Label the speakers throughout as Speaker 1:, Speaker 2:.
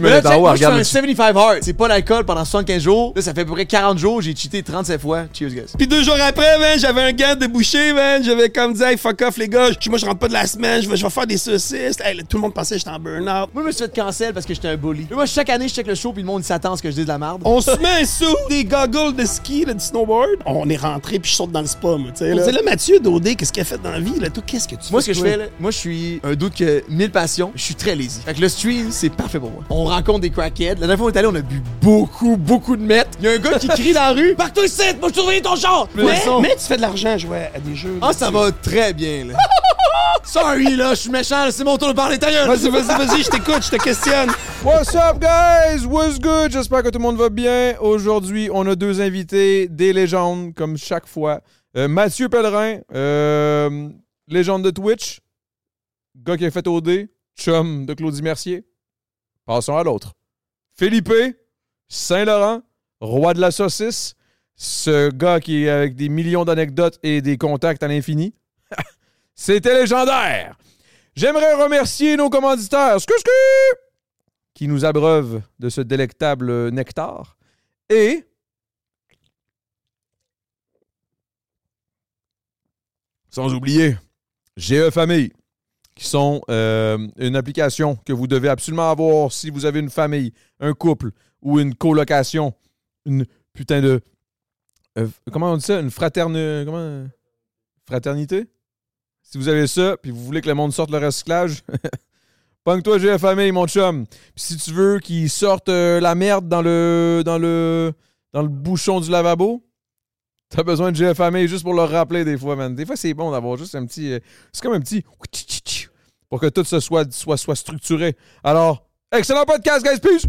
Speaker 1: Mais
Speaker 2: là,
Speaker 1: t'es en
Speaker 2: check,
Speaker 1: haut,
Speaker 2: moi, je
Speaker 1: regarde
Speaker 2: fais un
Speaker 1: là-dessus.
Speaker 2: 75 hard. C'est pas d'alcool pendant 75 jours. Là, ça fait à peu près 40 jours. J'ai cheaté 37 fois. Cheers, guys.
Speaker 3: Puis deux jours après, man, j'avais un gant débouché, man. J'avais comme dit, hey, fuck off, les gars. Je- Moi, je rentre pas de la semaine. Je vais, je vais faire des saucisses. Hey, là, tout le monde pensait que j'étais en burn-out.
Speaker 2: Moi, je me suis fait cancel parce que j'étais un bully. Moi, chaque année, je check le show puis le monde il s'attend à ce que je dise de la merde.
Speaker 3: On se met sous des goggles de ski, là, du snowboard. On est rentré, puis je saute dans le spa, moi, tu sais. Là. là, Mathieu, Dodé, qu'est-ce qu'il a fait dans la vie, là? Toi, qu'est-ce que tu
Speaker 2: Moi, ce que je
Speaker 3: toi?
Speaker 2: fais, là, moi, je suis un doute que mille passions, je suis très lazy. Fait que le stream, c'est parfait pour moi. On rencontre des crackheads. La dernière fois, on est allé, on a bu beaucoup, beaucoup de mètres. Il y a un gars qui crie dans la rue Partout ici, moi, je surveille ton char
Speaker 3: Mais,
Speaker 2: Poisson.
Speaker 3: mais tu fais de l'argent à jouer à des jeux.
Speaker 2: Ah, ça va très bien, là. Sorry, là, je suis méchant, là, c'est mon tour de parler ta gueule.
Speaker 3: Vas-y, vas-y, vas-y, je t'écoute, je te questionne.
Speaker 1: What's up, guys? What's good? J'espère que tout le monde va bien. Aujourd'hui, on a deux invités, des légendes, comme chaque fois. Euh, Mathieu Pellerin, euh, légende de Twitch, gars qui a fait OD, chum de Claudie Mercier. Passons à l'autre. Philippe Saint-Laurent, roi de la saucisse, ce gars qui est avec des millions d'anecdotes et des contacts à l'infini. C'était légendaire! J'aimerais remercier nos commanditaires. Scu, scu! qui nous abreuve de ce délectable nectar. Et. Sans oublier, GE Famille, qui sont euh, une application que vous devez absolument avoir si vous avez une famille, un couple ou une colocation, une putain de. euh, comment on dit ça Une fraterne. Comment Fraternité Si vous avez ça, puis vous voulez que le monde sorte le recyclage, pogne-toi GE Famille, mon chum. Puis si tu veux qu'ils sortent euh, la merde dans le dans le dans le bouchon du lavabo, t'as besoin de GFAME juste pour leur rappeler des fois, man. Des fois, c'est bon d'avoir juste un petit. euh, c'est comme un petit pour que tout ce soit soit soit structuré. Alors, excellent podcast, guys, peace.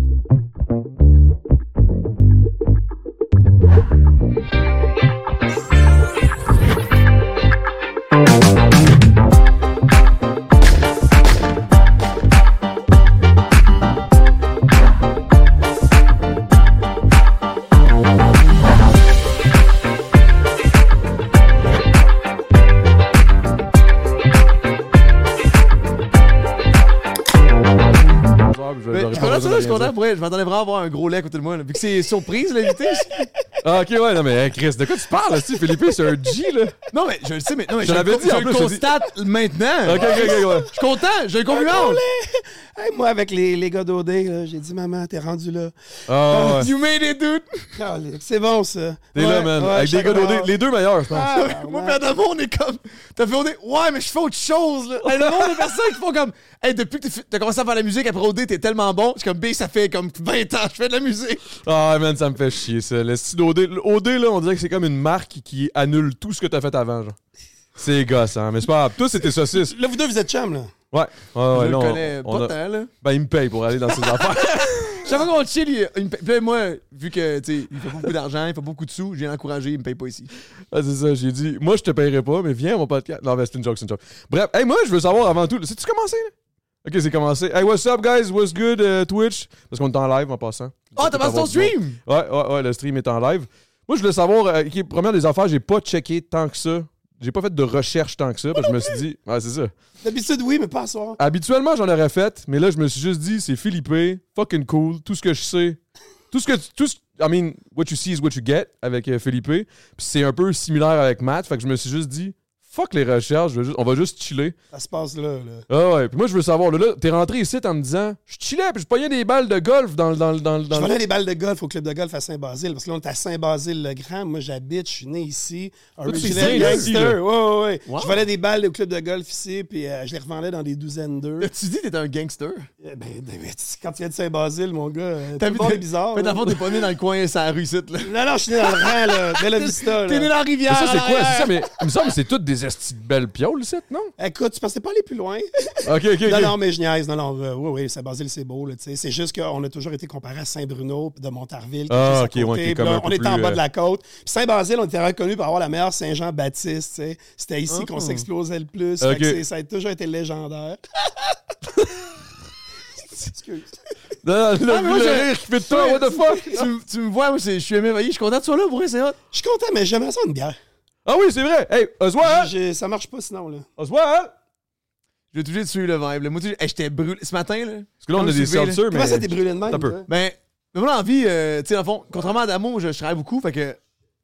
Speaker 2: Mais je suis content, je suis content pour elle. Je m'attendais vraiment à avoir un gros lait à côté de moi. là. Vu que c'est surprise, l'invité. je-
Speaker 1: Ah, ok, ouais, non, mais hein, Chris, de quoi tu parles, là, tu sais, Philippe, c'est un G, là.
Speaker 2: Non, mais je le sais, mais non, mais
Speaker 1: Je
Speaker 2: le
Speaker 1: l'avais
Speaker 2: con-
Speaker 1: dit, en
Speaker 2: je
Speaker 1: plus,
Speaker 2: le
Speaker 1: je dis-
Speaker 2: constate maintenant.
Speaker 1: Ok, ok, ok, ouais.
Speaker 2: Je suis content, j'ai un compliment.
Speaker 3: Hey, moi, avec les, les gars d'Odé, là, j'ai dit, maman, t'es rendu là.
Speaker 1: Ah, ouais.
Speaker 2: You made it, dude.
Speaker 3: Calique, C'est bon, ça.
Speaker 1: T'es là, man. Avec des gars d'OD, les deux meilleurs, je pense.
Speaker 2: Moi, pis Adamo, on est comme. T'as fait OD. Ouais, mais je fais autre chose, là. Hey, le monde de personnes qui font comme. Hey, depuis que t'es fait- t'as commencé à faire la musique après OD, t'es tellement bon. Je suis comme B, ça fait comme 20 ans, que je fais de la musique.
Speaker 1: Ah, man, ça me fait chier, ça. Le style OD, le OD, là, on dirait que c'est comme une marque qui annule tout ce que t'as fait avant, genre. C'est gossant, mais c'est pas grave. Tous, c'était saucisses.
Speaker 3: Là, vous deux, vous êtes chums, là.
Speaker 1: Ouais. Ouais, Ah, ouais,
Speaker 2: je
Speaker 1: là,
Speaker 2: le
Speaker 1: on-
Speaker 2: connais
Speaker 1: on
Speaker 2: pas
Speaker 1: a-
Speaker 2: tant, là.
Speaker 1: Ben, il me paye pour aller dans ses affaires.
Speaker 2: Chaque fois qu'on chill, il, il me paye. Puis là, moi, vu que, tu sais, il fait pas beaucoup d'argent, il fait pas beaucoup de sous, je viens l'encourager, il me paye pas ici.
Speaker 1: Ah, c'est ça, j'ai dit, moi, je te paierai pas, mais viens à mon podcast. Non, ben, c'est une joke, c'est une joke. Bref, hey, moi, je veux savoir avant tout, là, sais-tu commencé, là? Ok, c'est commencé. Hey, what's up, guys? What's good, euh, Twitch? Parce qu'on est en live en passant.
Speaker 2: Ah, t'as passé ton stream?
Speaker 1: Ouais, ouais, ouais, le stream est en live. Moi, je voulais savoir, euh, ok, première des affaires, j'ai pas checké tant que ça. J'ai pas fait de recherche tant que ça, parce que je me suis dit, ah, c'est ça.
Speaker 3: D'habitude, oui, mais pas à soir.
Speaker 1: Habituellement, j'en aurais fait, mais là, je me suis juste dit, c'est Philippe, fucking cool, tout ce que je sais. Tout ce que. tu- Tout ce- I mean, what you see is what you get avec euh, Philippe. Puis c'est un peu similaire avec Matt, fait que je me suis juste dit, fuck les recherches, je veux juste- on va juste chiller.
Speaker 3: Ça se passe là, là.
Speaker 1: Ah ouais, puis moi, je veux savoir, là, là, t'es rentré ici en me disant, je chillais, puis je pognais des balles de golf dans le. Dans, le- dans, le-
Speaker 3: Je
Speaker 1: dans le-
Speaker 3: volais des balles de golf au club de golf à Saint-Basile, parce que là, on est à Saint-Basile-le-Grand. Moi, j'habite, je suis né ici.
Speaker 1: t'es né
Speaker 3: Original
Speaker 1: ici,
Speaker 3: gangster.
Speaker 1: là.
Speaker 3: Ouais, ouais, ouais.
Speaker 2: Wow.
Speaker 3: Je volais des balles au club de golf ici, puis euh, je les revendais dans des douzaines d'eux.
Speaker 2: Tu dis que t'es un gangster.
Speaker 3: Eh ben, ben, ben, tu- quand tu viens de Saint-Basile, mon gars, euh, tout
Speaker 2: T'as
Speaker 3: le
Speaker 2: vu
Speaker 3: monde est bizarre.
Speaker 2: Mais
Speaker 3: là.
Speaker 2: d'abord, t'es pas né dans le coin, c'est la rue ici, là.
Speaker 3: Non, non, je suis né dans le rang, là, de la Vista.
Speaker 2: T'es né
Speaker 3: là.
Speaker 2: dans la rivière.
Speaker 1: Oh Mais ça,
Speaker 2: Ah,
Speaker 1: c'est
Speaker 2: à
Speaker 1: quoi?
Speaker 2: l'arrière.
Speaker 1: C'est ça, mais il me semble que c'est toutes des estis de belles pioles, cette, non?
Speaker 3: Écoute, tu pensais pas aller plus loin?
Speaker 1: Ok, ok,
Speaker 3: Non,
Speaker 1: ok.
Speaker 3: non, mais je niaise. Non, non, euh, oui, oui, Saint-Basile, c'est beau, là, tu sais. C'est juste qu'on a toujours été comparé à Saint-Bruno de Montarville. qui est
Speaker 1: Ah,
Speaker 3: juste à
Speaker 1: ok, ouais,
Speaker 3: côté.
Speaker 1: qui est
Speaker 3: Puis
Speaker 1: comme
Speaker 3: là,
Speaker 1: un peu
Speaker 3: On était en
Speaker 1: plus,
Speaker 3: bas
Speaker 1: euh,
Speaker 3: de la côte. Puis Saint-Basile, on était reconnu pour avoir la meilleure Saint-Jean-Baptiste, tu sais. C'était ici qu'on s'explosait le plus. Fait
Speaker 1: Ah. Ok.
Speaker 3: que c'est- ça a toujours été légendaire. Excuse.
Speaker 1: Non, non,
Speaker 2: Ah, mais moi,
Speaker 1: le
Speaker 2: j'ai-
Speaker 1: rire qui fait de toi, what the fuck?
Speaker 2: ah, tu, me- tu me vois, moi, c'est- je suis émerveillé, je suis content de toi là, pour vrai, c'est hot.
Speaker 3: Je suis content, mais j'aimerais ça une bière.
Speaker 1: Ah oui, c'est vrai! Hey, on se voit, hein?
Speaker 3: J'ai- Ça marche pas sinon, là.
Speaker 1: On se voit, hein?
Speaker 2: Je vais toujours de suivre le vibe. là. Moi, tu sais, hey, j'étais brûlé. Ce matin, là.
Speaker 1: Parce que là, on a
Speaker 2: Comme
Speaker 1: des
Speaker 2: soulevé, là.
Speaker 1: seltzers, mais.
Speaker 3: Comment ça t'es brûlé de même?
Speaker 1: T'as peu.
Speaker 3: toi?
Speaker 2: Ben, mais moi, dans la vie, euh, tu sais, dans le fond, contrairement à Damo, je, je travaille beaucoup. Fait que,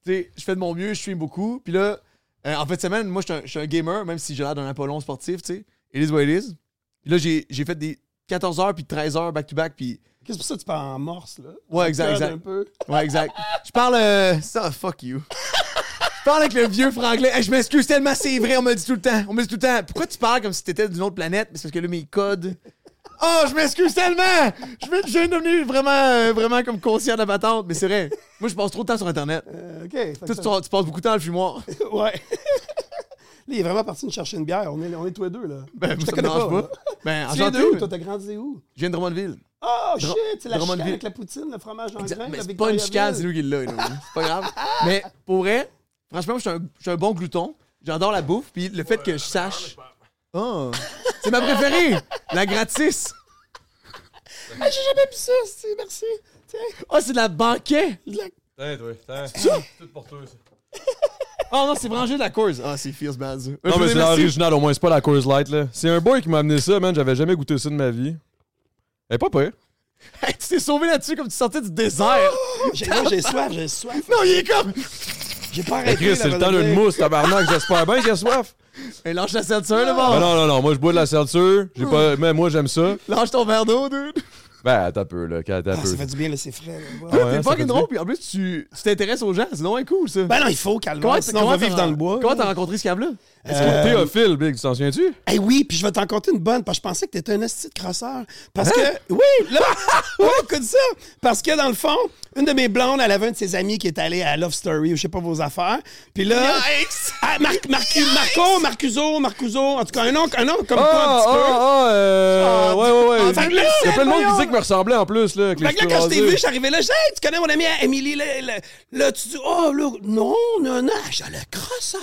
Speaker 2: tu sais, je fais de mon mieux, je stream beaucoup. Puis là, euh, en fait, semaine, moi, je suis un- je suis un, gamer, même si j'ai l'air d'un Apollon sportif, tu sais. It is what it is. Puis là, j'ai j'ai fait des 14 heures puis 13 heures back-to-back. Puis,
Speaker 3: Qu'est-ce que c'est pour ça que tu parles en morse, là?
Speaker 2: ouais, exact,
Speaker 3: Code
Speaker 2: exact.
Speaker 3: un peu.
Speaker 2: Ouais, exact. Je parle. euh, Ça, fuck you. Je parle avec le vieux franglais. Hey, je m'excuse tellement, c'est vrai, on me le dit tout le temps. On me le dit tout le temps. Pourquoi tu parles comme si t'étais d'une autre planète? Mais C'est parce que là, mes codes. Oh, je m'excuse tellement! Je vais- je viens de devenir vraiment, euh, vraiment comme conscient de la patente, mais c'est vrai. Moi, je passe trop de temps sur Internet.
Speaker 3: Euh, OK. fait que
Speaker 2: Toi, tu,
Speaker 3: ça-
Speaker 2: tu passes beaucoup de temps à le fumoir.
Speaker 3: Ouais. Là, il est vraiment parti nous chercher une bière. On est, on est tous les deux, là.
Speaker 2: Ben,
Speaker 3: Je
Speaker 2: ça
Speaker 3: te
Speaker 2: me
Speaker 3: connais
Speaker 2: dérange
Speaker 3: pas, hein.
Speaker 2: pas. Ben,
Speaker 3: Tu viens de où?
Speaker 2: enchanté.
Speaker 3: Toi, t'as grandi où?
Speaker 2: Je viens de Drummondville.
Speaker 3: Oh, shit! C'est la chicane
Speaker 2: Drummondville.
Speaker 3: avec la poutine, le fromage en grain,
Speaker 2: Mais
Speaker 3: la
Speaker 2: c'est pas une chicane, c'est
Speaker 3: Victoriaville.
Speaker 2: nous qui l'a. nous. C'est pas grave. Mais pour vrai, franchement, moi, je suis un, je suis un bon glouton. J'adore la bouffe. Puis le fait que je sache. Oh, c'est ma préférée! La gratis!
Speaker 3: Ah, j'ai jamais pu ça, c'est- merci. Tiens,
Speaker 2: Oh, c'est de la banquet!
Speaker 3: de la-
Speaker 1: Tiens, toi, tiens. Tout pour toi, ça.
Speaker 2: Oh non, c'est vraiment juste de la course! Ah, c'est Fierce Bad.
Speaker 1: Non, mais c'est l'original, au moins, c'est pas la Coors Light, là. C'est un boy qui m'a amené ça, man. J'avais jamais goûté ça de ma vie. Elle est pas prête.
Speaker 2: Hey, tu t'es sauvé là-dessus comme tu sortais du désert!
Speaker 3: J'ai- moi, j'ai soif, j'ai soif.
Speaker 2: Non, il est comme.
Speaker 3: J'ai pas
Speaker 1: Hey,
Speaker 3: arrêté.
Speaker 1: Chris, c'est
Speaker 3: là,
Speaker 1: le temps d'une
Speaker 3: Valentin.
Speaker 1: mousse, tabarnak. J'espère bien qu'il a soif.
Speaker 2: Hey, lâche la ceinture, le
Speaker 1: Ben
Speaker 3: Ah.
Speaker 2: mort!
Speaker 1: non, non, non. Moi, je bois de la seltzer. J'ai pas... Mais moi, j'aime ça.
Speaker 2: Lâche ton verre d'eau, dude!
Speaker 1: Ben, attends un peu, là. Attends un
Speaker 3: Ah,
Speaker 1: peu.
Speaker 3: ça fait du bien, là, c'est frais. là.
Speaker 1: Ah
Speaker 3: Voilà.
Speaker 1: ouais,
Speaker 2: T'es
Speaker 1: ça fait
Speaker 2: fucking
Speaker 1: du
Speaker 2: drôle,
Speaker 1: bien.
Speaker 2: puis en plus, tu tu t'intéresses aux gens. C'est non, cool, ça!
Speaker 3: Ben non, il faut calmer.
Speaker 2: Comment-
Speaker 3: Sinon, on va
Speaker 2: comment t'as-
Speaker 3: vivre dans le bois.
Speaker 2: Comment t'as rencontré ce câble-là?
Speaker 1: Est-ce
Speaker 3: Euh,
Speaker 1: que t'es théophile, Big? Tu t'en souviens-tu?
Speaker 3: Eh oui, puis je vais t'en compter une bonne, parce que je pensais que t'étais un esti de crosseur. Parce que, oui, là, ouais, écoute ça. Parce que, dans le fond, une de mes blondes, elle avait un de ses amis qui est allé à Love Story, ou je sais pas vos affaires. Puis là, Ah, Mar- Mar- Marco, Marcuso, Marcuso, en tout cas, un nom, un nom comme
Speaker 1: Ah,
Speaker 3: toi, un petit peu.
Speaker 1: ah, ah, euh, ouais, ouais, ouais.
Speaker 3: fait que là,
Speaker 1: Il y a plein de monde qui
Speaker 3: ah, voyons.
Speaker 1: disait que me ressemblait en plus, là. avec les
Speaker 3: Fait que là,
Speaker 1: cheveux
Speaker 3: quand je t'ai
Speaker 1: rasés.
Speaker 3: vu, je suis arrivé là, je dis, hey, tu connais mon ami hein, Emily, là, là, là, tu dis, oh, là, non, non, non, j'ai le crosseur.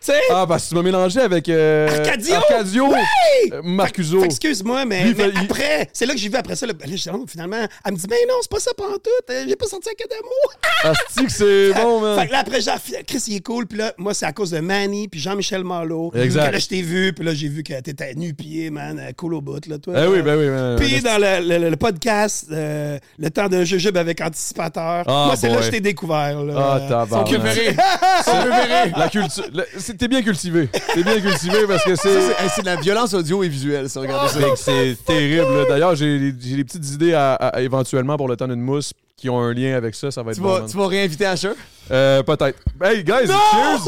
Speaker 3: Tu sais,
Speaker 1: Ah, parce que tu m'as mélangé avec. euh,
Speaker 3: Arcadio!
Speaker 1: Arcadio!
Speaker 3: Oui!
Speaker 1: euh, Marcuso.
Speaker 3: Fait que excuse-moi, mais,
Speaker 1: Lui, il
Speaker 3: mais
Speaker 1: fait- il-
Speaker 3: après, c'est là que j'ai vu après ça. Là, là, j'ai dit, oh, finalement, elle me dit, mais non, c'est pas ça pantoute. euh, J'ai pas senti un cas d'amour.
Speaker 1: Asti que c'est bon,
Speaker 3: Fait
Speaker 1: Oh, man.
Speaker 3: que là, après, j'ai fait, Chris, il est cool. Puis là, moi, c'est à cause de Manny, puis Jean-Michel Marleau.
Speaker 1: Exact.
Speaker 3: Que là, je t'ai vu, puis là, j'ai vu que t'étais nu-pied, man, euh, cool au bout, là, toi.
Speaker 1: Eh oui, ben oui, man.
Speaker 3: Puis dans le, le- le- le podcast, euh, le temps d'un jujube avec anticipateur,
Speaker 1: Ah,
Speaker 3: moi, c'est là
Speaker 1: boy.
Speaker 3: que je t'ai découvert. là.
Speaker 1: Ah, tabarnak.
Speaker 2: Son préféré! Son préféré!
Speaker 1: La culture. la- c'est- T'es bien cultivé. T'es bien cultivé parce que
Speaker 2: Ça,
Speaker 1: c'est.
Speaker 2: c'est- hey, c'est de la violence audio et visuelle, ça, regardez ça.
Speaker 1: Fait
Speaker 3: Oh,
Speaker 1: que C'est terrible. là. D'ailleurs, j'ai j'ai des petites idées à, à- éventuellement pour le temps d'une mousse qui ont un lien avec ça. Ça va être
Speaker 2: Tu
Speaker 1: bon.
Speaker 2: vas,
Speaker 1: Oh, man.
Speaker 2: tu vas réinviter Asher?
Speaker 1: Euh, Peut-être. Hey, guys, cheers!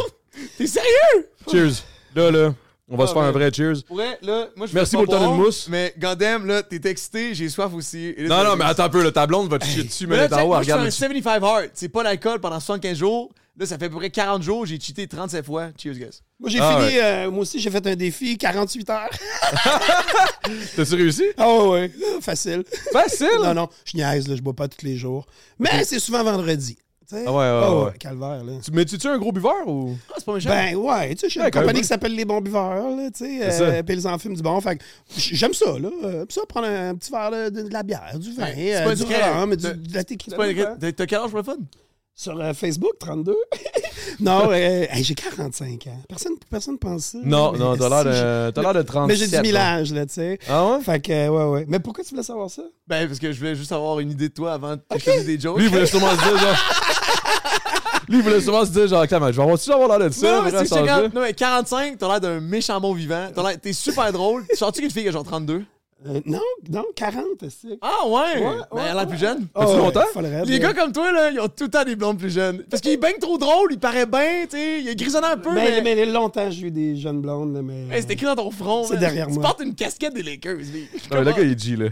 Speaker 2: T'es sérieux?
Speaker 1: Cheers. Là, là, on va
Speaker 3: Ah,
Speaker 1: se faire
Speaker 3: ben.
Speaker 2: ouais.
Speaker 1: un vrai cheers.
Speaker 2: Pour vrai, là, moi, je
Speaker 1: Merci
Speaker 2: peux pas
Speaker 1: pour le temps
Speaker 2: boire,
Speaker 1: d'une mousse.
Speaker 2: Mais Gandem, là, t'es excité, j'ai soif aussi. Et là,
Speaker 1: Non,
Speaker 2: ça-
Speaker 1: non, mais attends un peu, le tableau, on va te chier dessus, mais
Speaker 2: Mais là,
Speaker 1: elle est en
Speaker 2: check,
Speaker 1: haut,
Speaker 2: moi,
Speaker 1: elle
Speaker 2: je suis
Speaker 1: regarde
Speaker 2: un
Speaker 1: là-dessus.
Speaker 2: 75 hard. C'est pas d'alcool pendant 75 jours. Là, ça fait à peu près 40 jours. J'ai cheaté 37 fois. Cheers, guys.
Speaker 3: Moi, j'ai
Speaker 1: Ah,
Speaker 3: fini, euh, moi aussi, j'ai fait un défi, 48 heures.
Speaker 1: T'as-tu réussi?
Speaker 3: Ah ouais, ouais, ah, facile.
Speaker 1: Facile!
Speaker 3: Non, non, je niaise, là, je bois pas tous les jours. Mais c'est souvent vendredi. tu sais.
Speaker 1: Ah ouais, ouais, ouais, ouais.
Speaker 3: Calvaire, là.
Speaker 1: Tu- Mais tu es un gros buveur ou?
Speaker 2: Ah, c'est pas méchant.
Speaker 3: Ben ouais, tu sais, j'ai une
Speaker 1: Ouais, quand
Speaker 3: compagnie
Speaker 1: même.
Speaker 3: qui s'appelle Les Bons Buveurs, là, tu sais,
Speaker 1: C'est ça.
Speaker 3: euh, puis ils en fument du bon. Fait que j- j'aime ça, là. Euh, puis ça, prendre un petit verre là, de, de la bière, du vin,
Speaker 2: Ouais, c'est
Speaker 3: euh,
Speaker 2: pas
Speaker 3: du
Speaker 2: une crème.
Speaker 3: rhum,
Speaker 2: C'est-
Speaker 3: du- de la
Speaker 2: C'est
Speaker 3: tequila.
Speaker 2: pas une-
Speaker 3: là, hein.
Speaker 2: T'as t'as quel âge pour le fun?
Speaker 3: Sur euh, Facebook, 32. non, euh, hey, j'ai 45 ans. Personne personne pense ça.
Speaker 1: Non,
Speaker 3: Mais
Speaker 1: non, t'as l'air
Speaker 3: si,
Speaker 1: de, t'as l'air de 37.
Speaker 3: Mais j'ai 10 000
Speaker 1: donc.
Speaker 3: âges, là, tu sais.
Speaker 1: Ah ouais?
Speaker 3: Fait que, euh, ouais, ouais. Mais pourquoi tu voulais savoir ça?
Speaker 2: Ben, parce que je voulais juste avoir une idée de toi avant que je te dise des jokes.
Speaker 1: Lui, il voulait sûrement se dire, genre. Lui, il voulait sûrement se dire, genre, Clément, je vais avoir-tu avoir l'air de ça?
Speaker 2: Non, mais
Speaker 1: vrai,
Speaker 2: c'est que
Speaker 1: sans
Speaker 2: j'étais
Speaker 1: ça?
Speaker 2: comme- non, mais 45, t'as l'air d'un méchant bon vivant. T'as l'air- T'es super drôle. Tu Sors-tu qu'une fille qui a genre 32?
Speaker 3: Euh, non, non, 40, c'est.
Speaker 2: Ah ouais?
Speaker 3: Ouais,
Speaker 2: Mais elle a
Speaker 3: Oh, ouais,
Speaker 2: l'air plus jeune.
Speaker 1: As-tu longtemps?
Speaker 2: Les gars comme toi, là, ils ont tout le temps des blondes plus jeunes. Parce qu'il est bien trop drôle, il paraît bien, tu sais. Il est grisonnant un peu, mais.
Speaker 3: Mais, mais, longtemps, j'ai eu des jeunes blondes, là, mais.
Speaker 2: Hey, c'est écrit dans ton front.
Speaker 3: C'est
Speaker 2: man.
Speaker 3: derrière
Speaker 2: tu
Speaker 3: moi.
Speaker 2: portes une casquette des Lakers, lui.
Speaker 1: Non, Ah, mais le gars, il est G, là.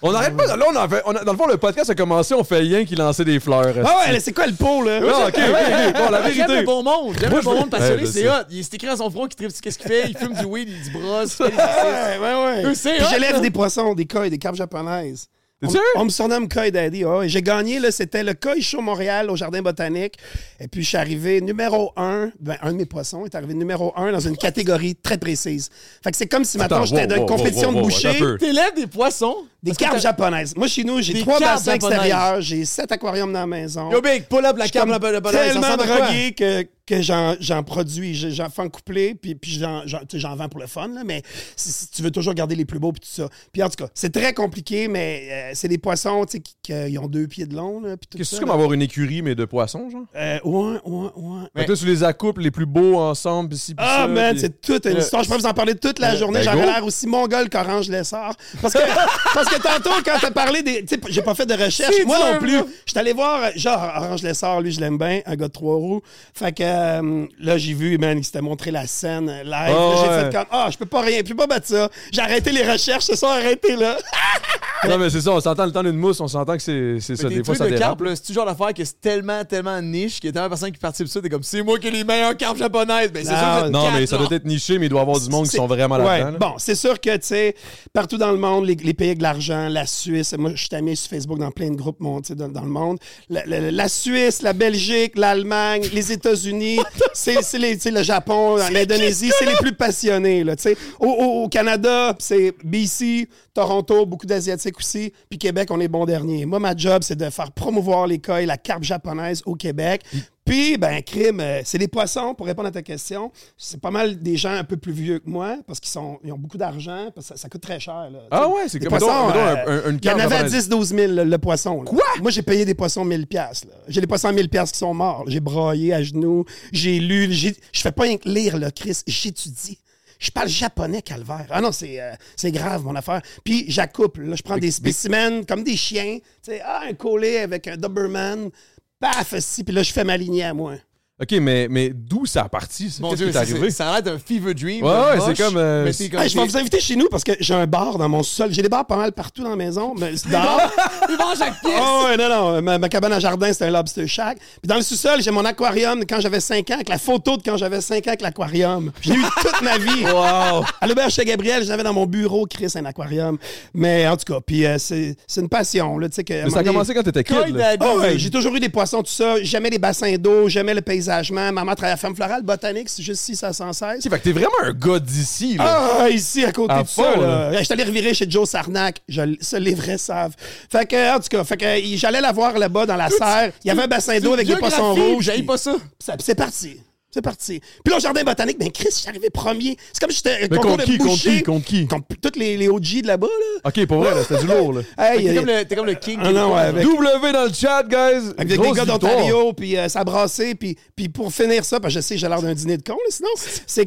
Speaker 1: On arrête pas, là, on en fait- on a- dans le fond, le podcast a commencé, on fait rien qui lançait des fleurs.
Speaker 3: Ah ouais, là, c'est quoi le pot, là?
Speaker 1: Non, ok, ok, ok. Bon, la
Speaker 2: Ah, J'aime le
Speaker 1: vérité.
Speaker 2: bon monde. J'aime
Speaker 1: hein. Moi,
Speaker 2: le
Speaker 1: je
Speaker 2: bon
Speaker 1: veux-
Speaker 2: monde passionné,
Speaker 1: Ouais, je
Speaker 2: c'est
Speaker 1: sais.
Speaker 2: hop. Il est écrit dans son front qu'il tripe sur qu'est-ce qu'il fait. Il fume du weed, il se brosse. il fait des exercices.
Speaker 3: Ouais, ouais,
Speaker 2: Eux,
Speaker 3: ouais.
Speaker 2: c'est
Speaker 3: Puis
Speaker 2: hot, là.
Speaker 3: J'élève des poissons, des koi, des carpes japonaises.
Speaker 1: T'es
Speaker 3: On,
Speaker 1: sûr?
Speaker 3: on me surnomme Koi Daddy. Ah ouais, ouais. J'ai gagné, là, c'était le Koi Show Montréal au Jardin Botanique. Et puis, je suis arrivé numéro un. Ben, un de mes poissons est arrivé numéro un dans une catégorie très précise. Fait que c'est comme si, maintenant,
Speaker 1: Attends,
Speaker 3: j'étais
Speaker 1: wow,
Speaker 3: dans une
Speaker 1: wow,
Speaker 3: compétition
Speaker 1: wow, wow,
Speaker 3: de
Speaker 1: attends un
Speaker 3: boucher.
Speaker 1: peu.
Speaker 2: T'élèves des poissons
Speaker 3: Des
Speaker 4: que
Speaker 3: carpes
Speaker 4: t'as-
Speaker 3: japonaises. Moi, chez nous, j'ai
Speaker 4: Des
Speaker 3: trois
Speaker 4: carpes
Speaker 3: bassins
Speaker 4: japonaises.
Speaker 3: extérieurs, j'ai sept aquariums dans la maison.
Speaker 4: Yo, Big, pull up la
Speaker 3: suis
Speaker 4: carte
Speaker 3: comme
Speaker 4: de bonne
Speaker 3: tellement drogué que, que j'en, j'en produis. J'ai- J'en fais un couplet, puis, puis j'en, j'en- tu sais, j'en vends pour le fun, là, mais si, si tu veux toujours garder les plus beaux, puis tout ça. Puis en tout cas, c'est très compliqué, mais euh, c'est des poissons tu sais, qui, qui, euh, ils ont deux pieds de long. Là, puis tout
Speaker 1: Qu'est-ce que
Speaker 3: ça,
Speaker 1: c'est comme
Speaker 3: là.
Speaker 1: avoir une écurie, mais de poissons, genre?
Speaker 3: Euh, ouais, ouais, ouais.
Speaker 1: Fait que là, tu les accouples les plus beaux ensemble, ici, puis
Speaker 3: Ah,
Speaker 1: ça,
Speaker 3: man,
Speaker 1: puis-
Speaker 3: c'est toute une
Speaker 1: Le-
Speaker 3: histoire. Je pourrais vous en parler toute la journée.
Speaker 1: ben,
Speaker 3: J'aurais
Speaker 1: go.
Speaker 3: l'air aussi mongol qu'Orange Lessard. Parce que, parce que tantôt, quand t'as parlé des. Tu sais, j'ai pas fait de recherche.
Speaker 4: C'est
Speaker 3: Moi
Speaker 4: dur,
Speaker 3: non plus.
Speaker 4: là.
Speaker 3: Je suis allé voir, euh, genre, Orange Lessard, lui, je l'aime bien, un gars de trois roues. Fait que euh, là, j'ai vu, man, il s'était montré la scène euh, live.
Speaker 1: Ah,
Speaker 3: Là, j'ai
Speaker 1: ouais.
Speaker 3: fait comme, ah, je peux pas rien, je peux pas battre ça. J'ai arrêté les recherches, ce soir, arrêté là.
Speaker 1: Non, mais c'est ça, on s'entend le temps d'une mousse, on s'entend que c'est c'est ça.
Speaker 4: Des
Speaker 1: Des
Speaker 4: trucs
Speaker 1: fois, ça
Speaker 4: de
Speaker 1: dérape.
Speaker 4: carpe, là, c'est toujours l'affaire que c'est tellement, tellement niche qu'il y a tellement de personnes qui participe ça. T'es comme, c'est moi qui ai les meilleures carpes japonaises. Ben, c'est
Speaker 3: Non,
Speaker 4: sûr que c'est une
Speaker 1: Non, mais
Speaker 4: carpe,
Speaker 1: ça
Speaker 4: là.
Speaker 1: doit être niché, mais il doit y avoir du monde qui
Speaker 3: C'est-
Speaker 1: sont vraiment
Speaker 3: ouais.
Speaker 1: là-dedans. là.
Speaker 3: Bon, c'est sûr que, tu sais, partout dans le monde, les, les pays avec de l'argent, la Suisse, moi, je suis ami sur Facebook dans plein de groupes mon- tu sais, dans, dans le monde. La, la- la Suisse, la Belgique, l'Allemagne, les États-Unis, c'est c'est les- tu sais, le Japon, l'Indonésie, c'est les plus passionnés, là, tu sais. Au, au- au Canada, c'est BC, Toronto, beaucoup d'Asiatiques aussi, puis Québec, on est bon dernier. Moi, ma job, c'est de faire promouvoir l'école, la carpe japonaise au Québec. Puis, ben, crime, euh, c'est des poissons, pour répondre à ta question. C'est pas mal des gens un peu plus vieux que moi, parce qu'ils sont, ils ont beaucoup d'argent, parce que ça, ça coûte très cher. là.
Speaker 1: Ah
Speaker 3: Tu sais,
Speaker 1: ouais, c'est
Speaker 3: des euh,
Speaker 1: comme- mettons- mettons un- un- une
Speaker 3: Il y en
Speaker 1: carte
Speaker 3: avait à
Speaker 1: japonaise.
Speaker 3: 10-12 000, le, le poisson. Quoi? Moi, j'ai payé des poissons 1000 pièces. J'ai des poissons 1000 pièces qui sont morts. J'ai broyé à genoux, j'ai lu, j'ai- je fais pas rien que lire, le Chris, j'étudie. Je parle japonais, calvaire. Ah non, c'est euh, c'est grave, mon affaire. Puis, j'accouple. là. Je prends des spécimens comme des chiens. Tu sais, ah, un collet avec un Doberman. Paf, si. Puis là, je fais ma lignée à moi.
Speaker 1: OK, mais, mais d'où ça a parti? C'est-
Speaker 4: Mon
Speaker 1: Qu'est-ce qui
Speaker 4: Dieu,
Speaker 1: est
Speaker 4: c'est-
Speaker 1: arrivé?
Speaker 4: c'est- ça a l'air d'un fever dream.
Speaker 1: Ouais,
Speaker 4: là,
Speaker 1: ouais, c'est
Speaker 4: moche,
Speaker 1: comme, euh,
Speaker 4: mais c'est comme
Speaker 3: Hey, je vais
Speaker 4: des-
Speaker 3: vous inviter chez nous parce que j'ai un bar dans mon sol. J'ai des bars pas mal partout dans la maison. Mais dehors.
Speaker 4: Il mange à pièce.
Speaker 3: Oh, ouais, non, non. Ma, ma cabane à jardin, c'est un lobster shack. Puis dans le sous-sol, j'ai mon aquarium de quand j'avais 5 ans, avec la photo de quand j'avais 5 ans avec l'aquarium. J'ai eu toute ma vie.
Speaker 1: Wow!
Speaker 3: À l'auberge chez Gabriel, j'avais dans mon bureau, Chris, un aquarium. Mais en tout cas, puis euh, c'est c'est une passion. Là, tu sais que, à un
Speaker 1: Mais ça a
Speaker 3: moment donné-
Speaker 1: commencé quand t'étais
Speaker 4: Coin
Speaker 1: kid. là.
Speaker 4: daddy.
Speaker 3: Ah ouais, j'ai toujours eu des poissons, tout ça. J'aimais les bassins d'eau, j'aimais le paysagement. Maman travaillait à la ferme florale, botanique, c'est juste 6 à 116.
Speaker 1: Fait que t'es vraiment un gars d'ici, là.
Speaker 3: Ah, ici, à côté
Speaker 1: À
Speaker 3: de ça.
Speaker 1: fond,
Speaker 3: là. J'étais allé revirer chez Joe Sarnac. Je, ça, les vrais savent. Fait que, en tout cas, fait que, il- j'allais la voir là-bas dans la serre. Il y avait un bassin d'eau avec des poissons
Speaker 4: Biographie,
Speaker 3: rouges.
Speaker 4: J'aime
Speaker 3: puis-
Speaker 4: pas ça.
Speaker 3: ça- puis C'est parti. C'est parti. Puis là, au jardin botanique, ben Chris, j'arrivais premier. C'est comme si j'étais euh,
Speaker 1: Mais
Speaker 3: concours
Speaker 1: contre
Speaker 3: de
Speaker 1: qui, contre
Speaker 3: boucher.
Speaker 1: qui, contre qui? Ah.
Speaker 3: Contre toutes les, les OG de là-bas, là.
Speaker 1: OK, pour vrai, là, c'était du lourd, là.
Speaker 3: Hey,
Speaker 4: T'es
Speaker 3: euh,
Speaker 4: comme le- t'es comme le king.
Speaker 3: Ah non, ouais, avec-
Speaker 1: W dans le chat, guys!
Speaker 3: Avec des
Speaker 1: Grosse
Speaker 3: gars
Speaker 1: victoire.
Speaker 3: d'Ontario, puis euh, ça brassait, puis, puis pour finir ça, parce que je sais, j'ai l'air d'un dîner de con, là, sinon, c'est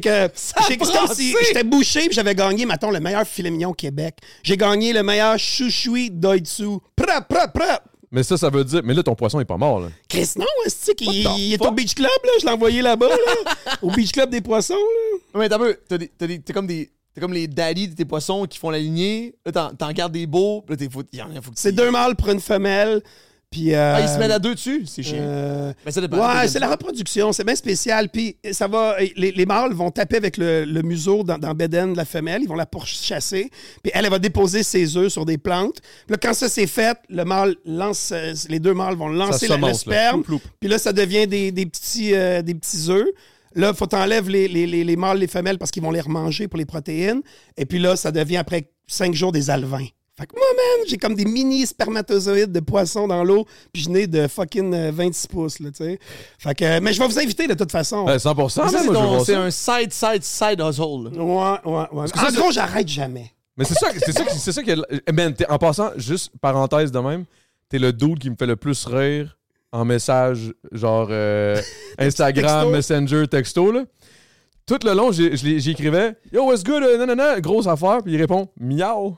Speaker 3: que c'est comme si
Speaker 4: brassait!
Speaker 3: j'étais bouché, puis j'avais gagné, mettons, le meilleur filet mignon au Québec. J'ai gagné le meilleur chouchoui d'Oitsu. Pra, pra, pra!
Speaker 1: Mais ça, ça veut dire... Mais là, ton poisson est pas mort, là.
Speaker 3: Chris, non, est il,
Speaker 4: What the
Speaker 3: il est
Speaker 4: fuck?
Speaker 3: au Beach Club, là, je l'ai envoyé là-bas, là, au Beach Club des poissons, là.
Speaker 4: Mais t'as peu, t'as des- t'as des- t'es comme des. T'es comme les daddies de tes poissons qui font la lignée. Là, t'en- t'en gardes des beaux. Là, t'es faut, y en a, faut que
Speaker 3: C'est
Speaker 4: tu-
Speaker 3: deux mâles pour une femelle, puis... euh,
Speaker 4: Ah, ils se mettent à deux dessus? C'est chiant.
Speaker 3: euh,
Speaker 4: Mais ça dépend.
Speaker 3: Ouais, c'est la reproduction, c'est bien spécial. Puis ça va, les, les mâles vont taper avec le, le museau dans, dans le bédaine de la femelle, ils vont la pourchasser. Puis elle, elle va déposer ses œufs sur des plantes. Puis là, quand ça c'est fait, le mâle lance, euh, les deux mâles vont lancer la- le
Speaker 1: semonce, là.
Speaker 3: sperme.
Speaker 1: Ploup, ploup.
Speaker 3: Puis là, ça devient des, des petits, euh, des petits œufs. Là, faut t'enlèves les, les, les, les mâles, les femelles parce qu'ils vont les remanger pour les protéines. Et puis là, ça devient après cinq jours des alevins. Fait que moi, man, j'ai comme des mini spermatozoïdes de poissons dans l'eau, puis je n'ai de fucking euh, 26 pouces, là, tu sais. Fait que, euh, mais je vais vous inviter de toute façon.
Speaker 1: Ben, 100
Speaker 4: Mais ça,
Speaker 1: là,
Speaker 4: c'est
Speaker 1: moi, je veux
Speaker 4: ton-
Speaker 1: voir
Speaker 4: c'est
Speaker 1: ça.
Speaker 4: un side, side, side hustle. là.
Speaker 3: Ouais, ouais, ouais.
Speaker 1: que ça,
Speaker 3: En
Speaker 1: c'est-
Speaker 3: gros, j'arrête jamais.
Speaker 1: Mais c'est ça, c'est ça, qui- c'est ça qui. est- Eh Ben, t'es- en passant, juste parenthèse de même, t'es le dude qui me fait le plus rire en message, genre euh, Instagram,
Speaker 3: Texto.
Speaker 1: Messenger, texto là. Tout le long, j'ai- je l'ai- j'écrivais Yo, what's good, euh, nanana, grosse affaire, puis il répond miaou.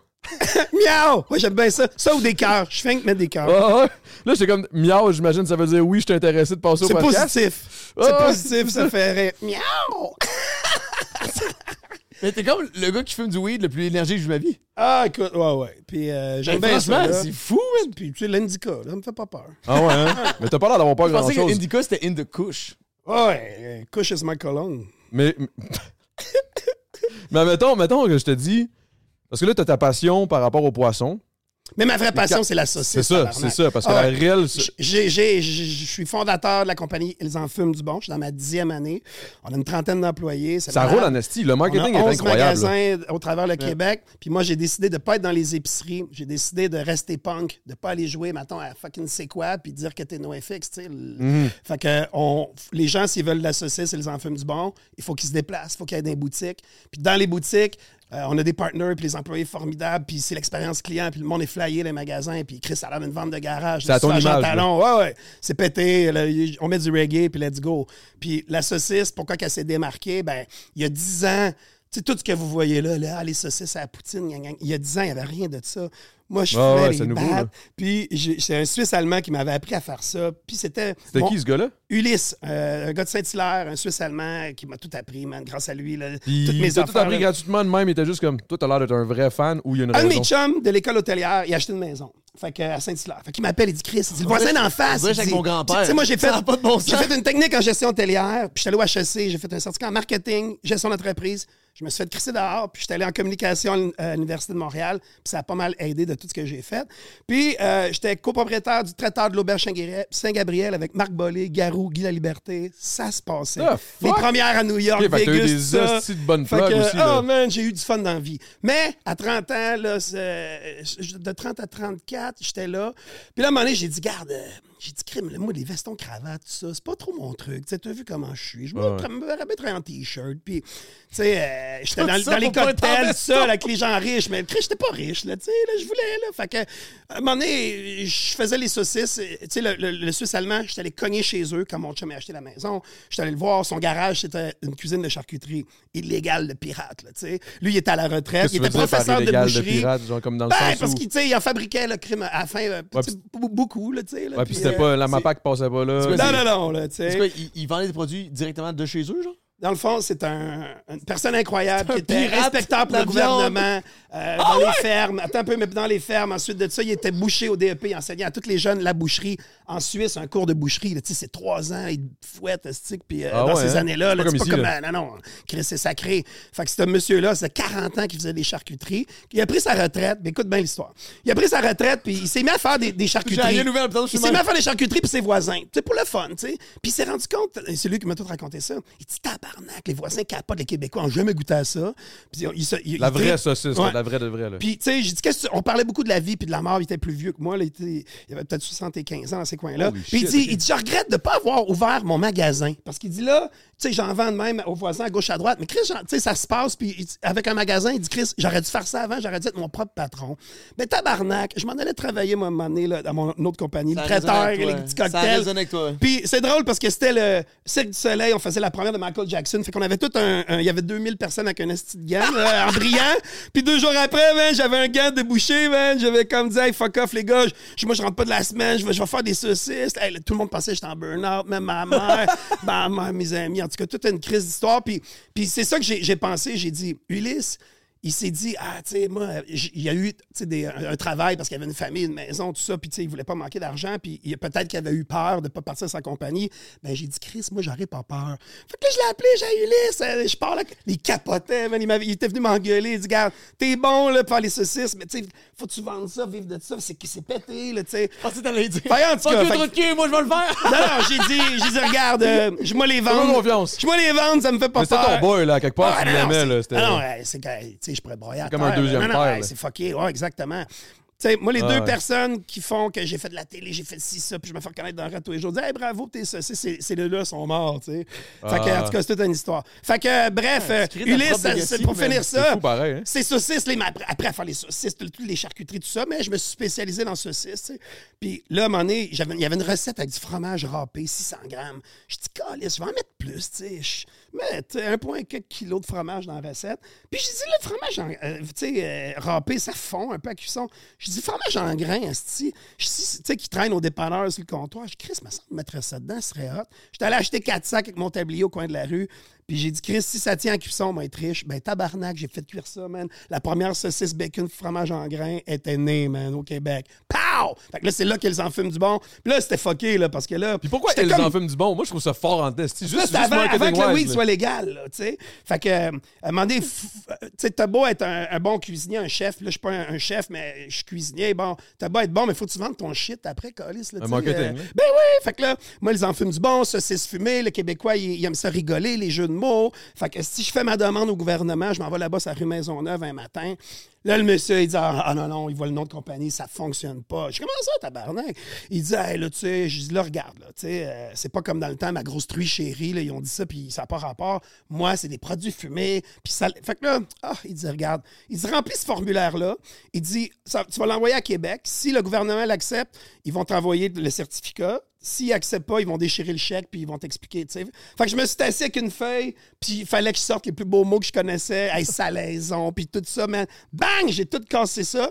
Speaker 3: Miaou! Ouais, j'aime bien ça. Ça ou des cœurs. Je fais que mettre des
Speaker 1: Ah,
Speaker 3: cœurs.
Speaker 1: ah. Là, j'étais comme miaou, j'imagine, ça veut dire oui, je suis intéressé de passer au
Speaker 3: c'est
Speaker 1: podcast.
Speaker 3: positif.
Speaker 1: Ouais, ouais,
Speaker 3: c'est
Speaker 1: c'est
Speaker 3: positif, ça fait rire. Miaou!
Speaker 4: Mais t'es comme le gars qui fume du weed le plus énergique de ma vie.
Speaker 3: Ah, écoute, ouais, ouais. Puis euh, j'aime
Speaker 4: Ben,
Speaker 3: bien ça.
Speaker 4: franchement,
Speaker 3: là.
Speaker 4: c'est fou, man.
Speaker 3: Puis tu sais, l'indica, là, me fait pas peur.
Speaker 1: Ah ouais, hein? Mais t'as pas l'air d'avoir pas
Speaker 4: Je pensais que
Speaker 1: grand-chose.
Speaker 4: Indica, c'était in the couche.
Speaker 3: Ouais, euh, couche is my cologne.
Speaker 1: Mais. Mais mettons, mettons que je te dis. Parce que là, t'as ta passion par rapport au poisson.
Speaker 3: Mais ma vraie passion, c'est la saucisse.
Speaker 1: C'est ça,
Speaker 3: tabarnak.
Speaker 1: c'est ça. Parce que
Speaker 3: Ah
Speaker 1: la
Speaker 3: ouais.
Speaker 1: réelle.
Speaker 3: J- j'ai- j'ai- j- Je suis fondateur de la compagnie Ils en fument du bon. Je suis dans ma dixième année. On a une trentaine d'employés. c'est
Speaker 1: Ça
Speaker 3: malade.
Speaker 1: roule en esti. Le marketing
Speaker 3: On a
Speaker 1: est
Speaker 3: 11
Speaker 1: incroyable. là.
Speaker 3: magasins au travers le Québec. Puis moi, j'ai décidé de pas être dans les épiceries. J'ai décidé de rester punk, de pas aller jouer, maintenant à fucking c'est quoi, puis dire que t'es NoFX. tu sais.
Speaker 1: Mhm.
Speaker 3: Fait que on, les gens, s'ils veulent de la saucisse et les en fument du bon, il faut qu'ils se déplacent, il faut qu'ils aillent dans les boutiques. Puis dans les boutiques, euh, on a des partenaires, puis les employés formidables, puis c'est l'expérience client, puis le monde est flyé, les magasins, puis Chris, ça a l'air d'une vente de garage.
Speaker 1: C'est à ton
Speaker 3: Jean
Speaker 1: image, là.
Speaker 3: Talon, non, ouais, ouais. C'est pété. là, y- on met du reggae, puis let's go. Puis la saucisse, pourquoi qu'elle s'est démarquée? Ben, il y a 10 ans, tu sais, tout ce que vous voyez là, là, ah, les saucisses à la poutine, gna, gna, gna. il y a 10 ans, il n'y avait rien de ça. Moi, je
Speaker 1: Ouais, ouais,
Speaker 3: faisais
Speaker 1: c'est
Speaker 3: les
Speaker 1: nouveau,
Speaker 3: battes,
Speaker 1: là.
Speaker 3: puis j'ai- c'est un Suisse-Allemand qui m'avait appris à faire ça. Puis c'était...
Speaker 1: C'était
Speaker 3: mon-
Speaker 1: qui ce gars-là?
Speaker 3: Ulysse, euh, un gars de Saint-Hilaire, un Suisse-Allemand qui m'a tout appris, man, grâce à lui. Là,
Speaker 1: Puis
Speaker 3: toutes mes
Speaker 1: il t'a tout
Speaker 3: affaires,
Speaker 1: appris
Speaker 3: là.
Speaker 1: gratuitement de même. Il était juste comme, toi, t'as l'air d'être un vrai fan ou il y a une
Speaker 3: Un de mes
Speaker 1: raison.
Speaker 3: chums de l'école hôtelière, il a acheté une maison. Fait que, à Saint-Hilaire. Fait qu'il m'appelle, il dit Chris, il dit le voisin d'en face.
Speaker 4: dirait
Speaker 3: il
Speaker 4: avec
Speaker 3: dit-
Speaker 4: mon grand-père.
Speaker 3: Tu sais, moi, j'ai fait,
Speaker 4: Ça a pas de bon
Speaker 3: j'ai
Speaker 4: sens.
Speaker 3: fait une technique en gestion hôtelière, puis j'étais allé au HEC, j'ai fait un certificat en marketing, gestion d'entreprise. Je me suis fait crisser dehors, puis j'étais allé en communication à l'Uni- à l'Université de Montréal, puis ça a pas mal aidé de tout ce que j'ai fait. Puis euh, j'étais copropriétaire du traiteur de l'Auberge Saint-Guéret- Saint-Gabriel avec Marc Bollé, Garou, Guy Liberté. Ça se passait.
Speaker 1: Ah,
Speaker 3: Les
Speaker 1: fuck!
Speaker 3: premières à New York,
Speaker 1: Ok, fait que t'as eu
Speaker 3: Vegas,
Speaker 1: des
Speaker 3: ça.
Speaker 1: hosties de bonnes
Speaker 3: Fait
Speaker 1: plugs
Speaker 3: que,
Speaker 1: aussi, là.
Speaker 3: oh, man, j'ai eu du fun dans la vie. Mais à 30 ans, là, c'est- euh, je- de 30 à 34, j'étais là. Puis là, à un moment donné, j'ai dit, garde, euh, j'ai dit, crime, là, moi, les vestons cravates, tout ça, c'est pas trop mon truc. Tu sais, t'as vu comment je suis. Je me
Speaker 1: Ouais.
Speaker 3: me mettre un t-shirt. Puis, tu sais, euh, j'étais dans,
Speaker 4: ça
Speaker 3: dans les
Speaker 4: pour pas être en
Speaker 3: cocktails,
Speaker 4: veston.
Speaker 3: ça, là, avec les gens riches. Mais Chris, j'étais pas riche, là, tu sais, là, je voulais, là. Fait que, à un moment donné, je faisais les saucisses. et, Tu sais, le, le- le Suisse allemand, j'étais allé cogner chez eux quand mon chum a acheté la maison. J'étais allé le voir, son garage, c'était une cuisine de charcuterie illégale de pirate, là, tu sais. Lui, il était à la retraite,
Speaker 1: Qu'est-ce que
Speaker 3: il
Speaker 1: tu veux
Speaker 3: était
Speaker 1: dire par
Speaker 3: professeur de
Speaker 1: illégal de
Speaker 3: boucherie.
Speaker 1: pirate, genre comme dans le
Speaker 3: Ben,
Speaker 1: sens
Speaker 3: parce
Speaker 1: où.
Speaker 3: qu'il tu sais, il en fabriquait le crime à la fin, euh, tu sais, b- beaucoup, là, tu sais. là,
Speaker 1: Ouais, puis
Speaker 3: puis,
Speaker 1: c'était
Speaker 3: euh,
Speaker 1: pas la
Speaker 3: c'est-
Speaker 1: MAPAC passait pas là.
Speaker 3: Non, non, non, là, tu sais.
Speaker 4: C'est quoi, ils, ils vendaient des produits directement de chez eux, genre?
Speaker 3: Dans le fond, c'est un, une personne incroyable
Speaker 4: C'est un
Speaker 3: qui était
Speaker 4: pirate
Speaker 3: respectable pour
Speaker 4: de
Speaker 3: le
Speaker 4: la viande. Ah
Speaker 3: gouvernement, euh, dans les fermes. Attends un peu, mais dans les fermes. Ensuite de ça, il était boucher au DEP. Il enseignait à tous les jeunes la boucherie. En Suisse, un cours de boucherie, là, tu sais, c'est trois ans, il fouette, stick, puis euh,
Speaker 1: Ah
Speaker 3: dans
Speaker 1: ouais,
Speaker 3: ces
Speaker 1: hein?
Speaker 3: années-là,
Speaker 1: C'est
Speaker 3: là,
Speaker 1: pas
Speaker 3: c'est
Speaker 1: comme
Speaker 3: pas
Speaker 1: ici, là.
Speaker 3: comme... Non, non, Chris, c'est sacré. Fait que ce monsieur-là, c'était 40 ans qu'il faisait des charcuteries. Il a pris sa retraite. Mais écoute bien l'histoire. Il a pris sa retraite, puis il s'est mis à faire des, des charcuteries.
Speaker 4: J'ai rien ouvert, puis tantôt, je suis
Speaker 3: Il s'est
Speaker 4: mal.
Speaker 3: mis à faire des charcuteries puis ses voisins. C'est pour le fun, tu sais. Puis il s'est rendu compte, et c'est lui qui m'a tout raconté ça. Il dit tabarnak, les voisins capotent, les Québécois ont jamais goûté à ça. Puis il se- il-
Speaker 1: La
Speaker 3: il
Speaker 1: vraie
Speaker 3: tripe.
Speaker 1: saucisse,
Speaker 3: Ouais.
Speaker 1: là, la vraie de vraie. là.
Speaker 3: Puis, tu sais, j'ai dit, qu'est-ce que tu- On parlait beaucoup de la vie puis de la mort. Il était plus vieux que moi. Là, il, était- il avait peut-être 75 ans dans ces coins-là.
Speaker 1: Holy
Speaker 3: Puis, il
Speaker 1: shit,
Speaker 3: dit,
Speaker 1: ok.
Speaker 3: il dit, je regrette de ne pas avoir ouvert mon magasin. Parce qu'il dit, là, tu sais, j'en vends de même aux voisins à gauche, à droite. Mais Chris, genre, tu sais, ça se passe. Puis, il dit- avec un magasin, il dit, Chris, j'aurais dû faire ça avant. J'aurais dû être mon propre patron. Mais tabarnak, je m'en allais travailler, moi, à un moment donné, là, dans mon autre compagnie,
Speaker 4: Ça
Speaker 3: le
Speaker 4: résonne
Speaker 3: traiteur,
Speaker 4: avec
Speaker 3: les
Speaker 4: toi.
Speaker 3: petits
Speaker 4: Ça
Speaker 3: cocktails.
Speaker 4: résonne avec toi.
Speaker 3: Puis c'est drôle parce que c'était le Cirque du Soleil, on faisait la première de Michael Jackson. Fait qu'on avait tout un. un- Il y avait 2000 personnes avec un esti de gang, là, en brillant. Puis deux jours après, man, j'avais un gant débouché, man. J'avais comme dit, hey, fuck off, les gars. Je- moi, je rentre pas de la semaine. Je vais, je vais faire des saucisses. Hey, là, tout le monde pensait que j'étais en burn-out, même ma mère, ma mère, mes amis. En tout cas, toute une crise d'histoire. Puis, puis c'est ça que j'ai j'ai pensé. J'ai dit, Ulysse, il s'est dit, ah, tu sais, moi, j- il y a eu tu sais, des- un, un travail parce qu'il y avait une famille, une maison, tout ça, puis tu sais, il voulait pas manquer d'argent, puis il- peut-être qu'il avait eu peur de pas partir de sa compagnie. Ben, j'ai dit, Chris, moi, j'aurais pas peur. Fait que là, je l'ai appelé, j'ai Ulysse, euh, je parle, il capotait, man, il, m'avait- il était venu m'engueuler, il dit, garde, t'es bon, là, pour faire les saucisses, mais tu sais, faut que tu vendes ça, vivre de ça, c'est qui s'est pété, là, tu sais.
Speaker 4: Je pensais que t'allais dire.
Speaker 3: Ben, en tout
Speaker 4: Fuck
Speaker 3: cas,
Speaker 4: you,
Speaker 3: fait-
Speaker 4: trou de cul, moi, je vais le faire!
Speaker 3: Non, non, j'ai dit, j'ai dit, regarde, euh, je moi les vendre.
Speaker 1: confiance.
Speaker 3: Je moi les vendre, ça me fait pas
Speaker 1: Mais c'était ton
Speaker 3: peur.
Speaker 1: boy, là, quelque part,
Speaker 3: Ah,
Speaker 1: tu
Speaker 3: non, non,
Speaker 1: l'aimais,
Speaker 3: c'est-
Speaker 1: là. c'était-
Speaker 3: Ah non, ouais, c'est que, tu sais, je pourrais broyer à
Speaker 1: comme un
Speaker 3: terre, là.
Speaker 1: deuxième
Speaker 3: Non, non,
Speaker 1: père,
Speaker 3: ouais,
Speaker 1: là.
Speaker 3: c'est fucké, ouais, exactement. Tu sais, moi, les
Speaker 1: Ah,
Speaker 3: deux
Speaker 1: ouais.
Speaker 3: personnes qui font que j'ai fait de la télé, j'ai fait ci, ça, puis je me fais reconnaître dans le rap tous les jours, je dis, hey, bravo, t'es ça, c'est- c'est c'est les là sont morts, tu sais. Fait que,
Speaker 1: Ah.
Speaker 3: en tout cas, c'est toute une histoire. Fait que, euh, bref, euh,
Speaker 4: tu crées ta
Speaker 3: Ulysse,
Speaker 4: propre
Speaker 3: ça- c'est- pour
Speaker 4: legacy, man.
Speaker 3: finir
Speaker 1: C'est
Speaker 3: ça,
Speaker 1: fou, pareil, hein?
Speaker 3: c'est saucisses, les, mais après, après à faire les saucisses, tout- toutes les charcuteries, tout ça, mais je me suis spécialisé dans saucisses. tu sais. Puis là, à un moment donné, j'avais- il y avait une recette avec du fromage râpé, 600 grammes. Je dis, calisse, je vais en mettre plus, tu sais. Je mets tu sais, un point quelques kilos de fromage dans la recette. Puis je dis, le fromage en- euh, tu sais, euh, râpé, ça fond un peu à cuisson. Je dis, fromage en grain, esti. Je dis, tu sais, qui traîne au dépanneur sur le comptoir. Je dis, Chris, me semble mettre ça dedans, ce serait hot. J'étais allé acheter 4 sacs avec mon tablier au coin de la rue. Puis j'ai dit, Chris, si ça tient en cuisson, on va être riche. Ben, tabarnak, j'ai fait cuire ça, man. La première saucisse bacon fromage en grain était née, man, au Québec. Pow! Fait que là, c'est là qu'elles en fument du bon. Puis là, c'était fucké, là, parce que là.
Speaker 1: Puis pourquoi
Speaker 3: j'étais
Speaker 1: elles
Speaker 3: comme-
Speaker 1: en fument du bon? Moi, je trouve ça fort en test. Juste,
Speaker 3: ça,
Speaker 1: juste
Speaker 3: c'était avant, avant que le
Speaker 1: marketing-wise,
Speaker 3: weed
Speaker 1: là.
Speaker 3: soit légal, là, tu sais. Fait que, euh, à un moment donné, f- euh, tu sais, t'as beau être un, un bon cuisinier, un chef. Là, je suis pas un, un chef, mais je suis cuisinier. Bon, t'as beau être bon, mais faut que tu vendes ton shit après, Colis, là, tu sais,
Speaker 1: marketing,
Speaker 3: euh,
Speaker 1: là.
Speaker 3: ben oui, fait que là, moi, ils en fument du bon, saucisse fumée. Le Québécois, il, il aime ça rigoler, les jeux de mots. Fait que si je fais ma demande au gouvernement, je m'en vais là-bas, sur la rue Maisonneuve un matin. Là, le monsieur, il dit Ah ah non, non, il voit le nom de compagnie, ça fonctionne pas. Je dis Comment ça, tabarnak Il dit Hey, là, tu sais, je dis Là, regarde, là, tu sais, euh, c'est pas comme dans le temps, ma grosse truie chérie, là, ils ont dit ça, puis ça n'a pas rapport. Moi, c'est des produits fumés, puis ça. Fait que là, ah, il dit Regarde, il dit Remplis ce formulaire-là. Il dit Ça- Tu vas l'envoyer à Québec. Si le gouvernement l'accepte, ils vont t'envoyer le certificat. S'ils n'acceptent pas, ils vont déchirer le chèque puis ils vont t'expliquer. tu sais. Fait que je me suis assis avec une feuille, puis il fallait que je sorte les plus beaux mots que je connaissais, hey, salaison, puis tout ça, man. Bang! J'ai tout cassé ça.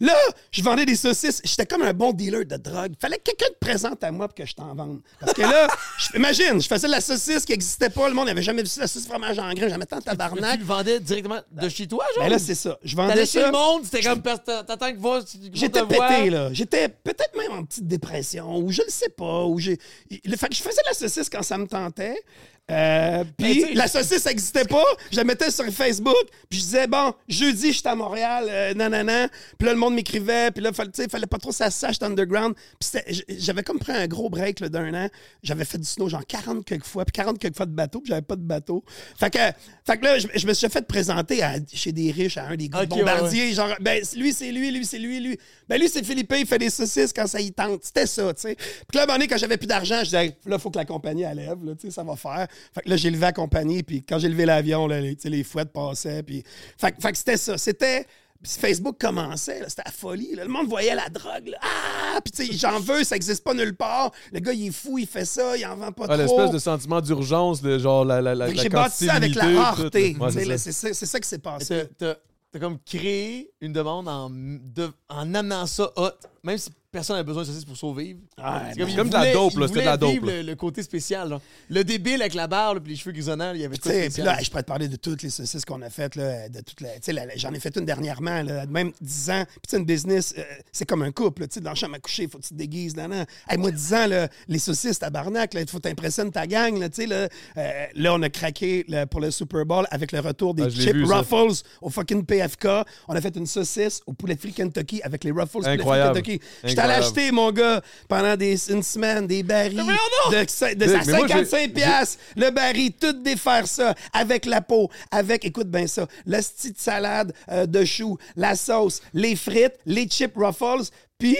Speaker 3: Là, je vendais des saucisses. J'étais comme un bon dealer de drogue. Fallait que quelqu'un te présente à moi pour que je t'en vende. Parce que là, je- imagine, je faisais de la saucisse qui n'existait pas. Le monde n'avait jamais vu ça, la saucisse fromage en grain, jamais tant de
Speaker 2: Tu
Speaker 3: tabarnak.
Speaker 2: le vendais directement de chez toi, genre?
Speaker 3: Mais Ben là, c'est ça. Je vendais
Speaker 2: T'allais chez
Speaker 3: ça.
Speaker 2: le monde, c'était comme. parce que T'attends que voir.
Speaker 3: J'étais pété, là. J'étais peut-être même en petite dépression, ou je le sais pas. Ou j'ai... Le fait que je faisais la saucisse quand ça me tentait. euh,
Speaker 2: Ben,
Speaker 3: puis
Speaker 2: tu sais,
Speaker 3: la saucisse n'existait pas. Je la mettais sur Facebook. Puis je disais, bon, jeudi, je suis à Montréal, euh, nanana. Puis là, le monde m'écrivait. Puis là, fallait, tu sais, fallait pas trop que ça se sache, j'étais underground. Puis c'était- j- j'avais comme pris un gros break là, d'un an. J'avais fait du snow, genre 40 quelques fois. Puis 40 quelques fois de bateau. Puis j'avais pas de bateau. Fait que, fait que là, je, je me suis fait présenter à- chez des riches, à un des gars de
Speaker 2: Ok, ouais,
Speaker 3: Bombardier. Bombardier, genre, ben, lui, c'est lui, lui, c'est lui, lui. Ben, lui, c'est Philippe, il fait des saucisses quand ça y tente. C'était ça, tu sais. Puis là, à un moment donné, quand j'avais plus d'argent, je disais, hey, là, faut que la compagnie elle lève, là, tu sais, ça va faire. Fait que là, j'ai levé la compagnie, puis quand j'ai levé l'avion, là, les, tu sais, les fouettes passaient, puis. Fait, que- fait que c'était ça. C'était. puis Facebook commençait, là, c'était la folie. là. Le monde voyait la drogue. là. Ah! Puis, tu sais, j'en veux, ça n'existe pas nulle part. Le gars, il est fou, il fait ça, il en vend pas
Speaker 1: Ah,
Speaker 3: trop.
Speaker 1: l'espèce de sentiment d'urgence, de genre la, la, la,
Speaker 3: Fait que
Speaker 1: la
Speaker 3: J'ai
Speaker 1: quantité
Speaker 3: bâti ça avec
Speaker 1: limitée,
Speaker 3: la
Speaker 1: tout,
Speaker 3: rareté.
Speaker 1: là. Ouais,
Speaker 3: Tu sais,
Speaker 1: c'est
Speaker 3: là,
Speaker 1: ça.
Speaker 3: C'est ça, c'est ça qui s'est passé.
Speaker 2: T'as- T'as t'as comme créé une demande en, de- en amenant ça hot, même si personne n'a besoin de saucisse pour survivre.
Speaker 3: Ouais,
Speaker 2: il
Speaker 1: Comme de la
Speaker 2: voulait-
Speaker 1: dope,
Speaker 2: il
Speaker 1: là, c'était de la
Speaker 2: voulait
Speaker 1: dope,
Speaker 2: vivre Le, le côté spécial, là. Le débile avec la barbe là, puis les cheveux grisonnants, là, il y avait
Speaker 3: Tu
Speaker 2: tout
Speaker 3: sais, puis
Speaker 2: spécial.
Speaker 3: là, je pourrais te parler de toutes les saucisses qu'on a faites, là, de toutes les, tu sais, la- la- j'en ai fait une dernièrement, là, même 10 ans. Puis tu sais, une business, euh, c'est comme un couple, là, tu sais, dans la chambre à coucher, faut que tu te déguises, nan, nan. Hey, moi, 10 ans, là, les saucisses, tabarnak, il faut t'impressionner ta gang, là, tu sais, là, Euh, là, on a craqué là, pour le Super Bowl avec le retour des
Speaker 1: Ah, je l'ai
Speaker 3: chips
Speaker 1: vu, ça.
Speaker 3: Ruffles au fucking PFK. On a fait une saucisse au poulet frit Kentucky avec les Ruffles poulet frit
Speaker 1: Incroyable.
Speaker 3: Kentucky. J'étais allé
Speaker 1: Incroyable.
Speaker 3: acheter, mon gars, pendant des, une semaine, des barils de, cin- de
Speaker 1: Dick,
Speaker 3: à
Speaker 1: mais moi, j'ai-
Speaker 3: 55 piastres, le baril, tout défaire ça, avec la peau, avec, écoute bien ça, le style de salade euh, de choux, la sauce, les frites, les chips ruffles, puis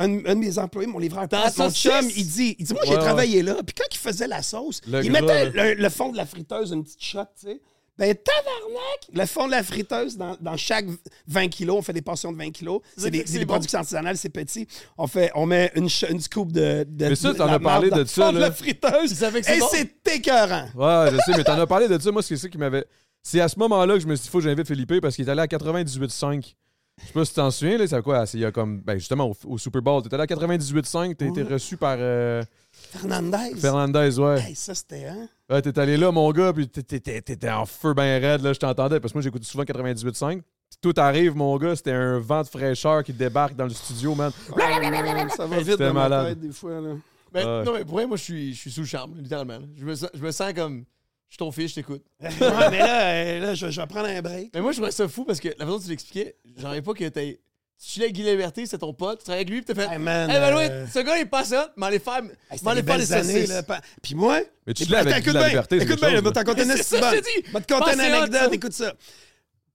Speaker 3: un, un de mes employés, mon livreur, Pat, mon
Speaker 2: saucisse.
Speaker 3: chum, il dit, il dit, moi, j'ai
Speaker 1: Ouais,
Speaker 3: travaillé là, puis quand il faisait la sauce,
Speaker 1: Le
Speaker 3: il
Speaker 1: gras,
Speaker 3: mettait le, le fond de la friteuse, une petite shot, tu sais. Ben, tabarnak! Le fond de la friteuse, dans, dans chaque 20 kilos, on fait des portions de 20 kilos. C'est
Speaker 2: C'est-
Speaker 3: des, c'est
Speaker 2: c'est
Speaker 3: des
Speaker 2: bon.
Speaker 3: productions artisanales, c'est petit. On, fait, on met une, ch- une scoop de, de
Speaker 1: Mais ça,
Speaker 3: de
Speaker 1: t'en
Speaker 3: la
Speaker 1: as parlé
Speaker 3: marde dans
Speaker 1: de
Speaker 3: le
Speaker 1: ça,
Speaker 3: fond de
Speaker 1: là.
Speaker 3: la friteuse.
Speaker 2: Ils savaient que c'est
Speaker 3: Et
Speaker 2: bon.
Speaker 3: c'est écœurant.
Speaker 1: Ouais, je sais, mais t'en as parlé de ça. Moi, c'est ça qui m'avait. C'est à ce moment-là que je me suis dit, faut que j'invite Philippe parce qu'il est allé à 98,5. Je sais pas si tu t'en souviens, là, c'est à quoi? C'est il y a comme, ben justement, au, au Super Bowl, t'étais allé à 98,5, t'as été reçu par euh,
Speaker 3: Fernandez.
Speaker 1: Fernandez, ouais.
Speaker 3: Hey, ça, c'était hein?
Speaker 1: Ouais, t'es allé là, mon gars, puis t'es- t'es- t'es- t'étais en feu ben raide, là, je t'entendais, parce que moi, j'écoute souvent 98.5. Puis tout arrive, mon gars, c'était un vent de fraîcheur qui débarque dans le studio, man.
Speaker 3: ça va vite
Speaker 1: C'était
Speaker 3: dans ma
Speaker 1: malade.
Speaker 3: tête des fois. Là.
Speaker 2: Mais-
Speaker 1: Ouais.
Speaker 2: Non, mais pour vrai, moi, je suis, je suis sous le charme, littéralement. là. Je me sens, je me sens comme. Je suis ton fils, je t'écoute.
Speaker 3: Ouais, mais là, euh, là je, je vais prendre un break.
Speaker 2: Mais moi, je trouvais ça fou parce que la façon dont tu l'expliquais, j'arrivais pas que t'aies. Tu chillais avec Guy Liberté, c'est ton pote, tu travailles avec lui, puis t'as fait.
Speaker 3: Hey, man,
Speaker 2: Hey, Malouette,
Speaker 3: euh,
Speaker 2: ce gars, il est pas ça, mais allez faire.
Speaker 3: Hey, c'était
Speaker 2: m'en allez
Speaker 3: des
Speaker 2: faire les
Speaker 3: belles années.
Speaker 2: saucisses.
Speaker 3: Là, pa- Puis moi...
Speaker 1: Mais tu
Speaker 3: Écoute
Speaker 1: l'as avec
Speaker 3: bien,
Speaker 1: Guy La Liberté, c'est
Speaker 3: Écoute
Speaker 1: quelque
Speaker 3: bien, je
Speaker 1: chose,
Speaker 3: vais t'en conter une
Speaker 2: Mais c'est
Speaker 3: petite
Speaker 2: ça,
Speaker 3: bonne.
Speaker 2: je t'ai dit.
Speaker 3: Je vais te conter une
Speaker 2: Pensez hot,
Speaker 3: anecdote,
Speaker 2: ça.
Speaker 3: écoute ça.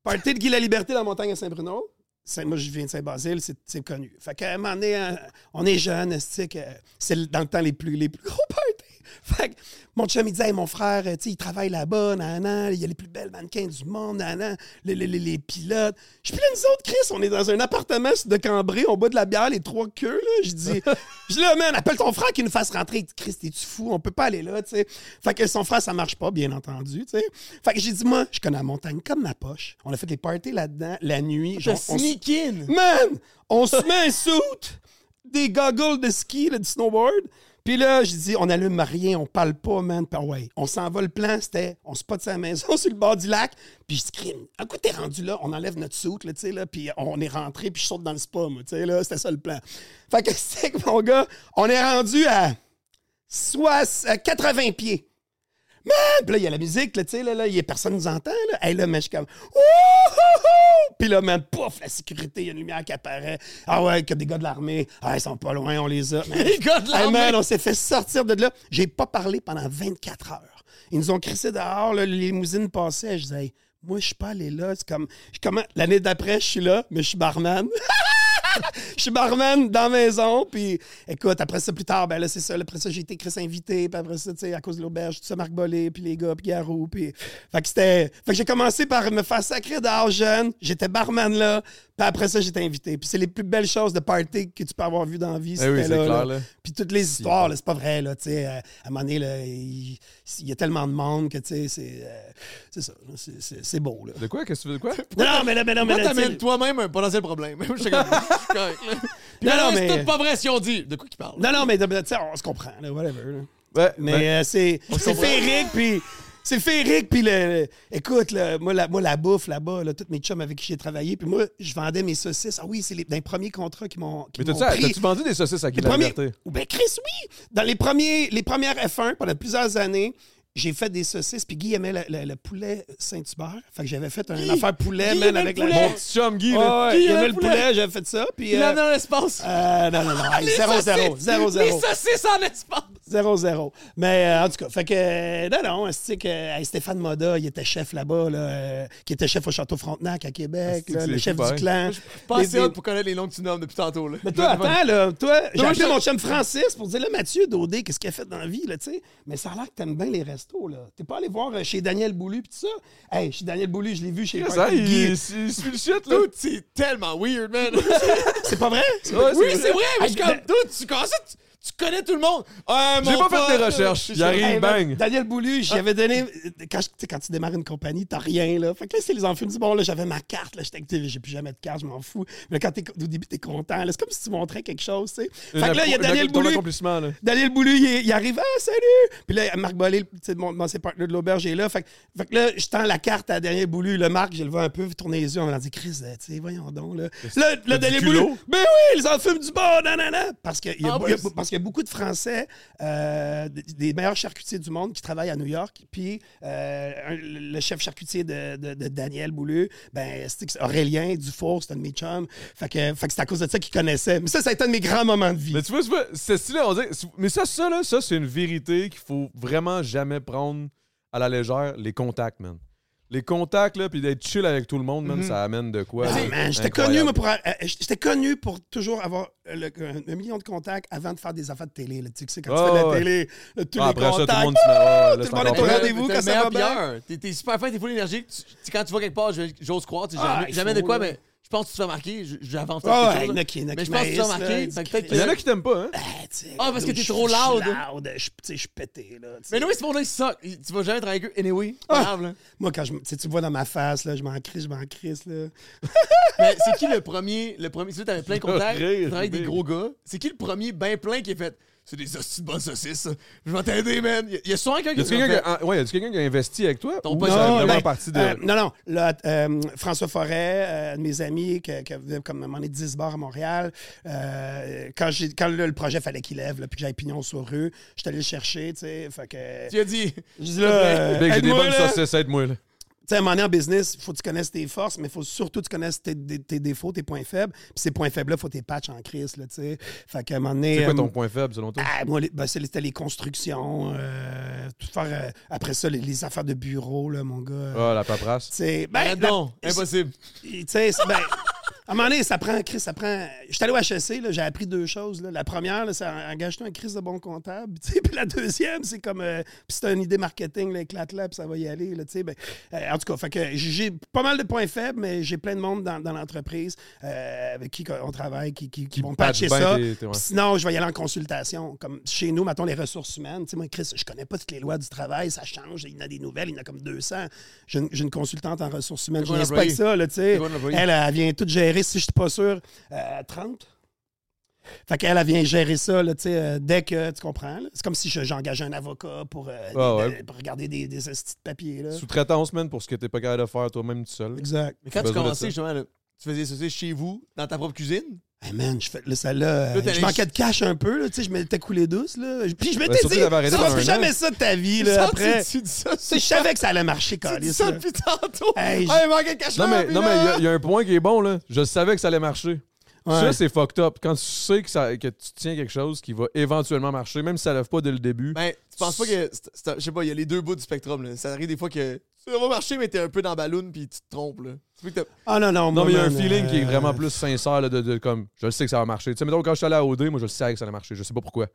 Speaker 3: Party de Guy la Liberté dans Montagne à Saint-Bruno. Saint- moi, je viens de Saint-Basile, c'est- c'est connu. Fait qu'à un moment donné, hein, on est jeunes, c'est que c'est le- dans le temps les plus, les plus gros parties. Fait que mon chum, il disait, Hey, mon frère, euh, tu sais, il travaille là-bas, nanan, il y a les plus belles mannequins du monde, nanan, les, les, les- les pilotes. Je suis là, nous autres, Chris, on est dans un appartement de Cambrai, on boit de la bière, les trois queues, là. Je dis, je dis, là, man, appelle ton frère qu'il nous fasse rentrer. Il dit, Chris, t'es-tu fou? On peut pas aller là, tu sais. Fait que son frère, ça marche pas, bien entendu, tu sais. Fait que j'ai dit, moi, je connais la montagne comme ma poche. On a fait des parties là-dedans, la nuit.
Speaker 2: T'as
Speaker 3: genre, on s-
Speaker 2: sneak in.
Speaker 3: Man, on se met un suit, des goggles de ski, là, du snowboard, Puis là, j'ai dit, on allume rien, on parle pas, man. Puis ah ouais, on s'en va. Le plan, c'était, on se pas de sa maison sur le bord du lac. Puis je dis, crime, un coup, t'es rendu là, on enlève notre soute, là, tu sais, là. Puis on est rentré, puis je saute dans le spa, moi, tu sais, là. C'était ça le plan. Fait que c'est que, mon gars, on est rendu à, soit, à 80 euh, pieds. Man! Puis là, il y a la musique, là, tu sais, là, là, il y a personne qui nous entend, là. Hey, là, mais je suis comme, Wouhouhou! Puis là, man, pouf, la sécurité, il y a une lumière qui apparaît. Ah ouais, que des gars de l'armée. Ah, ils sont pas loin, on les a. Les
Speaker 2: gars de l'armée!
Speaker 3: on s'est fait sortir de là. J'ai pas parlé pendant 24 heures. Ils nous ont crissé dehors, là, les limousines passaient. Je disais, Hey, moi, je suis pas allé là. C'est comme, je commence- l'année d'après, je suis là, mais je suis barman. Je suis barman dans la maison, puis écoute, après ça, plus tard, ben là, c'est ça. là, Après ça, j'ai été Chris invité, puis après ça, tu sais, à cause de l'auberge, tout ça, Marc Bollé, puis les gars, puis Garou, puis... Fait que c'était... Fait que j'ai commencé par me faire sacrer dehors jeune, j'étais barman là, puis après ça, j'étais invité. Puis c'est les plus belles choses de party que tu peux avoir vu dans la vie,
Speaker 1: Eh oui,
Speaker 3: c'était
Speaker 1: c'est
Speaker 3: là,
Speaker 1: clair,
Speaker 3: là.
Speaker 1: là.
Speaker 3: Puis toutes les histoires, là, c'est pas vrai, là, tu sais, euh, à un moment donné, là, il il y a tellement de monde que, tu sais, c'est... euh, c'est ça, là, c'est- c'est c'est beau, là.
Speaker 1: De quoi? Qu'est-ce que tu veux de quoi?
Speaker 3: Non, non, mais là, mais là, mais
Speaker 2: Là,
Speaker 3: là, tu sais,
Speaker 2: t'amènes toi-même un potentiel problème. Je suis comme, je suis correct, là.
Speaker 3: Non, non,
Speaker 2: c'est
Speaker 3: mais- euh,
Speaker 2: tout pas vrai si on dit. De quoi qu'il parle?
Speaker 3: Non, non, mais tu sais, on se comprend, là, whatever, là.
Speaker 1: Ouais,
Speaker 3: Mais
Speaker 1: ben,
Speaker 3: euh, c'est c'est féerique, puis... C'est féerique, puis le, le- écoute, là, moi, la, moi, la bouffe là-bas, là, tous mes chums avec qui j'ai travaillé, puis moi, je vendais mes saucisses. Ah oui, c'est les, dans les premiers contrats qui m'ont qui
Speaker 1: mais
Speaker 3: m'ont
Speaker 1: t'as-tu
Speaker 3: pris.
Speaker 1: t'as-tu vendu des saucisses à Guy
Speaker 3: Les premiers,
Speaker 1: Liberté?
Speaker 3: ou ben Chris, oui! Dans les, premiers, les premières F1, pendant plusieurs années, j'ai fait des saucisses, puis Guy aimait le, le- le poulet Saint-Hubert. Fait que j'avais fait une affaire poulet,
Speaker 2: Guy
Speaker 3: man,
Speaker 2: aimait
Speaker 3: avec
Speaker 2: le
Speaker 3: la...
Speaker 1: Mon
Speaker 2: poulet!
Speaker 1: petit chum, Guy,
Speaker 3: Ouais,
Speaker 1: là.
Speaker 3: ouais,
Speaker 2: Guy
Speaker 3: il
Speaker 2: aimait le
Speaker 3: aimait le poulet, j'avais fait ça, puis...
Speaker 2: Il
Speaker 3: euh,
Speaker 2: en a dans l'espace.
Speaker 3: euh, non, non, non, hey,
Speaker 2: Les
Speaker 3: 0-0,
Speaker 2: saucisses!
Speaker 3: 0-0.
Speaker 2: Les saucisses en espace.
Speaker 3: 0-0. Mais euh, en tout cas, fait que, euh, non, non, c'est que euh, hey, Stéphane Moda, il était chef là-bas, là, euh, qui était chef au Château Frontenac à Québec,
Speaker 1: Asti que
Speaker 3: là,
Speaker 1: Ah, c'est
Speaker 3: le
Speaker 1: fou,
Speaker 3: chef du
Speaker 1: pareil.
Speaker 3: clan.
Speaker 2: Pas
Speaker 3: Les-
Speaker 2: assez
Speaker 3: les-
Speaker 2: hot pour connaître les noms que tu nommes depuis tantôt. Là.
Speaker 3: Mais toi, attends, là, toi, j'ai
Speaker 2: moi,
Speaker 3: appelé
Speaker 2: je-
Speaker 3: mon chum Francis pour dire, là, Mathieu Daudé, qu'est-ce qu'il a fait dans la vie, là, tu sais? Mais ça a l'air que t'aimes bien les restos, là. T'es pas allé voir euh, chez Daniel Boulou pis tout ça? Hey, chez Daniel Boulou, je l'ai vu chez
Speaker 1: Chris,
Speaker 3: Party
Speaker 1: hey,
Speaker 3: Guy.
Speaker 1: il, il suit le shit, là.
Speaker 2: Tout, c'est tellement weird, man.
Speaker 3: C'est pas vrai? C'est
Speaker 1: Ouais,
Speaker 3: pas-
Speaker 1: c'est
Speaker 2: oui, c'est vrai. mais Je
Speaker 3: Hey,
Speaker 2: suis comme,
Speaker 3: da-
Speaker 2: dude, tu, comment ça, tu, tu connais tout le monde? Euh,
Speaker 1: J'ai
Speaker 2: mon
Speaker 1: pas fait
Speaker 2: pote,
Speaker 1: des recherches.
Speaker 2: euh,
Speaker 1: Il arrive,
Speaker 3: Hey, man,
Speaker 1: bang. Ah.
Speaker 3: Daniel Boulou, j'avais donné. Quand, je- tu sais, quand tu démarres une compagnie, t'as rien, là. Fait que là, c'est les enfants me disent, bon, là, j'avais ma carte, là, j'étais actif, j'ai plus jamais de carte, je m'en fous. Mais là, quand t'es, au début, t'es content, là. C'est comme si tu montrais quelque chose, tu sais. Fait que là, il y a
Speaker 1: Une-
Speaker 3: Daniel
Speaker 1: une- ton
Speaker 3: Boulou.
Speaker 1: accomplissement, là.
Speaker 3: Daniel Boulou, il, est- il arrive, ah, salut! Puis là, Marc Bollé, le petit- mon, mon- ses partenaires de l'auberge, est là. Fait, que- fait que là, je tends la carte à Daniel Boulou. Le Marc, je le vois un peu, tourner les yeux, on me dit, Chris, euh, tu sais, voyons donc, là. Là, là,
Speaker 1: du
Speaker 3: Daniel
Speaker 1: culot?
Speaker 3: Boulou, ben oui, ils en fument du bon, nanana! Parce qu'il y, a
Speaker 2: Ah,
Speaker 3: beau- il y a
Speaker 2: oui.
Speaker 3: beau- parce qu'il y a beaucoup de Français, euh, des, des meilleurs charcutiers du monde qui travaillent à New York. Puis euh, un- le chef charcutier de, de- de Daniel Boulou, ben, c'est c'est Aurélien Dufour, c'est un de mes chums. Fait que, fait que c'est à cause de ça qu'il connaissait. Mais ça, ça a été un de mes grands moments de vie.
Speaker 1: Mais tu vois, tu vois, ce style-là, on dirait. Mais ça, ça, là, ça, c'est une vérité qu'il faut vraiment jamais prendre à la légère. Les contacts, man. Les contacts, là, puis d'être chill avec tout le monde, man, ça amène de quoi.
Speaker 3: Ah,
Speaker 1: là,
Speaker 3: man, j'étais
Speaker 1: incroyable.
Speaker 3: connu, moi, pour, euh, euh, j'étais connu pour toujours avoir euh, le- un, un million de contacts avant de faire des affaires de télé. là. Tu sais, quand
Speaker 1: Ah,
Speaker 3: tu fais de la
Speaker 1: ouais.
Speaker 3: télé, là, tous
Speaker 1: Ah,
Speaker 3: les
Speaker 1: après ça,
Speaker 3: contacts.
Speaker 1: tout le monde se met- ouais, ouais, là,
Speaker 3: tout
Speaker 1: c'est
Speaker 3: le monde est
Speaker 1: encore
Speaker 3: au
Speaker 1: pire.
Speaker 2: T'es
Speaker 3: rendez-vous quand
Speaker 2: le
Speaker 3: ça
Speaker 2: meilleur
Speaker 3: va bien.
Speaker 2: pilleur. T'es- T'es super fin, t'es full d'énergie. Tu- tu- Quand tu vas quelque part, je- j'ose croire, tu sais,
Speaker 3: Ah,
Speaker 2: jamais,
Speaker 3: il
Speaker 2: jamais de
Speaker 3: faut,
Speaker 2: quoi,
Speaker 3: là.
Speaker 2: mais je pense que tu te fais marquer. Je- J'avance
Speaker 1: Ah
Speaker 2: quelque
Speaker 3: Ouais, ouais,
Speaker 2: chose,
Speaker 3: il y en
Speaker 2: là.
Speaker 3: a qui- il y en a
Speaker 2: Mais
Speaker 3: qui
Speaker 2: je pense que tu te fais
Speaker 3: maïssent, là,
Speaker 2: marquer.
Speaker 3: ils
Speaker 2: fait que
Speaker 3: se
Speaker 2: peut-être
Speaker 1: Il y en a
Speaker 2: que-
Speaker 1: qui t'aiment pas, hein?
Speaker 3: Ah, tu sais,
Speaker 2: Ah, parce que
Speaker 3: je-
Speaker 2: t'es trop
Speaker 3: je suis
Speaker 2: loud.
Speaker 3: loud, Je tu sais, je suis pété. Là, tu sais.
Speaker 2: Mais non, oui, ce monde-là, ils suck. Ils- Tu vas jamais travailler avec eux anyway.
Speaker 1: Ah.
Speaker 2: Pas grave, là.
Speaker 3: Moi, quand je, me- tu sais, tu me vois dans ma face, là, je m'en crie, je m'en crisse. Là.
Speaker 2: Mais c'est qui le premier, le premier, tu sais, t'avais plein de contacts,
Speaker 1: Rire,
Speaker 2: tu travailles avec des
Speaker 1: rire.
Speaker 2: gros gars. C'est qui le premier ben plein qui a fait C'est des hosties de bonnes saucisses, ça. je vais t'aider, man. Il y a- il y, a souvent quelqu'un
Speaker 1: Y a-tu
Speaker 2: qui
Speaker 1: quelqu'un
Speaker 2: fait,
Speaker 1: qui a- ah, ouais, y a-tu quelqu'un qui a investi avec toi?
Speaker 2: Ton
Speaker 1: Ou
Speaker 2: pote,
Speaker 1: ça a
Speaker 2: non,
Speaker 1: vraiment
Speaker 3: ben,
Speaker 1: parti de.
Speaker 3: euh, non, non. Là, euh, François Forêt, euh, un de mes amis, qui qui avait comme m'en est 10 bars à Montréal, euh, quand, j'ai- quand là, le projet fallait qu'il lève, là, puis que j'avais pignon sur rue, je suis allé le chercher, tu sais. Fait que.
Speaker 2: Tu as dit
Speaker 3: Je dis là, euh,
Speaker 1: Big, j'ai des
Speaker 3: aide-moi,
Speaker 1: bonnes
Speaker 3: là.
Speaker 1: saucisses, aide-moi, là.
Speaker 3: Tu sais, à un moment donné, en business, il faut que tu connaisses tes forces, mais il faut surtout que tu connaisses tes, tes- tes défauts, tes points faibles. Puis ces points faibles-là, il faut tes patchs en crise, là, tu sais. Fait qu'à un moment donné...
Speaker 1: C'est quoi
Speaker 3: euh,
Speaker 1: ton point faible, selon toi?
Speaker 3: ah, moi, les- ben, c'était les constructions, euh, tout faire... euh, après ça, les, les affaires de bureau, là, mon gars.
Speaker 1: Ah, la paperasse.
Speaker 3: Tu sais, ben,
Speaker 2: ben,
Speaker 3: la-
Speaker 2: Non, impossible.
Speaker 3: tu sais, c'est- ben, à un moment donné, ça prend, Chris, ça prend. Je suis allé au HEC, là, j'ai appris deux choses. là. La première, là, c'est engage-toi un Chris de bon comptable. tu sais. Puis la deuxième, c'est comme. euh, puis c'est une idée marketing, là, éclate-la, puis ça va y aller. Là, tu sais. ben, euh, en tout cas, fait que j'ai pas mal de points faibles, mais j'ai plein de monde dans, dans l'entreprise euh, avec qui on travaille, qui, qui, qui vont
Speaker 1: patchent
Speaker 3: patcher
Speaker 1: bien
Speaker 3: ça.
Speaker 1: tes- tes- ouais.
Speaker 3: Puis Sinon, je vais y aller en consultation. Comme chez nous, mettons les ressources humaines. Tu sais, moi, Chris, je connais pas toutes les lois du travail, ça change. Il y en a des nouvelles, il y en a comme 200. J'ai une, j'ai une consultante en ressources humaines. Je
Speaker 2: quoi
Speaker 3: n'inspecte
Speaker 2: l'employé?
Speaker 3: ça, là, tu sais.
Speaker 2: C'est quoi l'employé?
Speaker 3: Elle, elle vient tout gérer, si je suis pas sûr, euh, 30. Fait qu'elle, elle vient gérer ça, là, tu sais, euh, dès que, tu comprends, là. C'est comme si je- j'engageais un avocat pour, euh,
Speaker 1: Ah
Speaker 3: des-
Speaker 1: ouais.
Speaker 3: de- pour regarder des, des petits papiers, là.
Speaker 1: Sous-traitance, man, pour ce que t'es pas capable de faire toi-même tout seul.
Speaker 3: Exact.
Speaker 2: Mais quand
Speaker 1: J'ai
Speaker 2: tu
Speaker 1: besoin de
Speaker 2: commençais,
Speaker 1: ça.
Speaker 2: justement, là, tu faisais ça chez vous, dans ta propre cuisine.
Speaker 3: Hey man, je fais, là, celle-là,
Speaker 2: Là,
Speaker 3: euh,
Speaker 2: t'allais
Speaker 3: je manquais de cash un peu, là, tu sais, je m'étais coulé douce, là. Puis je m'étais
Speaker 1: surtout
Speaker 3: dit,
Speaker 1: d'avoir arrêté
Speaker 3: tu
Speaker 1: pendant
Speaker 3: ne
Speaker 1: un
Speaker 3: jamais
Speaker 1: an.
Speaker 3: ça de ta vie, là, après. Tu
Speaker 2: Tu dis ça,
Speaker 3: sais, je savais que ça allait marcher, Calis.
Speaker 2: ça depuis tantôt.
Speaker 3: Hey,
Speaker 2: Ah, il manquait de
Speaker 1: Non, mais non, mais il y a- il y, a un point qui est bon, là. Je savais que ça allait marcher.
Speaker 3: Ouais.
Speaker 1: Ça, c'est fucked up. Quand tu sais que, ça- que tu tiens quelque chose qui va éventuellement marcher, même si ça lève pas dès le début.
Speaker 2: Ben, tu penses pas que. c'est- c'est un- Je sais pas, il y a les deux bouts du spectrum, là. Ça arrive des fois que. Ça va marcher, mais t'es un peu dans la ballon puis tu te trompes, là. Tu veux que t'as-
Speaker 3: Ah non,
Speaker 1: non,
Speaker 3: non, moi,
Speaker 1: mais il y a un
Speaker 3: man,
Speaker 1: feeling qui est
Speaker 3: euh,
Speaker 1: vraiment plus sincère, là, de, de- comme, je le sais que ça va marcher. Tu sais, mettons, quand je suis allé à OD, moi, je le savais que ça allait marcher. Je sais pas pourquoi.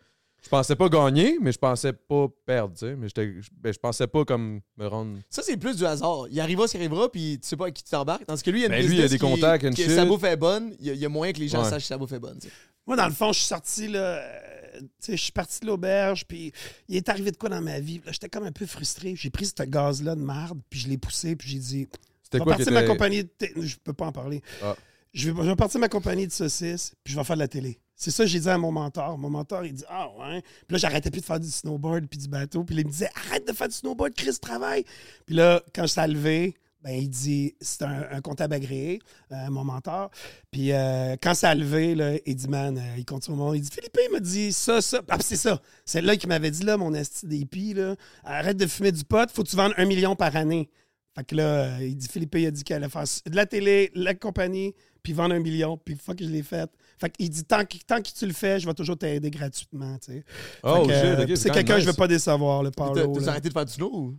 Speaker 1: Je pensais pas gagner, mais je pensais pas perdre, tu sais. Mais j'étais- je- ben, je pensais pas, comme, me rendre.
Speaker 2: Ça, c'est plus du hasard. Il arrivera ce qui arrivera, puis tu sais pas à qui tu t'embarques. Tandis que lui, il y a une
Speaker 1: Ben, lui, il y a
Speaker 2: business
Speaker 1: des
Speaker 2: qui-
Speaker 1: contacts, une
Speaker 2: que
Speaker 1: shit.
Speaker 2: sa bouffe est bonne. Il y a, il y a moyen que les gens
Speaker 1: Ouais.
Speaker 2: sachent que sa bouffe est bonne. tu sais.
Speaker 3: Moi, dans le fond, je suis sorti, là. euh, tu sais, je suis parti de l'auberge, puis il est arrivé de quoi dans ma vie? Là, J'étais comme un peu frustré. J'ai pris ce gaz-là de marde, puis je l'ai poussé, puis j'ai dit,
Speaker 1: C'était
Speaker 3: Je vais
Speaker 1: quoi qui
Speaker 3: partir
Speaker 1: était...
Speaker 3: ma compagnie de thé- Je peux pas en parler.
Speaker 1: Ah.
Speaker 3: Je, vais, je vais partir ma compagnie de saucisses, puis je vais faire de la télé. C'est ça que j'ai dit à mon mentor. Mon mentor, il dit Ah ouais. Puis là, j'arrêtais plus de faire du snowboard puis du bateau. Puis là, il me disait Arrête de faire du snowboard, Chris, travaille. Puis là, quand je suis levé, ben, il dit C'est un, un comptable agréé, euh, mon mentor. Puis euh, quand ça a levé, là, il dit Man, euh, il compte sur moi. Il dit Philippe, il m'a dit ça, ça. Ah, puis c'est ça. C'est là qu'il m'avait dit Là, mon esti d'épi, là, arrête de fumer du pot, faut que tu vendes un million par année. Fait que là, euh, il dit Philippe, il a dit qu'il allait faire de la télé, la compagnie, puis vendre un million, puis fuck, je l'ai fait. Fait qu'il dit tant que, tant que tu le fais, je vais toujours t'aider gratuitement, tu sais.
Speaker 1: Oh,
Speaker 3: Fait que, euh,
Speaker 1: shit, ok,
Speaker 3: c'est
Speaker 1: quand
Speaker 3: quelqu'un
Speaker 1: même
Speaker 3: que je veux
Speaker 1: nice.
Speaker 3: pas décevoir, le
Speaker 2: T'as-
Speaker 3: Paolo.
Speaker 2: T'as t'as
Speaker 3: là.
Speaker 2: arrêté de faire du snow ou?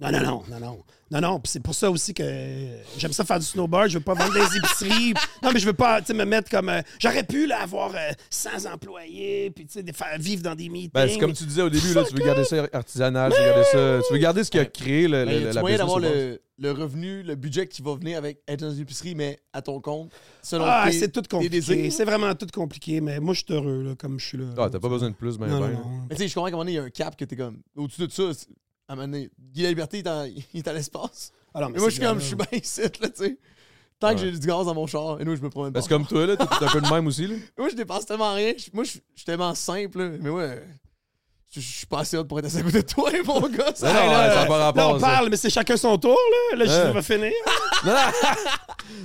Speaker 3: Non, non, non, non, non. Non, non, puis c'est pour ça aussi que euh, j'aime ça faire du snowboard. Je veux pas vendre des épiceries. Non, mais je veux pas, tu sais, me mettre comme... euh, J'aurais pu, là, avoir euh, 100 employés, puis, tu sais, des- faire vivre dans des meetings.
Speaker 1: Ben, c'est comme tu disais au début, là, tu veux garder ça artisanal, tu veux garder ça. Tu veux garder ce qui a créé le,
Speaker 2: Ben,
Speaker 1: le-
Speaker 2: y
Speaker 1: la
Speaker 2: a tu moyen
Speaker 1: business
Speaker 2: d'avoir
Speaker 1: au base.
Speaker 2: le, le revenu, le budget qui va venir avec être dans une épicerie, mais à ton compte, selon
Speaker 3: Ah,
Speaker 2: tes-
Speaker 3: c'est tout
Speaker 2: tes
Speaker 3: compliqué.
Speaker 2: désirs.
Speaker 3: C'est vraiment tout compliqué, mais moi, je suis heureux, là, comme je suis là.
Speaker 1: Ah, t'as pas besoin de plus, ben,
Speaker 3: Non,
Speaker 1: ben.
Speaker 3: non, non.
Speaker 2: Mais tu sais, je comprends qu'à un moment donné, il y a un cap que t'es comme. Au-dessus de ça, c'est- à un moment donné, Guy La Liberté, il est en- il est à l'espace.
Speaker 3: Alors,
Speaker 2: Mais moi, je suis comme, je suis bien ici, là, tu sais. Tant que
Speaker 1: Ouais.
Speaker 2: j'ai du gaz dans mon char, et nous, je me promène pas.
Speaker 1: Ben, c'est comme toi, là, t'es t'es un peu de même aussi, là.
Speaker 2: Moi, je dépense tellement rien. Je- Moi, je je suis tellement simple, là. mais moi, euh, je je suis pas assez hot pour être assis à côté de toi, mon gars.
Speaker 1: Non,
Speaker 2: Ça.
Speaker 1: non,
Speaker 3: là,
Speaker 1: ouais, ça a pas
Speaker 3: Là,
Speaker 1: rapport,
Speaker 3: on
Speaker 1: ça.
Speaker 3: parle, mais c'est chacun son tour, là. Là,
Speaker 1: Ouais.
Speaker 3: je vais finir.
Speaker 1: Non,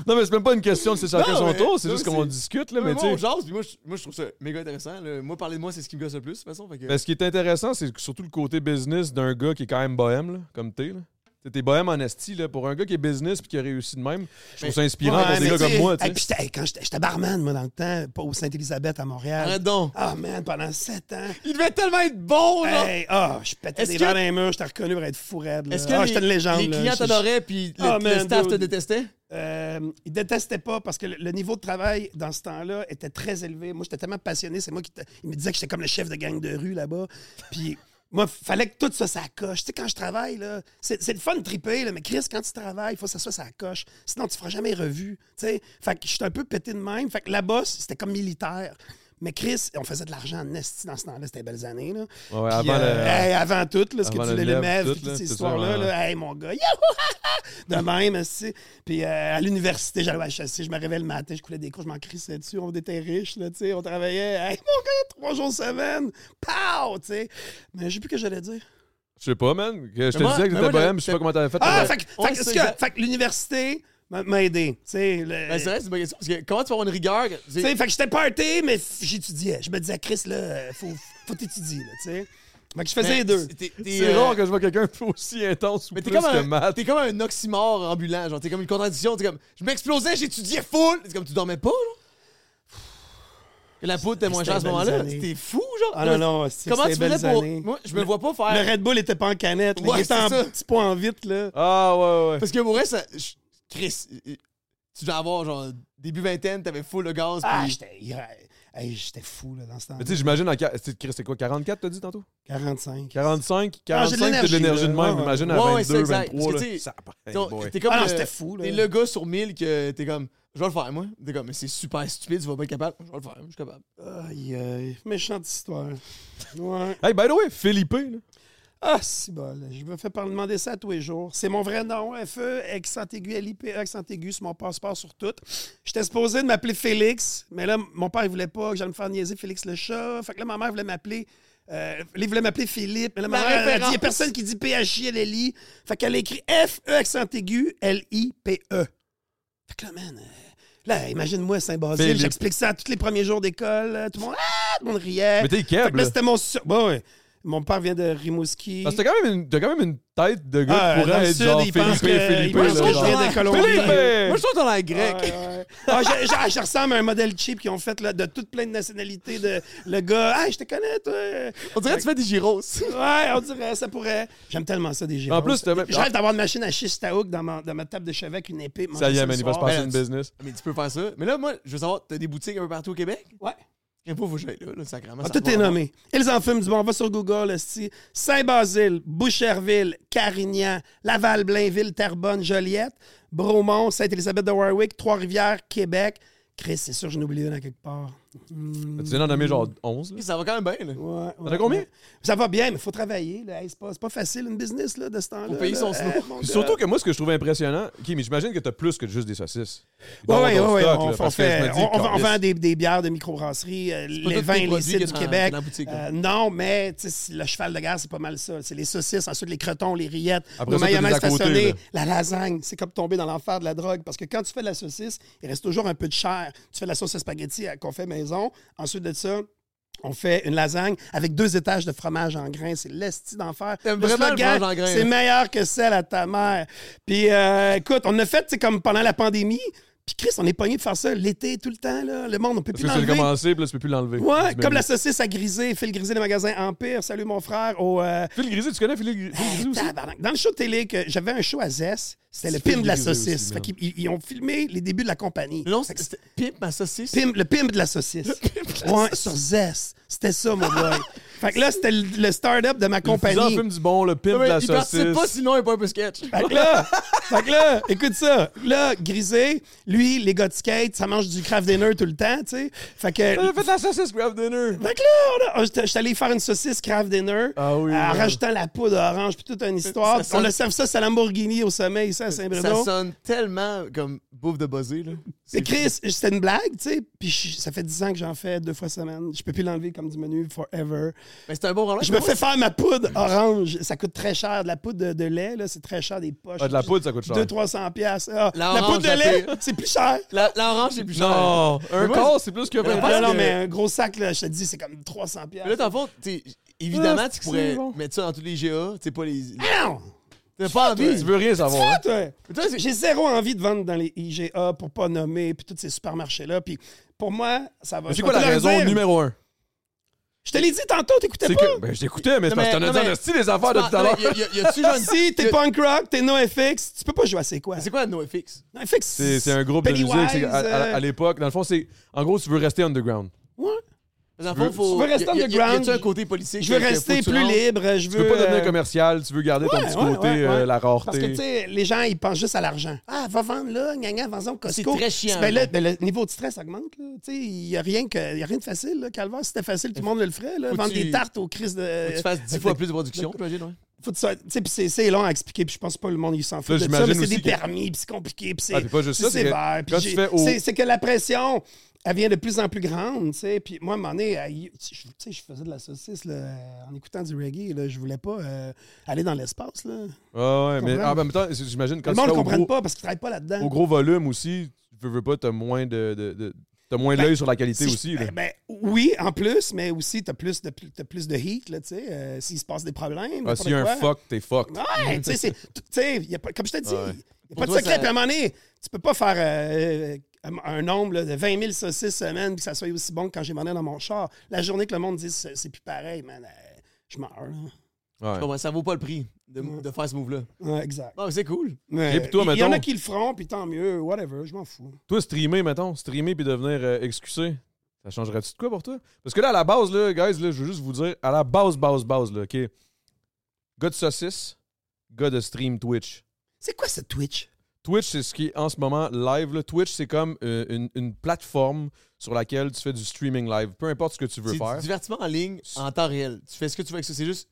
Speaker 1: non, mais c'est même pas une question de c'est chacun
Speaker 2: Non,
Speaker 1: son
Speaker 2: mais-
Speaker 1: tour, c'est
Speaker 2: non,
Speaker 1: juste qu'on
Speaker 2: c'est-
Speaker 1: discute, là,
Speaker 2: Mais
Speaker 1: mais
Speaker 2: moi, on
Speaker 1: tu sais.
Speaker 2: jase, puis moi, je- moi, je trouve ça méga intéressant. là. Moi, parler de moi, c'est ce qui me gosse le plus, de toute façon. Fait que...
Speaker 1: Ben, ce qui est intéressant, c'est surtout le côté business d'un gars qui est quand même bohème, là, comme t'es, là. T'es- T'es bohème en esti, là. Pour un gars qui est business puis qui a réussi de même, je trouve ça inspirant pour
Speaker 3: Ouais,
Speaker 1: des
Speaker 3: mais
Speaker 1: gars
Speaker 3: tu sais,
Speaker 1: comme moi,
Speaker 3: hey,
Speaker 1: tu
Speaker 3: puis
Speaker 1: sais.
Speaker 3: j'étais- hey, quand j'étais j'étais barman, moi, dans le temps, pas au Sainte-Élisabeth à Montréal.
Speaker 2: Arrête donc.
Speaker 3: Ah, man, pendant sept ans.
Speaker 2: Il devait tellement être bon, là.
Speaker 3: Hey, ah, je pétais
Speaker 2: Oh, Est-ce
Speaker 3: des
Speaker 2: que-
Speaker 3: verres dans les murs, j'étais reconnu pour être fou raide, là.
Speaker 2: Est-ce que
Speaker 3: Ah,
Speaker 2: les-
Speaker 3: j'étais une légende,
Speaker 2: les
Speaker 3: là.
Speaker 2: clients
Speaker 3: Je-
Speaker 2: t'adoraient, puis le,
Speaker 3: Ah,
Speaker 2: le
Speaker 3: man,
Speaker 2: staff te
Speaker 3: dude.
Speaker 2: détestait?
Speaker 3: Euh, ils détestaient pas parce que le, le niveau de travail dans ce temps-là était très élevé. Moi, j'étais tellement passionné. C'est moi qui. t- Ils me disaient que j'étais comme le chef de gang de rue là-bas. Puis. Moi, fallait que tout ça, ça coche. Tu sais, quand je travaille, là, c'est c'est le fun de triper, là, mais Chris, quand tu travailles, il faut que ça soit ça coche. Sinon, tu feras jamais revue. Tu sais, fait que je suis un peu pété de même. Fait que là-bas, c'était comme militaire. Mais Chris, on faisait de l'argent en esti dans ce temps-là. C'était belles années, là.
Speaker 1: Ouais, ouais,
Speaker 3: Puis,
Speaker 1: avant
Speaker 3: euh,
Speaker 1: le-
Speaker 3: hey, avant tout, là, ce
Speaker 1: avant
Speaker 3: que
Speaker 1: le
Speaker 3: tu
Speaker 1: lève,
Speaker 3: le mets,
Speaker 1: tout,
Speaker 3: toutes
Speaker 1: là,
Speaker 3: ces
Speaker 1: c'est ça,
Speaker 3: histoires-là,
Speaker 1: ouais,
Speaker 3: là, hey, mon gars, yahoo! de même, aussi. Puis euh, à l'université, j'allais à chasser, je me réveillais le matin, je coulais des cours, je m'en crissais dessus, on était riches, là, tu sais, on travaillait, hey, mon gars, trois jours semaine, pow, tu sais. Mais je sais plus ce que j'allais dire.
Speaker 1: Je sais pas, man. que Je te
Speaker 2: Mais moi-
Speaker 1: disais que
Speaker 2: mais
Speaker 1: t'étais
Speaker 2: moi,
Speaker 1: bohème,
Speaker 2: je-
Speaker 1: je sais pas comment t'avais fait.
Speaker 3: Ah,
Speaker 1: mais-
Speaker 3: fait, que-
Speaker 2: ben, on
Speaker 3: fait que-
Speaker 2: sait
Speaker 3: ce
Speaker 2: exact-
Speaker 3: que, fait que l'université m'a m'a aidé, tu sais. le-
Speaker 2: Ben, c'est vrai, c'est une bonne question. Parce que comment tu vas avoir une rigueur? que-
Speaker 3: tu sais, fait que j'étais party, mais f- j'étudiais. Je me disais, Chris, là, euh, faut, faut t'étudier, là, tu sais. Fait que je faisais les deux.
Speaker 2: ben, T'es- t'es,
Speaker 1: C'est
Speaker 2: euh,
Speaker 1: rare que je vois quelqu'un aussi intense ou
Speaker 2: Mais
Speaker 1: plus
Speaker 2: t'es comme,
Speaker 1: que
Speaker 2: un,
Speaker 1: Matt.
Speaker 2: t'es comme un oxymore ambulant, genre t'es comme une contradiction, t'es comme je m'explosais, j'étudiais full! C'est comme tu dormais pas, genre? Que la poudre était moins chère à ce
Speaker 3: C'était
Speaker 2: moment-là.
Speaker 3: belles années.
Speaker 2: C'était fou, genre!
Speaker 3: Ah non, non, c'est
Speaker 2: Comment
Speaker 3: c'était
Speaker 2: tu faisais
Speaker 3: belles
Speaker 2: pour.
Speaker 3: années.
Speaker 2: Moi, je me vois pas
Speaker 3: Le
Speaker 2: faire.
Speaker 3: Red Bull était pas en canette. là.
Speaker 2: Ouais,
Speaker 3: il était en
Speaker 2: c'est ça.
Speaker 3: petit pot en vite, là.
Speaker 1: Ah, ouais, ouais.
Speaker 2: Parce que pour vrai, ça. je- Chris, euh, tu devais avoir genre début vingtaine, t'avais full le gaz,
Speaker 3: Ah,
Speaker 2: puis
Speaker 3: j'étais ira- hey, j'étais fou, là, dans ce temps
Speaker 1: Mais tu sais, j'imagine en. ca- tu sais, Chris, C'est quoi, 44, t'as dit tantôt?
Speaker 3: 45.
Speaker 1: 45,
Speaker 3: Ah, j'ai de
Speaker 1: 45, t'as de l'énergie de
Speaker 3: là.
Speaker 1: même.
Speaker 3: Ouais,
Speaker 1: Imagine à
Speaker 2: ouais. Ouais, ouais,
Speaker 1: 22,
Speaker 2: c'est
Speaker 1: 23,
Speaker 2: exact. Parce que,
Speaker 1: là.
Speaker 2: tu sais,
Speaker 1: Ça paraît,
Speaker 2: t'as-
Speaker 1: boy.
Speaker 2: t'es comme.
Speaker 3: Ah non,
Speaker 2: le-
Speaker 3: c'était fou, là.
Speaker 2: T'es le gars sur 1000 que t'es comme je vais le faire, moi. T'es comme mais c'est super stupide, tu vas pas être capable. Je vais le faire, je suis capable.
Speaker 3: Aïe, aïe. Méchante histoire. Ouais.
Speaker 1: Hey, by the way, Philippe, là.
Speaker 3: Ah, si bol. Je me fais par- demander ça tous les jours. C'est mon vrai nom, FE, accent aigu, LIP, E, accent aigu, c'est mon passeport sur tout. J'étais supposé de m'appeler Félix, mais là, mon père, il voulait pas que j'aille me faire niaiser Félix le chat. Fait que là, ma mère voulait m'appeler. euh, là, il voulait m'appeler Philippe, mais là, ma
Speaker 2: La
Speaker 3: mère, elle a dit, il
Speaker 2: référence.
Speaker 3: n'y a personne qui dit P-H-I-L-L-I. Fait qu'elle a écrit F-E, accent aigu, L-I-P-E. E. Fait que là, man, euh, là, imagine-moi Saint-Basile,
Speaker 1: Philippe.
Speaker 3: j'explique ça tous les premiers jours d'école. euh, Tout le monde, ah, tout le monde riait.
Speaker 1: Mais t'es
Speaker 3: Fait que
Speaker 1: câble.
Speaker 3: là, c'était mon... sur- Bon, ouais. Mon père vient de Rimouski.
Speaker 1: Parce que t'as quand, même une- t'as quand même une tête de gars
Speaker 3: Ah,
Speaker 1: qui
Speaker 3: dans le
Speaker 1: pourrait être
Speaker 3: sud,
Speaker 1: genre
Speaker 3: ils pensent
Speaker 1: Philippe,
Speaker 3: que-
Speaker 1: Philippe.
Speaker 3: ils pensent
Speaker 1: là,
Speaker 3: que je
Speaker 1: genre.
Speaker 3: viens de Colombie.
Speaker 1: Philippe!
Speaker 2: Moi, je trouve dans la grecque.
Speaker 3: Ouais, ouais. Ah, je, je- je ressemble à un modèle cheap qu'ils ont fait là, de toutes plein de nationalités. De, le gars, ah, je te connais, toi.
Speaker 2: On dirait que tu fais des gyros.
Speaker 3: Ouais, on dirait, ça pourrait. J'aime tellement ça, des gyros.
Speaker 1: En plus, t'as-
Speaker 3: je rêve d'avoir une machine à schiste à hook dans ma, dans ma table de chevet avec une épée. manger
Speaker 1: Ça y est,
Speaker 3: le
Speaker 1: man, il va se
Speaker 3: soir.
Speaker 1: passer
Speaker 2: Ben,
Speaker 1: une
Speaker 2: tu-
Speaker 1: business.
Speaker 2: Mais tu peux faire ça. Mais là, moi, je veux savoir, t'as des boutiques un peu partout au Québec?
Speaker 3: Ouais.
Speaker 2: Et pas, faut que j'aille là, là, sacrément.
Speaker 3: Ah,
Speaker 2: ça
Speaker 3: tout
Speaker 2: va,
Speaker 3: est
Speaker 2: on va-
Speaker 3: nommé. Ils en fument du bon. On va sur Google, esti. Saint-Basile, Boucherville, Carignan, Laval, Blainville, Terrebonne, Joliette, Bromont, Sainte-Élisabeth de Warwick, Trois-Rivières, Québec. Chris, c'est sûr, je n'ai oublié un à quelque part. Hmm.
Speaker 1: Tu viens d'en nommer genre 11. là.
Speaker 2: Ça va quand même bien, là.
Speaker 3: Ouais,
Speaker 1: T'en
Speaker 3: ouais,
Speaker 1: as combien?
Speaker 3: ouais. Ça va bien, mais il faut travailler. là. Hey, c'est, pas, c'est pas facile, une business là, de ce temps-là.
Speaker 2: Faut payer
Speaker 3: là.
Speaker 2: son
Speaker 3: Eh,
Speaker 2: snow.
Speaker 3: mon
Speaker 1: Puis
Speaker 3: gars.
Speaker 1: surtout que moi, ce que je trouve impressionnant, OK, mais j'imagine que t'as plus que juste des saucisses.
Speaker 3: Ouais,
Speaker 1: Dans
Speaker 3: ouais,
Speaker 1: ton
Speaker 3: ouais,
Speaker 1: stock,
Speaker 3: on,
Speaker 1: là,
Speaker 3: on
Speaker 1: parce que je
Speaker 3: fait,
Speaker 1: me dis,
Speaker 3: on, on- on
Speaker 1: Carlis,
Speaker 3: vend des, des bières de microbrasserie, euh, les
Speaker 2: tous
Speaker 3: vins,
Speaker 2: tes
Speaker 3: les
Speaker 2: produits
Speaker 3: cidres
Speaker 2: que
Speaker 3: du
Speaker 2: t'as dans-
Speaker 3: Québec.
Speaker 2: dans la boutique, là.
Speaker 3: Euh, non, mais tu sais, c'est le cheval de guerre, c'est pas mal ça. C'est les saucisses, ensuite les crotons, les rillettes,
Speaker 1: Après
Speaker 3: le
Speaker 1: ça, t'as des
Speaker 3: mayonnaise
Speaker 1: à côté,
Speaker 3: façonnée,
Speaker 1: là.
Speaker 3: la lasagne. C'est comme tomber dans l'enfer de la drogue parce que quand tu fais de la saucisse, il reste toujours un peu de chair. Tu fais de la sauce à spaghetti euh, qu'on fait maison. Ensuite de ça, on fait une lasagne avec deux étages de fromage en grains. C'est l'esti d'enfer.
Speaker 2: T'aimes vraiment le
Speaker 3: slogan,
Speaker 2: fromage en grains,
Speaker 3: C'est
Speaker 2: hein?
Speaker 3: meilleur que celle à ta mère. Puis euh, écoute, on a fait, tu sais, comme pendant la pandémie. Puis Chris, on est pogné de faire ça l'été tout le temps. Là. Le monde, on peut
Speaker 1: Parce
Speaker 3: plus
Speaker 1: que c'est
Speaker 3: l'enlever.
Speaker 1: commencé, puis là, tu peux plus l'enlever.
Speaker 3: Ouais,
Speaker 1: Tu
Speaker 3: comme la
Speaker 1: mets-
Speaker 3: saucisse à griser. Phil Griser, les magasins Empire. Salut mon frère. Au, euh,
Speaker 1: Phil Grisé, tu connais Phil Grisé Phil Grisé aussi?
Speaker 3: Tabarnak. Dans le show de télé, que j'avais un show à Zest, c'était le
Speaker 1: Phil
Speaker 3: pimp de la
Speaker 1: Griser aussi, man.
Speaker 3: saucisse. Fait qu'ils- ils, ils ont filmé les débuts de la compagnie.
Speaker 2: Non, c'est- c'était pimp ma saucisse.
Speaker 3: Pimp- le pimp de la saucisse. Ouais, sur Zest. C'était ça, mon boy. fait que là, c'était le, le start-up de ma
Speaker 1: Ils
Speaker 3: compagnie.
Speaker 1: fume du bon, le pimp de
Speaker 2: Ouais,
Speaker 1: la
Speaker 2: il participe pas,
Speaker 1: saucisse.
Speaker 2: sinon il n'est pas un peu sketch.
Speaker 3: Fait que là, fait que là, écoute ça. Là, Grisé, lui, les gars de skate, ça mange du craft dinner tout le temps, tu sais. Fait que.
Speaker 1: J'ai fait de la saucisse Grab Dinner.
Speaker 3: Fait que là, on a- oh, j'étais j'étais allé faire une saucisse craft dinner
Speaker 1: Ah oui,
Speaker 3: euh, en
Speaker 1: oui.
Speaker 3: rajoutant la poudre orange puis toute une histoire.
Speaker 2: Ça sonne-
Speaker 3: On le serve ça, c'est Lamborghini au sommet ici à
Speaker 2: Ça
Speaker 3: Saint-Bruno.
Speaker 2: sonne tellement comme bouffe de buzzé, là.
Speaker 3: Mais Chris, c'était une blague, tu sais. Puis je- ça fait 10 ans que j'en fais deux fois semaine. Je peux plus l'enlever comme du menu forever.
Speaker 2: Mais c'est un bon roller.
Speaker 3: Je me fais faire ma poudre
Speaker 1: Ah.
Speaker 3: orange. Ça coûte très cher. De la poudre de, de lait, là, c'est très cher des poches.
Speaker 1: Ah, de la poudre, ça coûte cher.
Speaker 3: 200-300 piastres. Ah,
Speaker 2: La
Speaker 3: la
Speaker 2: orange,
Speaker 3: poudre de
Speaker 2: la
Speaker 3: lait,
Speaker 2: pire.
Speaker 3: c'est plus cher.
Speaker 2: La- L'orange, c'est plus cher.
Speaker 1: Non, un
Speaker 2: Mais moi,
Speaker 1: quart, c'est plus que
Speaker 2: Mais
Speaker 3: Non,
Speaker 1: 20
Speaker 2: parce
Speaker 3: non,
Speaker 2: que-
Speaker 3: mais un gros sac, là, je te dis, c'est comme 300
Speaker 2: Mais là,
Speaker 3: piastres.
Speaker 2: dans le fond, t'sais, évidemment,
Speaker 1: Ah,
Speaker 2: tu
Speaker 1: c'est
Speaker 2: pourrais
Speaker 1: bon.
Speaker 2: mettre ça dans tous les GA. Tu pas les.
Speaker 3: Non!
Speaker 2: T'as pas
Speaker 1: Tu
Speaker 2: envie.
Speaker 1: veux rien savoir. hein?
Speaker 3: Toi,
Speaker 2: Mais toi, c'est-
Speaker 3: J'ai zéro envie de vendre dans les IGA pour pas nommer, puis tous ces supermarchés-là. Puis pour moi, ça
Speaker 1: Mais
Speaker 3: va.
Speaker 1: c'est
Speaker 3: je
Speaker 1: quoi
Speaker 3: vais
Speaker 1: la
Speaker 3: te le
Speaker 1: raison
Speaker 3: dire.
Speaker 1: numéro un?
Speaker 3: Je te l'ai dit tantôt, t'écoutais
Speaker 1: C'est
Speaker 3: pas.
Speaker 1: que. Ben, je t'écoutais, mais c'est
Speaker 2: Non,
Speaker 1: parce que
Speaker 2: mais-
Speaker 1: t'en as
Speaker 2: non,
Speaker 1: dit
Speaker 2: mais-
Speaker 1: en esti des affaires depuis tout à
Speaker 2: Non,
Speaker 1: l'heure.
Speaker 2: mais y a- y a- Y a-tu genre.
Speaker 3: Si t'es punk rock, t'es NoFX, tu peux pas jouer à c'est quoi.
Speaker 2: C'est quoi NoFX?
Speaker 3: NoFX,
Speaker 1: C'est c'est un groupe de
Speaker 3: Pennywise,
Speaker 1: musique c'est à, à-
Speaker 3: euh,
Speaker 1: à l'époque. Dans le fond, c'est. En gros, tu veux rester underground.
Speaker 3: ouais.
Speaker 2: Dans le fond,
Speaker 1: veux-
Speaker 2: faut.
Speaker 3: tu veux rester
Speaker 2: y a- y a-
Speaker 3: underground,
Speaker 2: Y a-tu un côté politique?
Speaker 3: Je veux
Speaker 2: que- que faut
Speaker 3: rester
Speaker 2: que tu
Speaker 3: plus
Speaker 2: rentres?
Speaker 3: libre. Je veux,
Speaker 1: Tu veux pas
Speaker 3: euh,
Speaker 1: devenir commercial, tu veux garder ton
Speaker 3: ouais,
Speaker 1: petit
Speaker 3: ouais,
Speaker 1: côté,
Speaker 3: ouais,
Speaker 1: euh,
Speaker 3: ouais.
Speaker 1: la
Speaker 3: Parce que, tu
Speaker 1: rareté.
Speaker 3: sais, les gens, ils pensent juste à l'argent. Ah, va vendre là, gagnant, vends-en au Costco.
Speaker 2: C'est très chiant,
Speaker 3: Ben là,
Speaker 2: là.
Speaker 3: ben, le niveau de stress augmente. là. Tu sais, il n'y a, rien que- il y a rien de facile. Là. Calvaire, si c'était facile, tout le monde le ferait. Là.
Speaker 2: Faut
Speaker 3: Vendre
Speaker 2: tu-
Speaker 3: des tartes aux crises de.
Speaker 2: Faut que Tu fasses 10 fois plus de production, j'imagine, ouais.
Speaker 3: faut que tu sois- tu sais, puis c'est- c'est long à expliquer, puis je pense pas le monde il s'en
Speaker 1: Là,
Speaker 3: fout de ça, mais
Speaker 1: j'imagine
Speaker 3: c'est des
Speaker 1: aussi que-
Speaker 3: permis, puis c'est compliqué, puis c'est
Speaker 1: Ah, puis pas juste
Speaker 3: c'est
Speaker 1: ça, c'est que
Speaker 3: sévère, puis
Speaker 1: quand tu
Speaker 3: j'ai-
Speaker 1: fais au-
Speaker 3: c'est- c'est que la pression, elle vient de plus en plus grande, tu sais, puis moi, à un moment donné, à- tu sais, je faisais de la saucisse, là, en écoutant du reggae, là, je voulais pas euh, aller dans l'espace, là.
Speaker 1: Ah ouais, mais
Speaker 3: Comprends.
Speaker 1: en même temps, c'est- j'imagine quand
Speaker 3: le
Speaker 1: tu
Speaker 3: monde
Speaker 1: fais
Speaker 3: ne
Speaker 1: au
Speaker 3: comprend
Speaker 1: gros,
Speaker 3: pas, hein. parce qu'ils travaillent pas là-dedans.
Speaker 1: au gros volume aussi, tu veux, veux pas, t'as moins de. de, de- T'as moins
Speaker 3: Ben,
Speaker 1: l'œil sur la qualité
Speaker 3: Si je-
Speaker 1: aussi. là.
Speaker 3: ben, ben, oui, en plus, mais aussi, t'as plus de, t'as plus de heat, là, tu sais, euh, s'il se passe des problèmes.
Speaker 1: Ah,
Speaker 3: n'importe
Speaker 1: S'il y a
Speaker 3: quoi.
Speaker 1: un fuck, t'es fucked.
Speaker 3: Ouais, tu sais, c'est- tu sais, y a pas- comme je t'ai dit, il
Speaker 1: Ouais.
Speaker 3: n'y a
Speaker 2: Pour
Speaker 3: pas de
Speaker 2: toi,
Speaker 3: secret.
Speaker 2: ça-
Speaker 3: Puis à un moment donné, tu peux pas faire euh, un, un nombre là, de 20 000 saucisses semaine puis que ça soit aussi bon que quand j'ai mangé dans mon char. La journée que le monde dit c'est c'est plus pareil, man, euh, je meurs. là.
Speaker 1: Ouais.
Speaker 2: Bon, ben, ça vaut pas le prix de, de faire ce move-là.
Speaker 3: Ouais, exact.
Speaker 2: Non, mais c'est cool.
Speaker 3: Mais
Speaker 1: Et puis toi,
Speaker 3: il y en a
Speaker 1: mettons-
Speaker 3: qui le feront, puis tant mieux, whatever, je m'en fous.
Speaker 1: Toi, streamer, mettons, streamer puis devenir euh, excusé, ça changerait-tu de quoi pour toi? Parce que là, à la base, là, guys, là, je veux juste vous dire, à la base, base, base, là, OK? Gars de saucisse, gars de stream Twitch.
Speaker 3: C'est quoi ce Twitch?
Speaker 1: Twitch, c'est ce qui est en ce moment live. là. Twitch, c'est comme euh, une, une plateforme sur laquelle tu fais du streaming live. Peu importe ce que tu veux
Speaker 2: C'est du
Speaker 1: faire.
Speaker 2: divertissement en ligne en temps réel. Tu fais ce que tu veux avec ça. C'est juste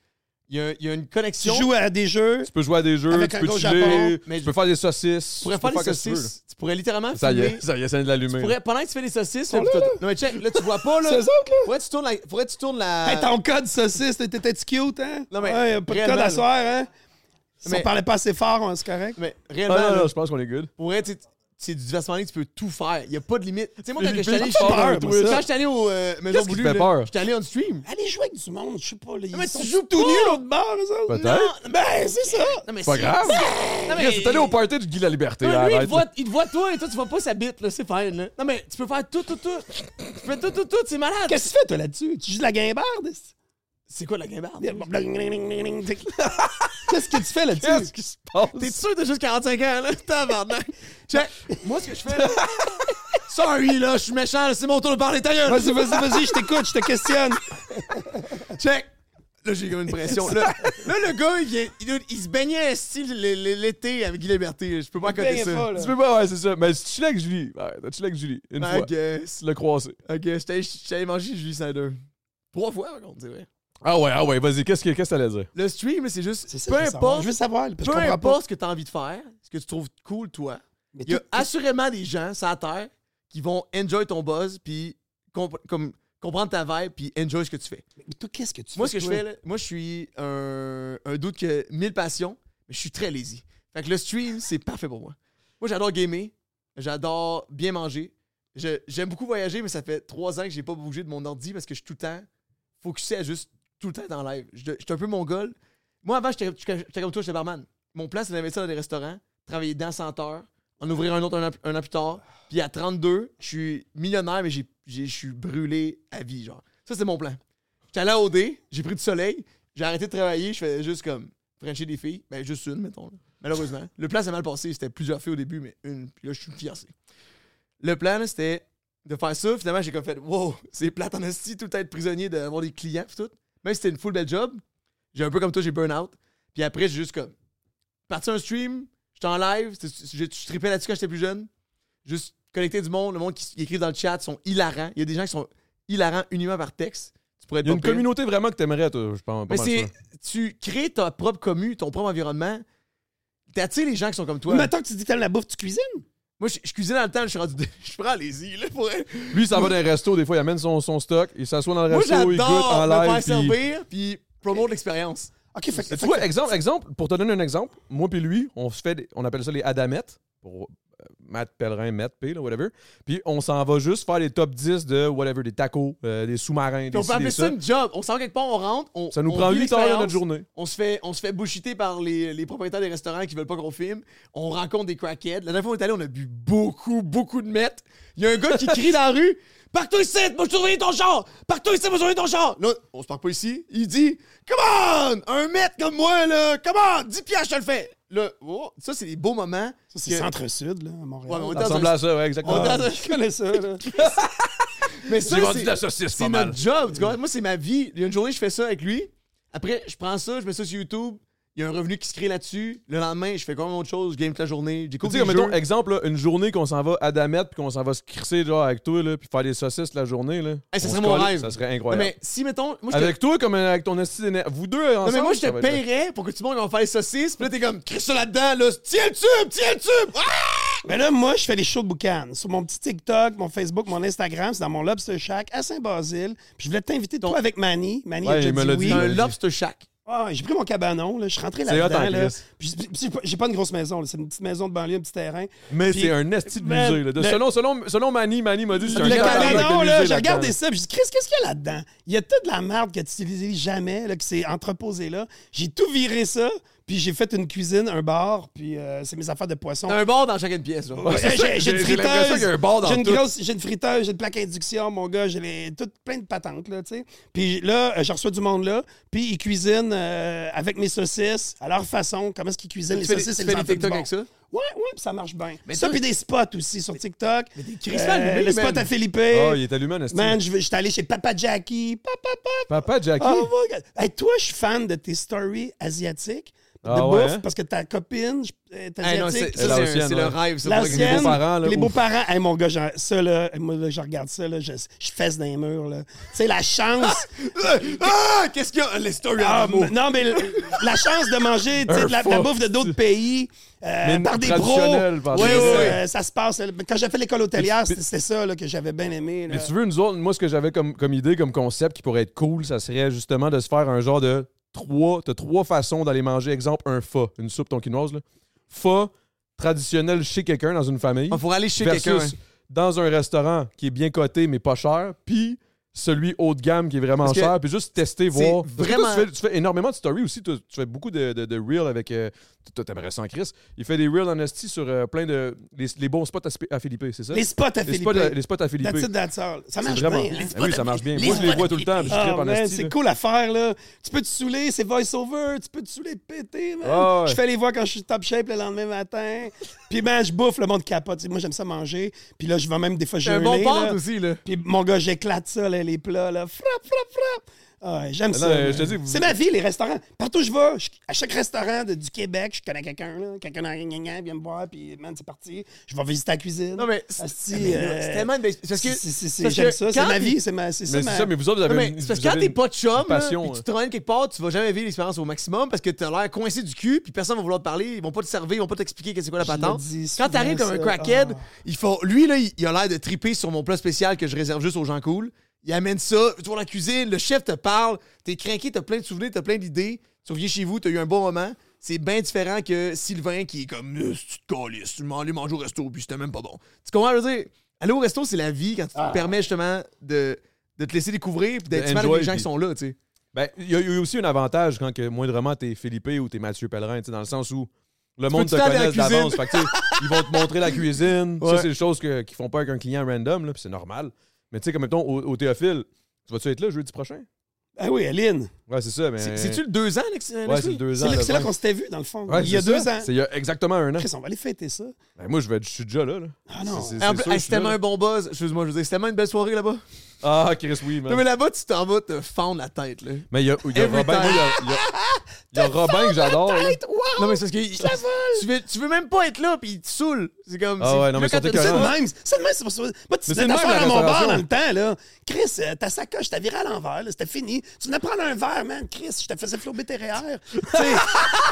Speaker 2: Il y, a- il y a une
Speaker 3: Tu
Speaker 2: connexion.
Speaker 3: joues à des jeux.
Speaker 1: Tu peux jouer à des jeux,
Speaker 3: Avec
Speaker 1: tu
Speaker 3: un
Speaker 1: peux
Speaker 3: gars au
Speaker 1: chiller,
Speaker 3: Japon,
Speaker 2: mais-
Speaker 1: tu peux faire des saucisses.
Speaker 2: tu pourrais
Speaker 1: tu peux
Speaker 2: faire les
Speaker 1: ce que tu veux,
Speaker 2: saucisses. Tu pourrais littéralement
Speaker 1: là. Ça y
Speaker 2: filmer.
Speaker 1: est, ça y est, ça vient de l'allumer.
Speaker 2: Tu pourrais- pendant que tu fais les saucisses, là, puis t'as- non mais check, là tu vois pas là.
Speaker 3: C'est ça, là.
Speaker 2: Faudrait que tu tournes la, faudrait que tu tournes
Speaker 3: Hey,
Speaker 2: la.
Speaker 3: ton code saucisse, t'étais t'étais-tu cute, hein?
Speaker 2: Non, mais
Speaker 3: Ouais, y a pas de
Speaker 2: réellement,
Speaker 3: code
Speaker 2: là.
Speaker 3: à soir, hein? Si
Speaker 2: Mais-
Speaker 3: on parlait pas assez fort, hein, c'est correct.
Speaker 2: mais
Speaker 1: Ah,
Speaker 2: réellement,
Speaker 1: non,
Speaker 2: là,
Speaker 1: non, je pense qu'on est good.
Speaker 2: pour vrai, tu sais, c'est du divertissement en ligne, tu peux tout faire. Il y a pas de limite. Tu sais moi quand
Speaker 1: J'ai
Speaker 2: je suis allé,
Speaker 1: plus
Speaker 2: je suis
Speaker 3: peur,
Speaker 2: allé-
Speaker 3: moi, ça.
Speaker 2: quand j'étais allé au euh, Maison
Speaker 1: Qu'est-ce qui te
Speaker 2: Boulue,
Speaker 1: fait
Speaker 2: là,
Speaker 1: peur?
Speaker 2: j'étais allé on stream.
Speaker 3: Allez jouer avec du monde, je sais pas. les-
Speaker 2: mais
Speaker 3: ils
Speaker 2: tu
Speaker 3: sont
Speaker 2: joues
Speaker 3: tout
Speaker 2: pas.
Speaker 3: nus l'autre bord, eux autres.
Speaker 1: Peut-être.
Speaker 3: Non, Ben, c'est ça.
Speaker 2: Non mais
Speaker 1: C'est Pas
Speaker 2: c'est-
Speaker 1: grave.
Speaker 2: Non, mais-
Speaker 1: Chris, C'est allé au party de Guy la Liberté.
Speaker 2: Non, mais
Speaker 1: là,
Speaker 2: lui, il,
Speaker 1: arrête,
Speaker 2: te voit, il te voit toi et toi tu vois pas sa bite là, c'est fine là. Non mais tu peux faire tout tout tout. tu fais tout tout tout, c'est malade.
Speaker 3: Qu'est-ce que tu fais, toi, là-dessus? Tu joues de la guimbarde? c'est-
Speaker 2: C'est quoi la guimbarde?
Speaker 3: Qu'est-ce que tu fais
Speaker 1: là.
Speaker 3: là-dessus?
Speaker 1: Qu'est-ce qui se passe?
Speaker 2: T'es sûr de juste 45 ans, là? Tabarnak! Check! Moi, ce que je fais, là... Sorry, là, je suis méchant, là, c'est mon tour de parler, ta gueule!
Speaker 3: Vas-y, vas-y, vas-y, je t'écoute, je te questionne.
Speaker 2: Check! Là, j'ai comme une pression. Là, là, le gars, il, vient- il, il se baignait style l- l- l'été avec Guy Liberté. Je peux pas côté
Speaker 3: baignait
Speaker 2: ça.
Speaker 3: pas, là.
Speaker 1: Tu peux pas, ouais, c'est ça. Mais tu l'as avec Julie. Ouais, t'as chillé avec Julie. Une fois.
Speaker 2: I guess.
Speaker 1: Tu l'as croisé.
Speaker 2: Ok, j'étais j'étais allé manger Julie Snyder. Trois fois, par contre, c'est vrai.
Speaker 1: Ah ouais, ah ouais, vas-y, qu'est-ce que qu'est-ce que t'allais dire?
Speaker 2: Le stream, là, c'est juste...
Speaker 3: C'est ça,
Speaker 2: peu
Speaker 3: je veux savoir.
Speaker 2: importe,
Speaker 3: Je veux savoir, parce que
Speaker 2: peu
Speaker 3: je comprends pas.
Speaker 2: importe ce que t'as envie de faire, ce que tu trouves cool, toi,
Speaker 3: Mais
Speaker 2: Il y a
Speaker 3: tout-
Speaker 2: assurément des gens sur la terre qui vont enjoy ton buzz, puis comp- comme comprendre ta vibe, puis enjoy ce que tu fais.
Speaker 3: mais tout, qu'est-ce que tu
Speaker 2: Moi, ce que je
Speaker 3: toi?
Speaker 2: fais, là, moi, je suis un, un doute que mille passions, mais je suis très lazy. Fait que le stream, c'est parfait pour moi. Moi, j'adore gamer, j'adore bien manger. Je- J'aime beaucoup voyager, mais ça fait trois ans que j'ai pas bougé de mon ordi parce que je suis tout le temps focusé à juste tout le temps dans live. Je je suis un peu mongol. Moi, avant, j'étais j'étais comme toi, j'étais barman. Mon plan, c'est d'investir dans des restaurants, travailler dans 100 heures, en ouvrir un autre un an, un an plus tard. Puis à 32, je suis millionnaire, mais j'ai- j'ai- je suis brûlé à vie, genre. Ça, c'est mon plan. J'étais allé à OD, j'ai pris du soleil, j'ai arrêté de travailler, je faisais juste comme frencher des filles. Ben, juste une, mettons. là. Malheureusement. Le plan s'est mal passé, c'était plusieurs filles au début, mais une. Puis là, je suis fiancé. Le plan, là, c'était de faire ça. Finalement, j'ai comme fait, wow, c'est plate en esti, tout le temps être prisonnier, d'avoir des clients, puis tout. Même si c'était une full belle job, j'ai un peu comme toi, j'ai burn out. Puis après, j'ai juste comme parti un stream, j'étais en live, c'était- je je trippais là-dessus quand j'étais plus jeune. Juste connecter du monde, le monde qui, s- qui écrit dans le chat sont hilarants. Il y a des gens qui sont hilarants uniquement par texte. Tu pourrais être
Speaker 1: Il y a
Speaker 2: pas
Speaker 1: une
Speaker 2: pire.
Speaker 1: communauté vraiment que t'aimerais, toi, je pense. pas
Speaker 2: Mais
Speaker 1: mal
Speaker 2: c'est.
Speaker 1: sûr.
Speaker 2: Tu crées ta propre commu, ton propre environnement. T'attires les gens qui sont comme toi.
Speaker 3: Mais Mettons que tu dis que t'aimes la bouffe, tu cuisines.
Speaker 2: Moi, je, je cuisine dans le temps, je suis rendu. de- Je prends, allez-y, là, pour elle.
Speaker 1: Lui, il s'en va dans un resto, des fois, il amène son, son stock, il s'assoit dans le
Speaker 2: Moi,
Speaker 1: resto, il goûte en
Speaker 2: j'adore me
Speaker 1: live.
Speaker 2: faire
Speaker 1: puis-
Speaker 2: servir, puis promouvoir l'expérience.
Speaker 3: OK, fait que...
Speaker 1: Tu vois, exemple, exemple, pour te donner un exemple, moi puis lui, on se fait, des- on appelle ça les adamettes, pour euh, Matt Pellerin, Matt P, là, whatever. Puis on s'en va juste faire les top 10 de whatever, des tacos, euh, des sous-marins,
Speaker 2: Puis
Speaker 1: des
Speaker 2: on peut
Speaker 1: ci, des
Speaker 2: appeler ça
Speaker 1: ça.
Speaker 2: une job. On sort quelque part, on rentre. On,
Speaker 1: Ça nous
Speaker 2: on
Speaker 1: prend
Speaker 2: vit
Speaker 1: 8 heures de
Speaker 2: l'expérience.
Speaker 1: notre journée.
Speaker 2: On se fait, on se fait bullshiter par les, les propriétaires des restaurants qui veulent pas qu'on filme. On rencontre des crackheads. La dernière fois qu'on est allé, on a bu beaucoup, beaucoup de mètres. Il y a un gars qui crie dans la rue Parque-toi ici, moi je surveiller ton char Parque-toi ici, moi je surveiller ton char Là, on se parque pas ici. Il dit Come on Un mètre comme moi, là Come on 10 piastres, je te le fais Là, oh, ça, c'est des beaux moments.
Speaker 3: Ça, c'est
Speaker 2: que-
Speaker 3: centre-sud, là, à Montréal.
Speaker 2: Ouais, mais on est
Speaker 1: Ça
Speaker 2: dans
Speaker 1: ressemble
Speaker 2: un-
Speaker 1: à ça, ouais,
Speaker 2: on
Speaker 1: exactement.
Speaker 2: est dans un-
Speaker 3: Ah, Je connais ça, là.
Speaker 2: Mais ça,
Speaker 1: J'ai vendu
Speaker 2: c'est-
Speaker 1: de la saucisse,
Speaker 2: C'est
Speaker 1: pas mal.
Speaker 2: notre job, tu comprends? Moi, c'est ma vie. Il y a une journée, je fais ça avec lui. Après, je prends ça, je mets ça sur YouTube. Il y a un revenu qui se crée là-dessus. Le lendemain, je fais quand même autre chose. Je game toute la journée.
Speaker 1: Tu
Speaker 2: J'écoute
Speaker 1: sais,
Speaker 2: des
Speaker 1: comme
Speaker 2: jeux.
Speaker 1: mettons, exemple, là, une journée qu'on s'en va à Damette puis qu'on s'en va se crisser genre avec toi, là, puis faire des saucisses la journée. Là,
Speaker 2: Hey, ça
Speaker 1: On
Speaker 2: serait
Speaker 1: se
Speaker 2: mon
Speaker 1: colle,
Speaker 2: rêve.
Speaker 1: Ça serait
Speaker 2: Non,
Speaker 1: incroyable.
Speaker 2: mais si, mettons, moi, je te-
Speaker 1: avec toi, comme euh, avec ton esti d'énergie. Vous deux, ensemble.
Speaker 2: Non, mais moi, je
Speaker 1: ça
Speaker 2: te
Speaker 1: va être-
Speaker 2: paierais pour que tout le monde va faire les saucisses. Puis là, t'es comme, crisse ça là-dedans, là. Tiens le tube, tiens le tube! Ah!
Speaker 3: Mais là, moi, je fais les shows de boucan. Sur mon petit TikTok, mon Facebook, mon Instagram, c'est dans mon Lobster Shack à Saint-Basile. Puis je voulais t'inviter, toi, avec Manny. Manny
Speaker 1: Ouais,
Speaker 3: a déjà
Speaker 1: il me
Speaker 3: dit
Speaker 1: l'a
Speaker 3: oui.
Speaker 1: dit.
Speaker 2: Un
Speaker 1: vas-y.
Speaker 2: lobster shack.
Speaker 3: Ah, j'ai pris mon cabanon, là. je suis rentré
Speaker 1: C'est hot en
Speaker 3: là-dedans. Là.
Speaker 1: Christ.
Speaker 3: Puis j'ai- puis j'ai pas- j'ai pas une grosse maison, là. c'est une petite maison de banlieue, un petit terrain.
Speaker 1: Mais
Speaker 3: Puis-
Speaker 1: c'est un esti de
Speaker 3: Man,
Speaker 1: musée. là. De-
Speaker 3: le-
Speaker 1: selon, selon, selon Manny, Manny m'a dit c'est un
Speaker 3: le
Speaker 1: tabarnak de
Speaker 3: cabanon, là,
Speaker 1: musée
Speaker 3: j'ai
Speaker 1: là-dedans. Ah,
Speaker 3: regardé ça, puis j'ai dit, Chris, qu'est-ce qu'il y a là-dedans? Il y a toute de la merde que tu n'utilises jamais, là, qui s'est entreposée là. J'ai tout viré ça, puis j'ai fait une cuisine, un bar, puis euh, c'est mes affaires de poisson.
Speaker 2: Un bar dans chacune pièce, genre.
Speaker 3: Ouais, j'ai- J'ai une
Speaker 1: J'ai l'impression
Speaker 3: friteuse,
Speaker 1: qu'il y a un bar dans
Speaker 3: j'ai une
Speaker 1: tout.
Speaker 3: grosse- j'ai une friteuse, j'ai une plaque à induction, mon gars, j'ai les- tout plein de patentes là, tu sais. Puis là, euh, je reçois du monde là, puis ils cuisinent euh, avec mes saucisses à leur façon. Comment est-ce qu'ils cuisinent
Speaker 2: Tu
Speaker 3: les
Speaker 2: fais des-
Speaker 3: saucisses
Speaker 2: tu
Speaker 3: et
Speaker 2: fais
Speaker 3: les
Speaker 2: des
Speaker 3: enfants du
Speaker 2: TikTok
Speaker 3: bon.
Speaker 2: avec ça?
Speaker 3: Ouais, ouais, puis ça marche bien.
Speaker 2: Mais
Speaker 3: ça
Speaker 2: toi-
Speaker 3: puis des spots aussi sur TikTok. Mais
Speaker 2: des Chris Van
Speaker 3: le
Speaker 2: Lee,
Speaker 3: spot
Speaker 2: man.
Speaker 3: à Philippe. Oh,
Speaker 1: Oh, il est allumé, un esti.
Speaker 3: Man, je vais- j'étais allé chez Papa Jackie. Papa, papa.
Speaker 1: Papa Jackie.
Speaker 3: Oh my God. Hey, toi, je suis fan de tes stories asiatiques de
Speaker 1: Ah
Speaker 3: bouffe
Speaker 1: ouais, hein?
Speaker 3: parce que ta copine, je euh,
Speaker 2: Hey, non,
Speaker 3: asiatique.
Speaker 2: c'est
Speaker 3: Ça,
Speaker 2: ça,
Speaker 1: la
Speaker 2: c'est un-
Speaker 1: sienne,
Speaker 2: c'est le
Speaker 1: ouais.
Speaker 2: rêve, ça.
Speaker 3: La
Speaker 2: pour-
Speaker 3: sienne.
Speaker 1: Les beaux-parents, là.
Speaker 3: Les
Speaker 1: ouf.
Speaker 3: beaux-parents, hey, mon gars, j'en- ça, là, moi, là, je regarde ça, là, je, je fesse dans les murs. là. Tu sais, la chance.
Speaker 2: Ah! Qu'est-ce qu'il y a? Les stories
Speaker 3: Ah,
Speaker 2: en amour.
Speaker 3: m- non, mais l- la chance de manger tu sais, de la, de la
Speaker 1: Un
Speaker 3: bouffe de d'autres pays euh,
Speaker 1: Mais
Speaker 3: par des pros.
Speaker 1: traditionnel, par
Speaker 3: Chris,
Speaker 1: des-
Speaker 3: euh, Ça se passe. là. Quand j'ai fait l'école hôtelière,
Speaker 1: Mais-
Speaker 3: c'était c'était ça là, que j'avais bien aimé. là.
Speaker 1: Mais tu veux, nous autres, moi, ce que j'avais comme, comme idée, comme concept qui pourrait être cool, ça serait justement de se faire un genre de trois. T'as trois façons d'aller manger, exemple, un fa, une soupe tonkinoise, là. Fa, traditionnel chez quelqu'un dans une famille.
Speaker 2: On pourrait aller chez
Speaker 1: versus
Speaker 2: quelqu'un.
Speaker 1: dans un restaurant qui est bien coté mais pas cher, puis celui haut de gamme qui est vraiment
Speaker 2: Parce que
Speaker 1: cher, puis juste tester, voir. Parce que toi,
Speaker 2: vraiment-
Speaker 1: tu, fais, tu fais énormément de stories aussi, toi, tu, fais beaucoup de, de, de reels avec. Euh, toi, T'aimerais ça en Chris. Il fait des reels en esti sur euh, plein de. Les, les bons spots à, Spi- à Philippe, c'est ça?
Speaker 3: Les spots à
Speaker 1: Les
Speaker 3: Philippe.
Speaker 1: spots à, les spots à Philippe.
Speaker 3: That's it, that's all. Ça
Speaker 1: C'est
Speaker 3: marche
Speaker 1: vraiment.
Speaker 3: bien. hein.
Speaker 1: Ah oui, ça marche bien. Moi, je les vois tout le temps, puis je
Speaker 3: Ah,
Speaker 1: trippe en
Speaker 3: man,
Speaker 1: esti, là.
Speaker 3: c'est cool à faire, là. Tu peux te saouler, c'est voice-over, tu peux te saouler péter, man.
Speaker 1: Ah ouais.
Speaker 3: Je fais les voix quand je suis top shape le lendemain matin. Puis, man, je bouffe, le monde capote. Tu sais, Moi, j'aime ça manger. Puis là, je vais même des fois
Speaker 2: C'est un
Speaker 3: geler.
Speaker 2: bon
Speaker 3: là.
Speaker 2: pente aussi, là.
Speaker 3: Puis, mon gars, j'éclate ça, là, les plats, là. Frappe, frappe, frappe. Ah, ouais, j'aime
Speaker 1: Non,
Speaker 3: ça.
Speaker 1: euh,
Speaker 3: man.
Speaker 1: je te dis, vous-
Speaker 3: C'est ma vie, les restaurants. Partout où je vais, je- à chaque restaurant de- du Québec, je connais quelqu'un, là. Quelqu'un dans Gna-gna-gna vient me voir, puis, man, c'est parti. Je vais visiter la cuisine.
Speaker 2: Non, mais c'est
Speaker 3: Asti,
Speaker 2: mais là,
Speaker 3: euh,
Speaker 2: c'est tellement une belle- c'est parce que-
Speaker 3: c'est- c'est- c'est-
Speaker 2: parce que
Speaker 3: J'aime ça, c'est
Speaker 2: quand
Speaker 3: ma
Speaker 2: t'es-
Speaker 3: vie, c'est ma. C'est
Speaker 1: Mais c'est ça,
Speaker 3: ma-
Speaker 1: mais vous autres, vous avez.
Speaker 2: Non, mais
Speaker 1: une-
Speaker 2: c'est parce que
Speaker 1: vous
Speaker 2: quand
Speaker 1: avez
Speaker 2: t'es
Speaker 1: une-
Speaker 2: pas chum,
Speaker 1: une
Speaker 2: là,
Speaker 1: passion,
Speaker 2: puis
Speaker 1: hein.
Speaker 2: tu te ramènes quelque part, tu vas jamais vivre l'expérience au maximum parce que t'as l'air coincé du cul, puis personne va vouloir te parler, ils vont pas te servir, ils vont pas t'expliquer qu'est-ce que c'est quoi la
Speaker 3: Je le
Speaker 2: patente.
Speaker 3: dis souvent,
Speaker 2: Quand t'arrives comme un
Speaker 3: ça.
Speaker 2: crackhead,
Speaker 3: Ah.
Speaker 2: il faut, lui, là, il, il a l'air de triper sur mon plat spécial que je réserve juste aux gens cool. Il amène ça, tu vas dans la cuisine, le chef te parle, t'es craqué, t'as plein de souvenirs, t'as plein d'idées, tu reviens chez vous, t'as eu un bon moment. C'est bien différent que Sylvain qui est comme Euh, si tu te calisses, tu m'en allais manger au resto, puis c'était même pas bon. Tu comprends? Je veux dire, aller au resto, c'est la vie quand tu te permets justement de, de te laisser découvrir, puis d'être
Speaker 1: Ah. De
Speaker 2: smart avec
Speaker 1: enjoy,
Speaker 2: les gens
Speaker 1: puis-
Speaker 2: qui sont là, tu sais.
Speaker 1: Ben, il y, a- il y a aussi un avantage quand que moindrement t'es Philippe ou t'es Mathieu Pellerin, tu sais, dans le sens où le monde te
Speaker 2: peux tout le temps aller à la
Speaker 1: connaît d'avance.
Speaker 2: cuisine.
Speaker 1: Fait que, tu sais, ils vont te montrer la cuisine.
Speaker 2: Ouais.
Speaker 1: Ça, c'est des choses que- qu'ils font pas avec un client random, là, puis c'est normal. Mais tu sais, comme mettons, au, au Théophile, tu vas-tu être là jeudi prochain?
Speaker 3: Ah oui, Aline.
Speaker 1: Ouais, c'est ça, mais.
Speaker 2: C'est- C'est-tu le deux ans, Alex?
Speaker 1: Euh,
Speaker 2: euh,
Speaker 1: Ouais, c'est le deux
Speaker 3: C'est
Speaker 1: ans.
Speaker 3: là,
Speaker 1: le
Speaker 3: c'est là
Speaker 1: vingt.
Speaker 3: qu'on s'était vu dans le fond.
Speaker 1: Ouais,
Speaker 3: il y a
Speaker 1: c'est
Speaker 3: deux
Speaker 1: ça.
Speaker 3: ans.
Speaker 1: C'est il y a exactement un an.
Speaker 3: Chris, on va aller fêter ça.
Speaker 1: Ben, moi, je vais être- je suis déjà là. là.
Speaker 3: Ah non.
Speaker 1: C'est- c'est-
Speaker 2: En
Speaker 1: c'est sûr,
Speaker 2: plus,
Speaker 1: je
Speaker 2: hey,
Speaker 1: suis
Speaker 2: c'est tellement
Speaker 1: là.
Speaker 2: un bon buzz. Excuse-moi, je veux dire, c'est tellement une belle soirée là-bas.
Speaker 1: Ah, Chris, oui, man.
Speaker 2: Non, mais là-bas, tu t'en vas te fendre la tête, là.
Speaker 1: Mais il y a, il y a
Speaker 2: Every
Speaker 1: Robin,
Speaker 2: time.
Speaker 1: moi, il y a- il y a- il y a Robin que j'adore. là.
Speaker 2: Non, mais c'est parce que. Tu veux, tu veux même pas être là, puis il te saoule. C'est comme.
Speaker 1: Ah
Speaker 2: c'est-
Speaker 1: ouais, non,
Speaker 2: là,
Speaker 1: mais
Speaker 2: quand
Speaker 1: surtout
Speaker 2: t'as
Speaker 1: que-
Speaker 2: ça,
Speaker 3: C'est le
Speaker 1: Ah.
Speaker 3: même. C'est le même, c'est pour ça. Moi, tu
Speaker 1: Mais
Speaker 3: venais
Speaker 1: c'est le même,
Speaker 3: t'asseoir
Speaker 1: la
Speaker 3: à mon bar
Speaker 1: restauration.
Speaker 3: dans le temps, là. Chris, euh, ta sacoche, t'as viré à l'envers, là. C'était fini. Tu venais prendre un verre, man. Chris, je te faisais flouber tes REER. Tu sais,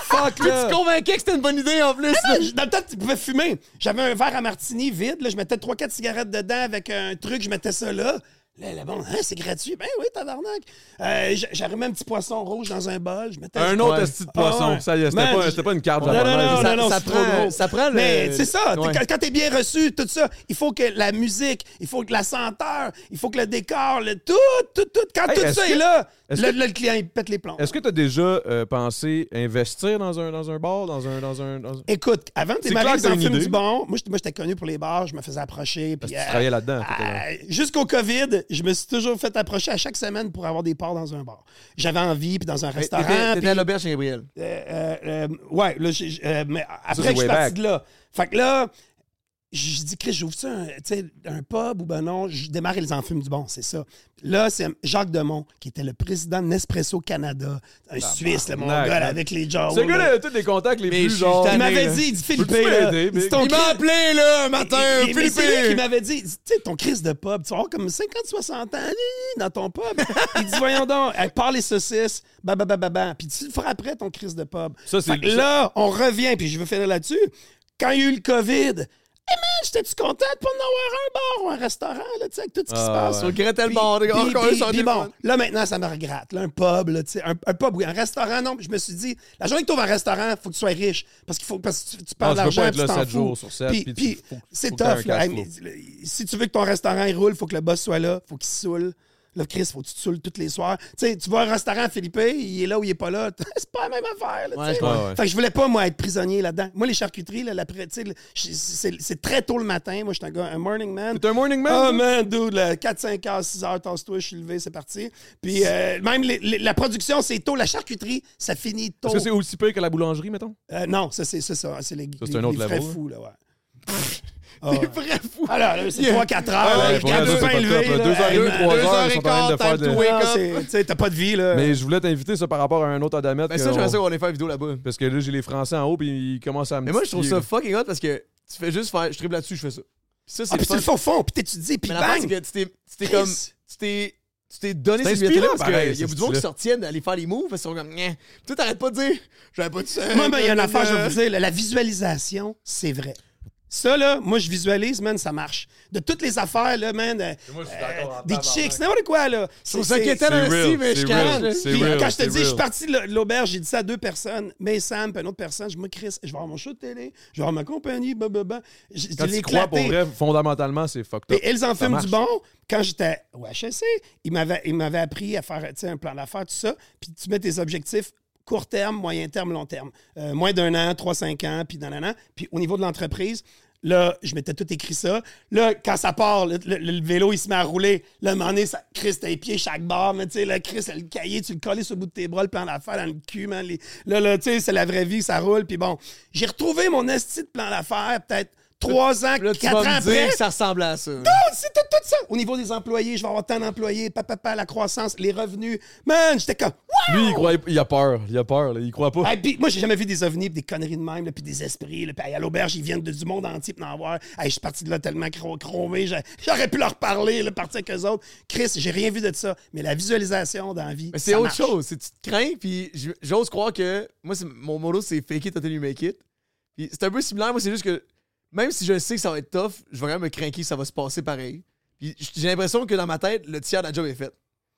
Speaker 3: fuck, là.
Speaker 2: tu te convainquais que c'était une bonne idée en plus. là.
Speaker 3: Dans le temps, tu pouvais fumer. J'avais un verre à martini vide, là. Je mettais 3-4 cigarettes dedans avec un truc, je mettais ça là. Là, là, bon, hein, c'est gratuit. Ben oui, tabarnak. Euh, j'a- J'arrivais un petit poisson rouge dans un bol. Je mettais
Speaker 1: Un autre
Speaker 3: Ouais.
Speaker 1: esti de poisson.
Speaker 3: Ah ouais.
Speaker 1: Ça y est, c'était
Speaker 3: Man,
Speaker 1: pas, c'était pas une carte
Speaker 3: Non, non,
Speaker 1: japonaise.
Speaker 3: non,
Speaker 2: Ça-
Speaker 3: non, non,
Speaker 2: ça
Speaker 3: c'est
Speaker 2: prend-
Speaker 3: trop drôle.
Speaker 2: ça prend le-
Speaker 3: Mais c'est ça, t'es-
Speaker 2: Ouais.
Speaker 3: quand, quand t'es bien reçu, tout ça, il faut que la musique, il faut que la senteur, il faut que le décor, le tout, tout, tout, quand
Speaker 1: Hey,
Speaker 3: tout
Speaker 1: est-ce
Speaker 3: ça
Speaker 1: que-
Speaker 3: est là,
Speaker 1: est-ce
Speaker 3: le,
Speaker 1: que-
Speaker 3: le client, il pète les plombs.
Speaker 1: Est-ce que tu as déjà euh, pensé investir dans un, dans un bar, dans un. Dans un, dans un-
Speaker 3: Écoute, avant de
Speaker 1: C'est
Speaker 3: démarrer
Speaker 1: clair que
Speaker 3: les
Speaker 1: t'as une
Speaker 3: enfumes
Speaker 1: idée.
Speaker 3: du bon, moi, j'étais- moi, j'étais connu pour les bars, je me faisais approcher. Puis,
Speaker 1: Parce que tu travaillais là-dedans,
Speaker 3: euh,
Speaker 1: t'étais
Speaker 3: Jusqu'au COVID, je me suis toujours fait approcher à chaque semaine pour avoir des parts dans un bar. J'avais envie, puis dans un
Speaker 2: T'étais
Speaker 3: restaurant.
Speaker 2: t'étais
Speaker 3: puis-
Speaker 2: à l'auberge chez Gabriel.
Speaker 3: Euh, euh, euh, ouais, là, j'ai- j'ai- euh, mais après,
Speaker 1: c'est
Speaker 3: je suis
Speaker 1: way
Speaker 3: parti
Speaker 1: back.
Speaker 3: de là. Fait que là, je dis, Chris, j'ouvre ça, un, tu sais, un pub ou ben non, je démarre et les enfumes du bon, c'est ça. Là, c'est Jacques Demont, qui était le président de Nespresso Canada, un Suisse, le mon
Speaker 1: barnac,
Speaker 3: gars, là,
Speaker 1: man.
Speaker 3: avec les jaws.
Speaker 1: Ce gars-là, il
Speaker 3: là.
Speaker 1: a tous les contacts les
Speaker 2: Mais je
Speaker 1: plus
Speaker 2: suis
Speaker 1: genre.
Speaker 3: Il
Speaker 2: tanné,
Speaker 3: m'avait
Speaker 2: là.
Speaker 3: dit, il dit, Philippe,
Speaker 1: Peux-tu
Speaker 3: là,
Speaker 1: m'aider,
Speaker 3: il dit,
Speaker 1: Big?
Speaker 3: ton
Speaker 2: Il m'a
Speaker 3: Chris-
Speaker 2: appelé, là, un
Speaker 3: et-
Speaker 2: matin,
Speaker 3: et- mais c'est lui qui
Speaker 2: Philippe!
Speaker 3: m'avait dit, tu sais, ton crise de pub, tu vas avoir comme 50-60 ans hi, dans ton pub. Il dit, voyons donc, elle part les saucisses, bah, bah, bah, bah, bah. Puis tu le feras après, ton crise de pub.
Speaker 1: Ça, c'est-
Speaker 3: Fait que là, on revient, puis je veux finir là-dessus. Quand il y a eu le COVID, hey man, j'étais-tu content de pas en avoir un bar ou un restaurant, là, tu sais, avec tout ce qui se
Speaker 1: Ah,
Speaker 3: passe?
Speaker 1: ouais.
Speaker 2: Sur le Gretel
Speaker 3: Puis-
Speaker 2: Bar,
Speaker 3: puis-
Speaker 2: encore
Speaker 3: puis-
Speaker 2: un
Speaker 3: puis
Speaker 2: centime.
Speaker 3: bon, là maintenant, ça me regrette. Là, un pub, là, tu sais, un, un pub, oui, un restaurant, non. Puis je me suis dit, la journée que tu ouvres un restaurant, il faut que tu sois riche. Parce qu'il faut parce que tu, tu parles
Speaker 1: Non, Ah, tu peux
Speaker 3: d'argent.
Speaker 1: pas être
Speaker 3: puis
Speaker 1: là
Speaker 3: tu t'en
Speaker 1: sept
Speaker 3: fous.
Speaker 1: jours sur sept,
Speaker 3: Puis,
Speaker 1: puis
Speaker 3: puis
Speaker 1: tu- faut-
Speaker 3: c'est
Speaker 1: faut que t'aies
Speaker 3: tough.
Speaker 1: un
Speaker 3: là.
Speaker 1: cash
Speaker 3: Hey,
Speaker 1: flow.
Speaker 3: mais le- si tu veux que ton restaurant il roule, faut que le boss soit là, faut qu'il saoule. Là, Chris, faut que tu te saoules tous les soirs. Tu sais, tu vois un restaurant, Philippe, il est là ou il est pas là. c'est pas la même affaire. là, tu
Speaker 2: Ouais,
Speaker 3: sais.
Speaker 2: je
Speaker 1: comprends. Ouais.
Speaker 3: Fait que je voulais pas, moi, être prisonnier là-dedans. Moi, les charcuteries, là, la pré- tu sais, le- je- c'est c'est très tôt le matin. Moi, je suis un gars, un morning man.
Speaker 1: T'es un morning man?
Speaker 3: Ah,
Speaker 1: toi?
Speaker 3: man, dude, là, 4, 5 heures, 6 heures, tasse-toi, je suis levé, c'est parti. Puis euh, même les- les- la production, c'est tôt. La charcuterie, ça finit tôt.
Speaker 1: Est-ce que c'est aussi pire que la boulangerie, mettons?
Speaker 3: Euh, non, ça, c'est ça. ça, C'est les,
Speaker 1: c'est
Speaker 3: les-
Speaker 1: un autre hein.
Speaker 3: les frais
Speaker 1: level,
Speaker 3: fous, là, ouais.
Speaker 1: Ah
Speaker 3: ouais.
Speaker 2: Vrai fou.
Speaker 3: Alors, Ah, là, c'est 3-4 heures.
Speaker 1: Ouais,
Speaker 3: là,
Speaker 1: pour vrai,
Speaker 3: le
Speaker 1: ça,
Speaker 3: pain
Speaker 1: c'est pas
Speaker 3: levé,
Speaker 1: top, là.
Speaker 3: là.
Speaker 1: Deux heures et
Speaker 3: Hey,
Speaker 1: demie,
Speaker 3: là,
Speaker 1: trois
Speaker 3: deux
Speaker 1: heures,
Speaker 3: heures
Speaker 1: ils
Speaker 3: et
Speaker 1: sont en train de
Speaker 3: quart,
Speaker 1: faire
Speaker 3: time
Speaker 1: de-
Speaker 3: to wake
Speaker 2: Non,
Speaker 3: up.
Speaker 2: c'est-
Speaker 3: Tu sais, t'as pas de vie, là.
Speaker 1: Mais je voulais t'inviter ça par rapport à un autre Adamette.
Speaker 2: Mais
Speaker 1: que
Speaker 2: Ben ça, j'aimerais
Speaker 1: on-
Speaker 2: ça qu'on ait fait une vidéo là-bas.
Speaker 1: Parce que là, j'ai les Français en haut, puis ils commencent à me
Speaker 2: Mais moi, je trouve
Speaker 1: titiller.
Speaker 2: ça fucking hot parce que tu fais juste faire. Je triple là-dessus, je fais ça. Puis ça, c'est
Speaker 3: Ah,
Speaker 2: le
Speaker 3: puis c'est
Speaker 2: fun.
Speaker 3: le fond fond, puis t'étudies, puis
Speaker 2: Mais la part, c'est
Speaker 3: bang!
Speaker 2: que tu t'es- tu t'es comme.
Speaker 3: Chris.
Speaker 2: Tu t'es. Tu t'es donné
Speaker 1: C'est
Speaker 2: ces billets-là
Speaker 1: inspirant,
Speaker 2: parce qu'il y
Speaker 1: pareil,
Speaker 2: a
Speaker 1: ce
Speaker 2: beaucoup de gens qui
Speaker 1: style-là.
Speaker 2: sortiennent d'aller faire les moves parce qu'ils sont comme. Nyeh. Tu sais, t'arrêtes pas de dire. J'avais pas de ça.
Speaker 3: Moi, ben, il y a une affaire, je vais vous dire, là, la visualisation, c'est vrai. Ça, là, moi, je visualise, man, ça marche. De toutes les affaires, là, man, euh,
Speaker 2: Ah,
Speaker 3: euh, des chicks, n'importe quoi, là. C'est
Speaker 2: trouve ça inquiétant, là,
Speaker 1: c'est
Speaker 2: si,
Speaker 1: real,
Speaker 2: mais je
Speaker 1: c'est
Speaker 2: calme.
Speaker 1: real.
Speaker 3: Puis
Speaker 1: real,
Speaker 3: quand je te
Speaker 1: c'est
Speaker 3: dis, je suis
Speaker 1: real.
Speaker 3: parti de l'auberge, j'ai dit ça à deux personnes, mais Sam, puis une autre personne, je me Chris, je vais avoir mon show de télé, je vais avoir ma compagnie, blablabla. Je, je
Speaker 1: Quand
Speaker 3: l'ai
Speaker 1: tu crois, pour
Speaker 3: éclaté.
Speaker 1: vrai, fondamentalement, c'est fucked up.
Speaker 3: Et ils en
Speaker 1: Ça
Speaker 3: filment
Speaker 1: marche.
Speaker 3: du bon. Quand j'étais au HSC, ils m'avaient, ils m'avaient appris à faire tu sais, un plan d'affaires, tout ça. Puis tu mets tes objectifs court terme, moyen terme, long terme. Euh, moins d'un an, trois, cinq ans, puis d'un an. Puis au niveau de l'entreprise, là, je m'étais tout écrit ça. Là, quand ça part, le, le- le vélo, il se met à rouler. Là, à un moment donné, ça, Chris, t'as les pieds chaque barre. Mais tu sais, là, Chris, le cahier, tu le collais sur le bout de tes bras, le plan d'affaires dans le cul, man. Les- là, là, tu sais, c'est la vraie vie, ça roule. Puis bon, j'ai retrouvé mon esti de plan d'affaires peut-être trois ans,
Speaker 2: Là, tu
Speaker 3: quatre ans
Speaker 2: vas me
Speaker 3: après.
Speaker 2: dire que ça ressemble à ça.
Speaker 3: Ah, c'est tout, tout ça. Au niveau des employés, je vais avoir tant d'employés, papa, papa, la croissance, les revenus. Man, j'étais comme, wow!
Speaker 1: Lui, il, croit, il a peur. Il a peur. là. Il croit pas.
Speaker 3: Hey, puis moi, j'ai jamais vu des ovnis, puis des conneries de même, là, puis des esprits. là, puis hey, à l'auberge, ils viennent de- du monde entier pour en voir. Hey, je suis parti de là tellement cro- chromé, j'a- j'aurais pu leur parler, là, partir avec eux autres. Chris, j'ai rien vu de ça. Mais la visualisation dans la vie.
Speaker 2: Mais c'est
Speaker 3: ça
Speaker 2: autre
Speaker 3: marche.
Speaker 2: chose. C'est tu te crains, puis j- j'ose croire que. Moi, c'est- mon motto, c'est fake it until you make it. Puis c'est un peu similaire. Moi, c'est juste que même si je sais que ça va être tough, je vais quand même me craquer ça va se passer pareil. Puis j- j'ai l'impression que dans ma tête, le tiers de la job est fait.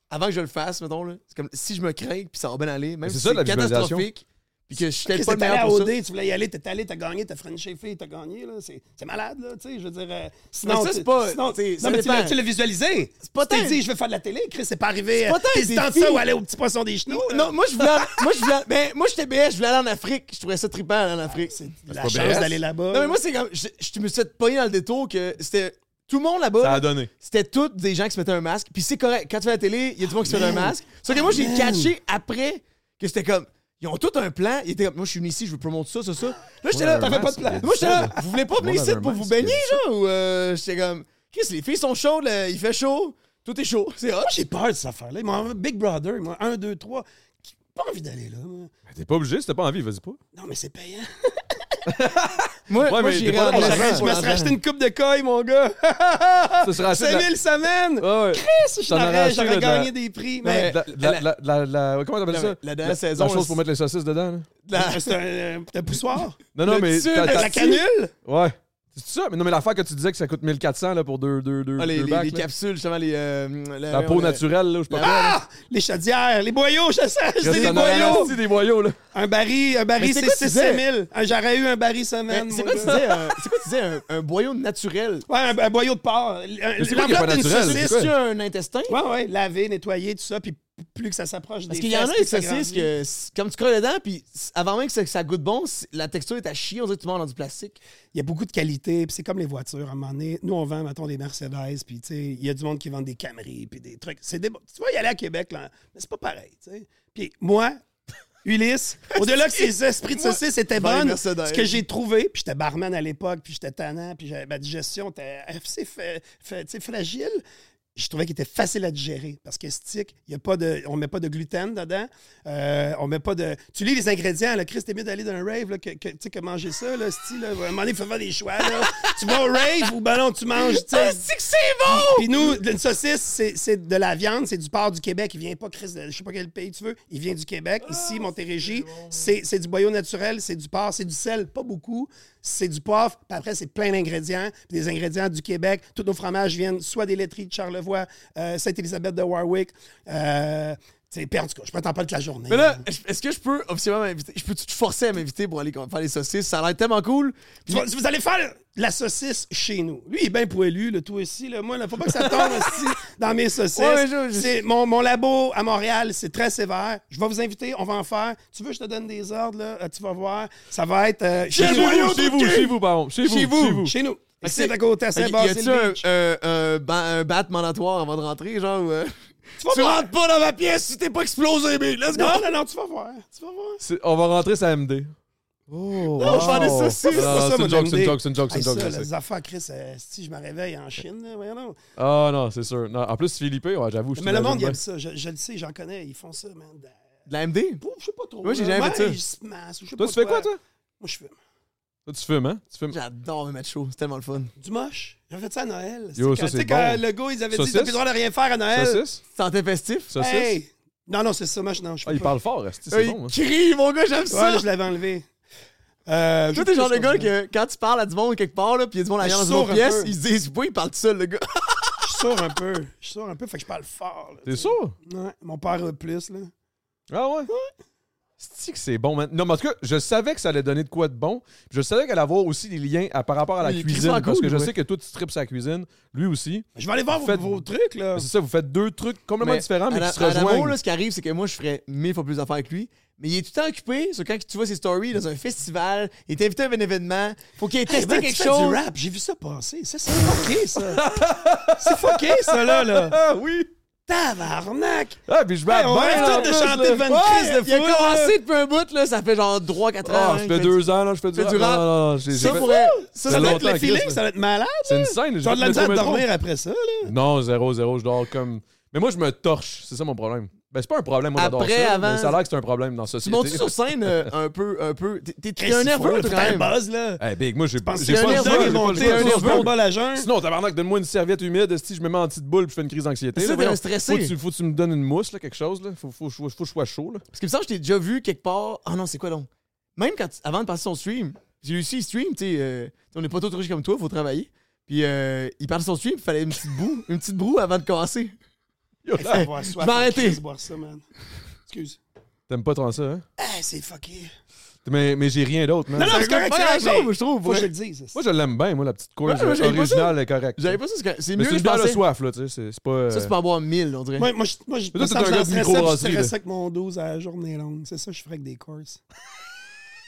Speaker 2: Avant que je le fasse, mettons, là, c'est comme si je me crains, puis ça va bien aller, même
Speaker 1: c'est
Speaker 2: si
Speaker 1: ça, la
Speaker 2: c'est
Speaker 1: visualisation.
Speaker 2: catastrophique, puis que je suis
Speaker 3: Chris,
Speaker 2: peut-être
Speaker 3: t'es
Speaker 2: pas le
Speaker 3: allé
Speaker 2: meilleur
Speaker 3: à
Speaker 2: pour ça.
Speaker 3: OD, tu voulais y aller, t'es allé, t'as gagné, t'as frenché fille, t'as gagné. là, C'est c'est malade, là, tu sais, je veux dire. euh, sinon,
Speaker 2: ça, c'est
Speaker 3: tu-
Speaker 2: pas-
Speaker 3: sinon-
Speaker 2: c'est-
Speaker 3: non,
Speaker 2: ça
Speaker 3: mais tu
Speaker 2: dépend.
Speaker 3: l'as- tu l'as visualisé.
Speaker 2: C'est pas
Speaker 3: Tu
Speaker 2: tant-
Speaker 3: t'es dit, je veux faire de la télé, Chris, c'est pas arrivé.
Speaker 2: pas tant
Speaker 3: T'es
Speaker 2: des
Speaker 3: tant de
Speaker 2: filles.
Speaker 3: ça ou aller au petit poisson des chenous. là.
Speaker 2: Non, moi, je voulais. moi, je voulais. Mais moi, j'étais BS, je voulais aller en Afrique. Je trouvais ça trippant aller en Afrique.
Speaker 3: Ah, C'est la
Speaker 1: pas
Speaker 3: chance
Speaker 1: BS.
Speaker 3: d'aller là-bas.
Speaker 2: Non, mais moi, c'est comme. Je, je me suis fait pogner dans le détour que c'était. Tout le monde
Speaker 1: Ça
Speaker 2: là-bas,
Speaker 1: a donné.
Speaker 2: c'était tous des gens qui se mettaient un masque. Puis c'est correct. Quand tu fais la télé, il y a du monde qui se met un masque. Sauf que moi, j'ai
Speaker 3: man.
Speaker 2: catché après que c'était comme. Ils ont tout un plan. Ils étaient comme, moi, je suis venu ici, je veux promoter ça, ça, ça. Là, j'étais là,
Speaker 1: avait un
Speaker 2: t'avais pas de
Speaker 1: masque, il y
Speaker 2: plan.
Speaker 1: avait
Speaker 2: Moi, j'étais
Speaker 1: ça,
Speaker 2: là, vous voulez pas
Speaker 1: Tout le
Speaker 2: venir
Speaker 1: monde
Speaker 2: ici
Speaker 1: avait un
Speaker 2: pour vous
Speaker 1: masque, il y
Speaker 2: baigner, genre? Ou euh, j'étais comme, Chris, les filles sont chaudes, là, il fait chaud, tout est chaud. C'est hot.
Speaker 3: Moi, j'ai peur de cette affaire-là. Ils m'ont envoyé Big Brother, moi, 1, 2, 3. Pas envie d'aller là. moi.
Speaker 1: Ben, T'es pas obligé, si t'as pas envie, vas-y pas.
Speaker 3: Non, mais c'est payant.
Speaker 2: Moi,
Speaker 1: Ouais,
Speaker 2: moi
Speaker 1: mais
Speaker 2: j'irais
Speaker 1: t'es pas
Speaker 2: en
Speaker 1: dans la
Speaker 2: Iran,
Speaker 1: rue,
Speaker 3: Je
Speaker 1: tu
Speaker 2: pour
Speaker 3: me serais
Speaker 2: l'argent.
Speaker 3: acheté une coupe de coille, mon gars.
Speaker 1: Ça serait assez. de la-
Speaker 3: 5000 semaines.
Speaker 1: Ouais, ouais.
Speaker 3: Chris, je
Speaker 1: T'en aurais
Speaker 3: l'aurais-
Speaker 1: acheté, là,
Speaker 3: j'aurais
Speaker 1: de la-
Speaker 3: gagné des prix.
Speaker 2: Ouais.
Speaker 3: Mais
Speaker 1: De la- de la- la- la- la- Comment t'appelles
Speaker 2: Non,
Speaker 1: ça?
Speaker 2: mais la dernière saison,
Speaker 1: La chose
Speaker 2: on-
Speaker 1: pour mettre les saucisses dedans. là.
Speaker 2: La-
Speaker 3: c'est un, euh, un poussoir.
Speaker 1: Non, non,
Speaker 2: Le
Speaker 1: mais.
Speaker 2: dessus,
Speaker 1: t'as-
Speaker 2: le
Speaker 1: t'as-
Speaker 3: La canule.
Speaker 1: Ouais. C'est ça? Mais non, mais l'affaire que tu disais que ça coûte 1400 là, pour deux, deux, deux,
Speaker 2: Ah, les,
Speaker 1: deux
Speaker 2: les-
Speaker 1: bacs,
Speaker 2: les
Speaker 1: là.
Speaker 2: capsules, justement, les. euh,
Speaker 1: La peau naturelle, là, je parle.
Speaker 3: Ah! Les chaudières, les boyaux, je sais, je dis
Speaker 1: Reste
Speaker 3: les
Speaker 1: en arrière,
Speaker 3: boyaux.
Speaker 1: c'est des boyaux, là.
Speaker 3: Un baril, un baril,
Speaker 2: Mais c'est
Speaker 3: c'est
Speaker 2: quoi tu
Speaker 3: 6
Speaker 2: disais?
Speaker 3: 000. Ah, J'aurais eu un baril semaine,
Speaker 2: Mais C'est
Speaker 3: mon
Speaker 2: quoi tu
Speaker 3: gars.
Speaker 2: disais? euh, c'est quoi tu disais? Un, un boyau naturel?
Speaker 3: Ouais, un, un boyau de porc.
Speaker 1: c'est quoi qui est
Speaker 3: L'enveloppe
Speaker 1: pas
Speaker 3: d'une
Speaker 1: naturel?
Speaker 3: saucisse.
Speaker 1: quoi?
Speaker 2: Est-ce que tu as un intestin?
Speaker 3: Ouais, ouais, laver, nettoyer, tout ça, puis plus que ça s'approche des
Speaker 2: Parce qu'il y en a
Speaker 3: fesses,
Speaker 2: des
Speaker 3: plus ça
Speaker 2: saucisses
Speaker 3: grandit.
Speaker 2: que, c- comme tu creuses dedans, puis c- avant même que ça, que ça goûte bon, c- la texture est à chier, on dirait que tu manges dans du plastique.
Speaker 3: Il y a beaucoup de qualité, puis c'est comme les voitures. À un moment donné, nous, on vend, mettons, des Mercedes, puis tu sais, il y a du monde qui vend des Camry, puis des trucs. C'est des... Tu vas y aller à Québec, là, mais c'est pas pareil, tu sais. Puis moi, Ulysse, au-delà que ces esprits de saucisses étaient
Speaker 2: Vend les
Speaker 3: bonnes,
Speaker 2: Mercedes.
Speaker 3: ce que j'ai trouvé, puis j'étais barman à l'époque, puis j'étais tannant, puis j'avais- ma digestion était assez fa- fa- tu sais, fragile, je trouvais qu'il était facile à digérer parce que stick, il y a pas de, on met pas de gluten dedans, euh, on met pas de, tu lis les ingrédients, là, Chris, t'es mieux d'aller d'un rave là, que, que, tu sais, que manger ça, là, style, là, à un moment donné, il faut faire des choix, là. tu vas au rave ou ben non, tu manges, tu
Speaker 2: Ah,
Speaker 3: sais.
Speaker 2: que c'est bon!
Speaker 3: Puis nous, une saucisse, c'est- c'est de la viande, c'est du porc du Québec. Il vient pas, Chris, de, je sais pas quel pays tu veux. Il vient du Québec. Ici, Montérégie, c'est c'est du boyau naturel, c'est du porc, c'est du sel, pas beaucoup. C'est du poivre. Puis après, c'est plein d'ingrédients. Puis Des ingrédients du Québec. Tous nos fromages viennent soit des laiteries de Charlevoix, euh, Sainte-Élisabeth de Warwick. Euh, c'est perdu, quoi. Je peux t'en parler toute la journée.
Speaker 2: Mais là, est-ce est-ce que je peux officiellement m'inviter? Je peux-tu te forcer à m'inviter pour aller faire les saucisses? Ça a l'air tellement cool.
Speaker 3: Tu vas- vous allez faire la saucisse chez nous. Lui, il est bien poilu, le tout ici. Là. Moi, là, faut pas que ça tombe aussi dans mes saucisses.
Speaker 2: Ouais, mais je- je-
Speaker 3: C'est mon, mon labo à Montréal, c'est très sévère. Je vais vous inviter, on va en faire. Tu veux, je te donne des ordres, là, euh, tu vas voir. Ça va être euh, chez,
Speaker 1: Chez
Speaker 3: nous.
Speaker 1: vous, chez vous, chez vous, pardon. Chez vous,
Speaker 2: Chez vous.
Speaker 1: chez vous.
Speaker 3: Chez nous.
Speaker 2: c'est-
Speaker 3: C'est à côté, à
Speaker 2: Fait que,
Speaker 3: Saint-Basile.
Speaker 2: y a-tu un,
Speaker 3: Beach.
Speaker 2: un, un, ban- un bat mandatoire avant de rentrer, genre? ou, euh,
Speaker 3: vas
Speaker 2: tu
Speaker 3: voir.
Speaker 2: rentres pas dans ma pièce si t'es pas explosé, mais let's go!
Speaker 3: Non, non, non, tu vas voir. Tu vas voir.
Speaker 1: C'est- On va rentrer samedi.
Speaker 4: Oh,
Speaker 3: Non, je vais aller ça, c'est
Speaker 1: Non, non,
Speaker 3: ça,
Speaker 1: c'est
Speaker 3: mon
Speaker 1: une joke,
Speaker 3: joke,
Speaker 1: c'est une joke, c'est une joke, c'est
Speaker 3: Hey,
Speaker 1: une joke.
Speaker 3: ça,
Speaker 1: je sais.
Speaker 3: les affaires, Chris, euh, si je me réveille en Chine, là, voyons donc.
Speaker 1: Ah non, c'est sûr. Non, en plus, Philippe, ouais, j'avoue, je
Speaker 3: Mais le
Speaker 1: t'imagine
Speaker 3: monde, il
Speaker 1: bien.
Speaker 3: aime ça. Je, je le sais, j'en connais. Ils font ça, man. De-
Speaker 2: De la MD?
Speaker 3: Bon, je sais pas trop.
Speaker 2: Moi, j'ai
Speaker 3: là.
Speaker 2: jamais fait
Speaker 3: Ouais,
Speaker 2: ça.
Speaker 3: ils se massent, je sais
Speaker 1: Toi,
Speaker 3: pas
Speaker 1: tu fais quoi, toi?
Speaker 3: Moi, je fais
Speaker 1: Toi, tu fumes, hein? Tu fumes.
Speaker 2: J'adore me mettre chaud, c'est tellement le fun.
Speaker 3: du moche. J'avais fait ça à Noël.
Speaker 1: Yo, ça,
Speaker 3: quand-
Speaker 1: c'est
Speaker 3: Tu sais, quand
Speaker 1: bon.
Speaker 3: le gars, ils avaient dit,
Speaker 1: Saucisse?
Speaker 3: t'as plus le droit de rien faire à Noël.
Speaker 1: Saucisse?
Speaker 2: Santé festif?
Speaker 1: Saucisse?
Speaker 3: Hey! Non, non, c'est ça, moi, je- non, je
Speaker 1: Ah,
Speaker 3: peux
Speaker 1: il
Speaker 3: pas.
Speaker 1: parle fort, esti,
Speaker 2: Euh,
Speaker 1: c'est
Speaker 2: il
Speaker 1: bon. hein.
Speaker 2: crie, mon gars, j'aime
Speaker 3: Ouais,
Speaker 2: ça!
Speaker 3: là, je l'avais enlevé. Euh,
Speaker 2: Toi, t'es le genre de
Speaker 3: je-
Speaker 2: gars que quand tu parles à du monde quelque part, là, pis il y a du monde
Speaker 3: Mais
Speaker 2: ailleurs
Speaker 3: je
Speaker 2: dans une autre
Speaker 3: sourd un
Speaker 2: pièce,
Speaker 3: peu.
Speaker 2: ils se disent, oui, il parle tout seul, le gars.
Speaker 3: Je sors un peu. Je sors un peu, fait que je parle fort. là, tu
Speaker 1: T'es
Speaker 3: sais.
Speaker 1: sûr?
Speaker 3: Ouais, mon père a plus, là.
Speaker 1: Ah ouais? cest que c'est bon, man? Non, mais en tout cas, je savais que ça allait donner de quoi de bon. Je savais qu'elle allait avoir aussi des liens à- par rapport à la
Speaker 2: Il est
Speaker 1: cuisine.
Speaker 2: crissement
Speaker 1: parce que
Speaker 2: cool,
Speaker 1: je
Speaker 2: ouais.
Speaker 1: sais que toi, tu tripes sa cuisine. Lui aussi.
Speaker 3: Je vais aller voir vos,
Speaker 1: Faites-
Speaker 3: vos trucs, là.
Speaker 1: C'est ça, vous faites deux trucs complètement
Speaker 2: Mais
Speaker 1: différents, mais
Speaker 2: à la-
Speaker 1: qui se
Speaker 2: à l'amour,
Speaker 1: rejoignent.
Speaker 2: là, ce qui arrive, c'est que moi, je ferais mille fois plus d'affaires que lui. Mais il est tout le temps occupé. Sur quand tu vois ses stories dans un festival, il est invité à un événement, faut qu'il ait
Speaker 3: Hey,
Speaker 2: testé
Speaker 3: man, tu
Speaker 2: quelque
Speaker 3: fais
Speaker 2: chose.
Speaker 3: du rap, j'ai vu ça passer. Ça, c'est fucké, ça. c'est fucké, ça, là, là.
Speaker 1: Ah oui!
Speaker 3: Tabarnak!
Speaker 1: Ah, puis je vais
Speaker 3: Hey, on rêve
Speaker 1: là, en
Speaker 3: tous de
Speaker 1: plus,
Speaker 3: chanter
Speaker 1: là.
Speaker 3: devant une
Speaker 1: Ouais!
Speaker 3: crise de
Speaker 2: Il a
Speaker 3: fou, là.
Speaker 2: commencé depuis un bout, là, ça fait genre 3-4 ans.
Speaker 1: Ah,
Speaker 2: hein,
Speaker 1: ça
Speaker 2: qu'il
Speaker 1: fait
Speaker 2: fait
Speaker 1: deux ans, là, je fais
Speaker 2: fais
Speaker 1: du
Speaker 2: du
Speaker 1: rap.
Speaker 2: rap.
Speaker 1: Non, non, non, j'ai-
Speaker 2: Ça
Speaker 1: j'ai fait-
Speaker 2: pourrait. Ça,
Speaker 1: Ça
Speaker 2: ça
Speaker 3: Ça
Speaker 1: fait
Speaker 3: doit
Speaker 2: doit
Speaker 3: être le
Speaker 1: longtemps,
Speaker 3: feeling,
Speaker 1: Chris,
Speaker 3: ça doit être malade.
Speaker 1: C'est une scène.
Speaker 3: Tu as de la misère à
Speaker 1: de
Speaker 3: dormir après ça, là.
Speaker 1: Non, zéro, zéro, je dors comme... Mais moi, je me torche, c'est ça mon problème. Ben, c'est pas un problème, moi, j'adore
Speaker 2: Après,
Speaker 1: ça.
Speaker 2: avant-
Speaker 1: Mais ça a l'air que c'est un problème dans la
Speaker 2: Tu
Speaker 1: société.
Speaker 2: montes sur scène euh, un peu, un peu. T'es- T'es t'es
Speaker 3: Hey,
Speaker 2: un
Speaker 3: c'est
Speaker 2: nerveux,
Speaker 3: fou,
Speaker 2: toi,
Speaker 3: tout
Speaker 2: quand
Speaker 3: un
Speaker 2: même.
Speaker 3: buzz, là.
Speaker 1: Eh, big, moi, j'ai pas
Speaker 3: Parce
Speaker 1: j'ai
Speaker 3: que
Speaker 1: pas
Speaker 2: un
Speaker 1: le
Speaker 3: le
Speaker 2: nerveux
Speaker 1: droit,
Speaker 3: dog est
Speaker 1: j'ai pas le
Speaker 3: monté
Speaker 1: droit.
Speaker 3: un
Speaker 2: nerveux.
Speaker 3: peu bol à jeun.
Speaker 1: Sinon, tabarnak, donne-moi une serviette humide. Si je me mets en petite boule puis je fais une crise d'anxiété.
Speaker 2: C'est ça,
Speaker 1: là,
Speaker 2: t'es
Speaker 1: voyons.
Speaker 2: un stressé.
Speaker 1: Faut que, tu, faut que tu me donnes une mousse, là, quelque chose. Là. Faut, faut, faut, faut que je sois chaud. Là.
Speaker 2: Parce que ça, je t'ai déjà vu quelque part. Ah non, c'est quoi donc? Même quand tu- avant de passer son stream, j'ai réussi, il stream, tu sais, euh, on n'est pas tous riches comme toi, faut travailler. Puis euh, il parle de son stream, il fallait une petite boue, une petite broue avant de casser.
Speaker 1: Yo,
Speaker 3: Hey,
Speaker 1: là,
Speaker 3: faut avoir soif,
Speaker 2: je vais
Speaker 3: faut
Speaker 2: arrêter.
Speaker 3: juste boire ça, man. Excuse.
Speaker 1: T'aimes pas tant ça, hein?
Speaker 3: Hey, c'est fucké.
Speaker 1: Mais, mais j'ai rien d'autre, man.
Speaker 3: Non, non, c'est correct,
Speaker 2: pas
Speaker 3: c'est correct,
Speaker 2: grand-chose,
Speaker 3: mais
Speaker 2: je trouve.
Speaker 3: Faut que je
Speaker 2: ouais.
Speaker 3: le dise. ça.
Speaker 1: Moi, je l'aime bien, moi, la petite course
Speaker 2: Ouais, moi, j'avais pas
Speaker 1: originale est correcte.
Speaker 2: J'avais pas ça, c'est correct. c'est
Speaker 1: Mais
Speaker 2: mieux
Speaker 1: c'est
Speaker 2: que
Speaker 1: une
Speaker 2: je
Speaker 1: bière de
Speaker 2: pensais.
Speaker 1: soif, là, tu sais. c'est- C'est pas. euh,
Speaker 2: Ça, tu peux avoir 1000, on dirait.
Speaker 3: Moi, moi, je, moi, je,
Speaker 1: Mais toi, t'es
Speaker 3: me sens
Speaker 1: un
Speaker 3: que
Speaker 1: gars
Speaker 3: j'en
Speaker 1: de
Speaker 3: stressais, puis je
Speaker 1: microbrasserie,
Speaker 3: stressais avec mon 12 à la journée longue. C'est ça, je ferais avec des courses.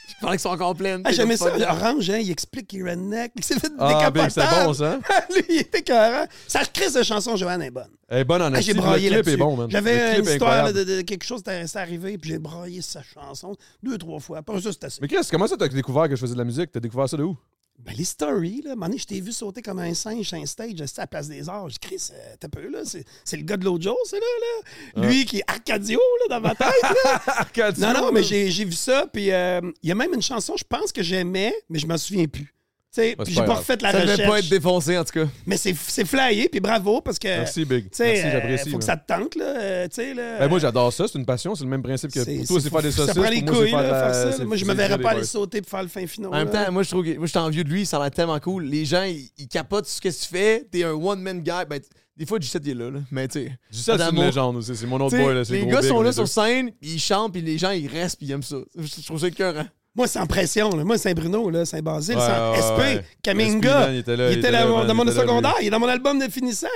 Speaker 2: Je parlais qu'ils sont encore pleines.
Speaker 3: Ah,
Speaker 2: t'es
Speaker 3: j'aimais
Speaker 2: comme
Speaker 3: ça,
Speaker 2: pas bien.
Speaker 3: l'orange, hein, il explique qu'il est redneck. Il s'est fait
Speaker 1: Ah, big, c'est
Speaker 3: décapotable.
Speaker 1: bon, ça. hein?
Speaker 3: Lui, il était cohérent. Sa crise de chanson, Joanne, est bonne.
Speaker 1: Elle est bonne en
Speaker 3: Ah, j'ai
Speaker 1: esti,
Speaker 3: braillé
Speaker 1: Le clip
Speaker 3: là-dessus.
Speaker 1: est bon, man. Le
Speaker 3: J'avais
Speaker 1: clip
Speaker 3: une
Speaker 1: est
Speaker 3: histoire là,
Speaker 1: incroyable.
Speaker 3: de, de- de quelque chose qui était arrivé, puis j'ai braillé sa chanson deux, trois fois. Après ça, c'était assez.
Speaker 1: Mais Chris, comment ça t'as découvert que je faisais de la musique? T'as découvert ça de où?
Speaker 3: Ben, les stories, là, à un moment donné, je t'ai vu sauter comme un singe sur un stage, assis à la place des arts. J'ai dit, Chris, euh, t'as peu, là. C'est c'est le gars de l'autre jour, c'est là, là. Lui qui est Arcadio, là, dans ma tête, là.
Speaker 1: Arcadio,
Speaker 3: Non, non, mais
Speaker 1: là.
Speaker 3: j'ai j'ai vu ça, puis euh, il y a même une chanson, je pense que j'aimais, mais je m'en souviens plus. Tu sais,
Speaker 1: c'est
Speaker 3: puis
Speaker 1: pas
Speaker 3: j'ai pas
Speaker 1: grave.
Speaker 3: refait la
Speaker 2: Ça devait
Speaker 3: recherche.
Speaker 2: pas être défoncé, en tout cas.
Speaker 3: Mais c'est c'est flyé, puis bravo, parce que.
Speaker 1: Merci, Big.
Speaker 3: Tu sais,
Speaker 1: Merci,
Speaker 3: euh,
Speaker 1: j'apprécie.
Speaker 3: faut
Speaker 1: man.
Speaker 3: que ça te tente, là. euh, tu sais, là.
Speaker 1: Ben, moi, j'adore ça. C'est une passion. C'est le même principe que pour toi, c'est faire des saucisses.
Speaker 3: Ça prend les
Speaker 1: pour moi, c'est
Speaker 3: couilles,
Speaker 1: faire
Speaker 3: là,
Speaker 1: la-
Speaker 3: faire ça.
Speaker 1: c'est-
Speaker 3: Moi, je
Speaker 1: c'est
Speaker 3: me verrais
Speaker 1: écrire
Speaker 3: pas
Speaker 1: des
Speaker 3: aller
Speaker 1: words.
Speaker 3: sauter pour faire le fin final.
Speaker 2: En même
Speaker 3: là.
Speaker 2: temps, moi, je trouve que moi, je suis envieux de lui, ça a l'air tellement cool. Les gens, ils, ils capotent sur ce que tu fais. T'es un one-man guy. Ben, t- des fois, G7 il est là, là. Mais tu sais.
Speaker 1: Gisèle, c'est une
Speaker 2: Adamo,
Speaker 1: légende aussi. C'est mon autre
Speaker 2: tu sais,
Speaker 1: Oh boy. Là, c'est
Speaker 2: les
Speaker 1: gros
Speaker 2: gars
Speaker 1: big,
Speaker 2: sont
Speaker 1: on
Speaker 2: là
Speaker 1: est
Speaker 2: sur
Speaker 1: deux.
Speaker 2: scène, ils chantent, puis les gens, ils restent, puis ils aiment ça. Je, je trouve ça écœurant.
Speaker 3: Moi, sans pression. là. Moi, Saint-Bruno, là, Saint-Basile,
Speaker 1: Ouais,
Speaker 3: sans
Speaker 1: ouais, ouais.
Speaker 3: SP, Kaminga.
Speaker 1: SP, man, il était là, il
Speaker 3: Il
Speaker 1: était
Speaker 3: était là,
Speaker 1: là,
Speaker 3: mon-
Speaker 1: man,
Speaker 3: dans
Speaker 1: il
Speaker 3: mon
Speaker 1: était là,
Speaker 3: secondaire. Il est dans mon album de finissant.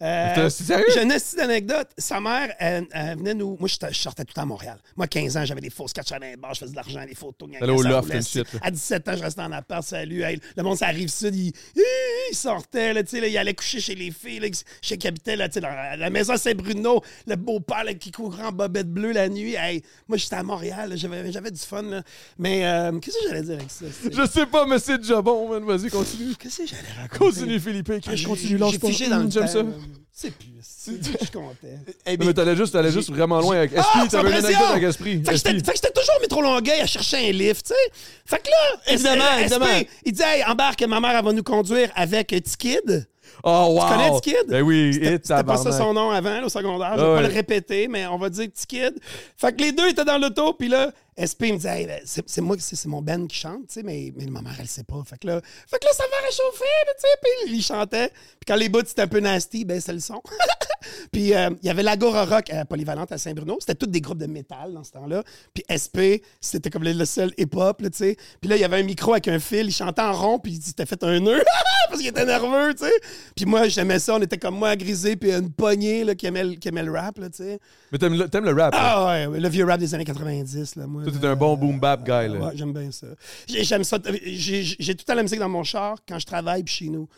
Speaker 3: Euh,
Speaker 1: Putain, c'est sérieux?
Speaker 3: J'ai une petite anecdote. Sa mère, elle, elle venait nous. Moi, j'étais- je sortais tout le temps à Montréal. Moi, 15 ans, j'avais des fausses catchs à bar, je faisais de l'argent, des photos.
Speaker 1: T'allais au
Speaker 3: ça
Speaker 1: loft
Speaker 3: roulait,
Speaker 1: and shit, là.
Speaker 3: À 17 ans, je restais en appart, salut. hey, le monde, ça arrive sud, il, il- il sortait, là, tu sais, là, il allait coucher chez les filles, là, chez Capitaine, là, tu sais, la, la maison Saint-Bruno, le beau-père là, qui courait en bobette bleue la nuit. Hey, moi, j'étais à Montréal, là, j'avais j'avais du fun, là. Mais euh, qu'est-ce que j'allais dire avec ça? c'est-
Speaker 1: Je sais pas, mais c'est déjà bon, man. Vas-y, continue.
Speaker 3: Qu'est-ce que j'allais raconter?
Speaker 1: Continue, Philippe.
Speaker 3: Ah, j'ai-
Speaker 1: Continue, lance
Speaker 3: J'ai
Speaker 1: pas.
Speaker 3: figé dans
Speaker 1: Hum,
Speaker 3: le
Speaker 1: J'aime ça.
Speaker 3: temps, là. C'est plus. c'est- Je suis content.
Speaker 2: Eh
Speaker 1: Non,
Speaker 2: bien,
Speaker 1: mais t'allais juste, t'allais juste vraiment loin avec Esprit.
Speaker 3: sans
Speaker 1: T'avais une
Speaker 3: pression!
Speaker 1: anecdote avec Esprit.
Speaker 3: Ah, Fait que j'étais
Speaker 1: Esprit.
Speaker 3: fait que j'étais toujours au métro Longueuil à chercher un lift, tu sais. Fait que là,
Speaker 2: Évidemment,
Speaker 3: SP,
Speaker 2: évidemment.
Speaker 3: il dit hey, embarque, ma mère elle va nous conduire avec T-Kid.
Speaker 1: Oh, wow.
Speaker 3: Tu connais T-Kid?
Speaker 1: Ben oui,
Speaker 3: C'était
Speaker 1: et
Speaker 3: c'était pas ça
Speaker 1: tabarnak.
Speaker 3: son nom avant, là, au secondaire. Je
Speaker 1: Ah
Speaker 3: vais
Speaker 1: ouais.
Speaker 3: pas le répéter, mais on va dire T-Kid. Fait que les deux étaient dans l'auto, puis là, SP me dit Hey, ben, c'est c'est moi, qui- c'est c'est mon band qui chante, tu sais, mais, mais ma mère, elle sait pas. Fait que là, fait que là ça m'a réchauffé, là, tu sais, puis il chantait. Puis quand les bouts, c'était un peu nasty, ben c'est le son. puis euh, il y avait l'Agora Rock à euh, Polyvalente à Saint-Bruno. C'était tous des groupes de métal dans ce temps-là. Puis SP, c'était comme le, le seul hip-hop, là, tu sais. Puis là, il y avait un micro avec un fil, il chantait en rond, puis il s'était fait un nœud parce qu'il était nerveux, tu sais. Puis moi, j'aimais ça, on était comme moi, grisé, puis une poignée là, qui, aimait, le- qui aimait le rap, là, tu sais.
Speaker 1: Mais t'aimes le- t'aimes le rap. là.
Speaker 3: Ah ouais, ouais, le vieux rap des années 90, là, moi.
Speaker 1: Toi, t'es
Speaker 3: là,
Speaker 1: un bon boom bap guy, là.
Speaker 3: Ouais, euh, j'aime bien ça. J'ai- J'aime ça. J'ai j'ai- j'ai tout le temps la musique dans mon char quand je travaille puis chez nous.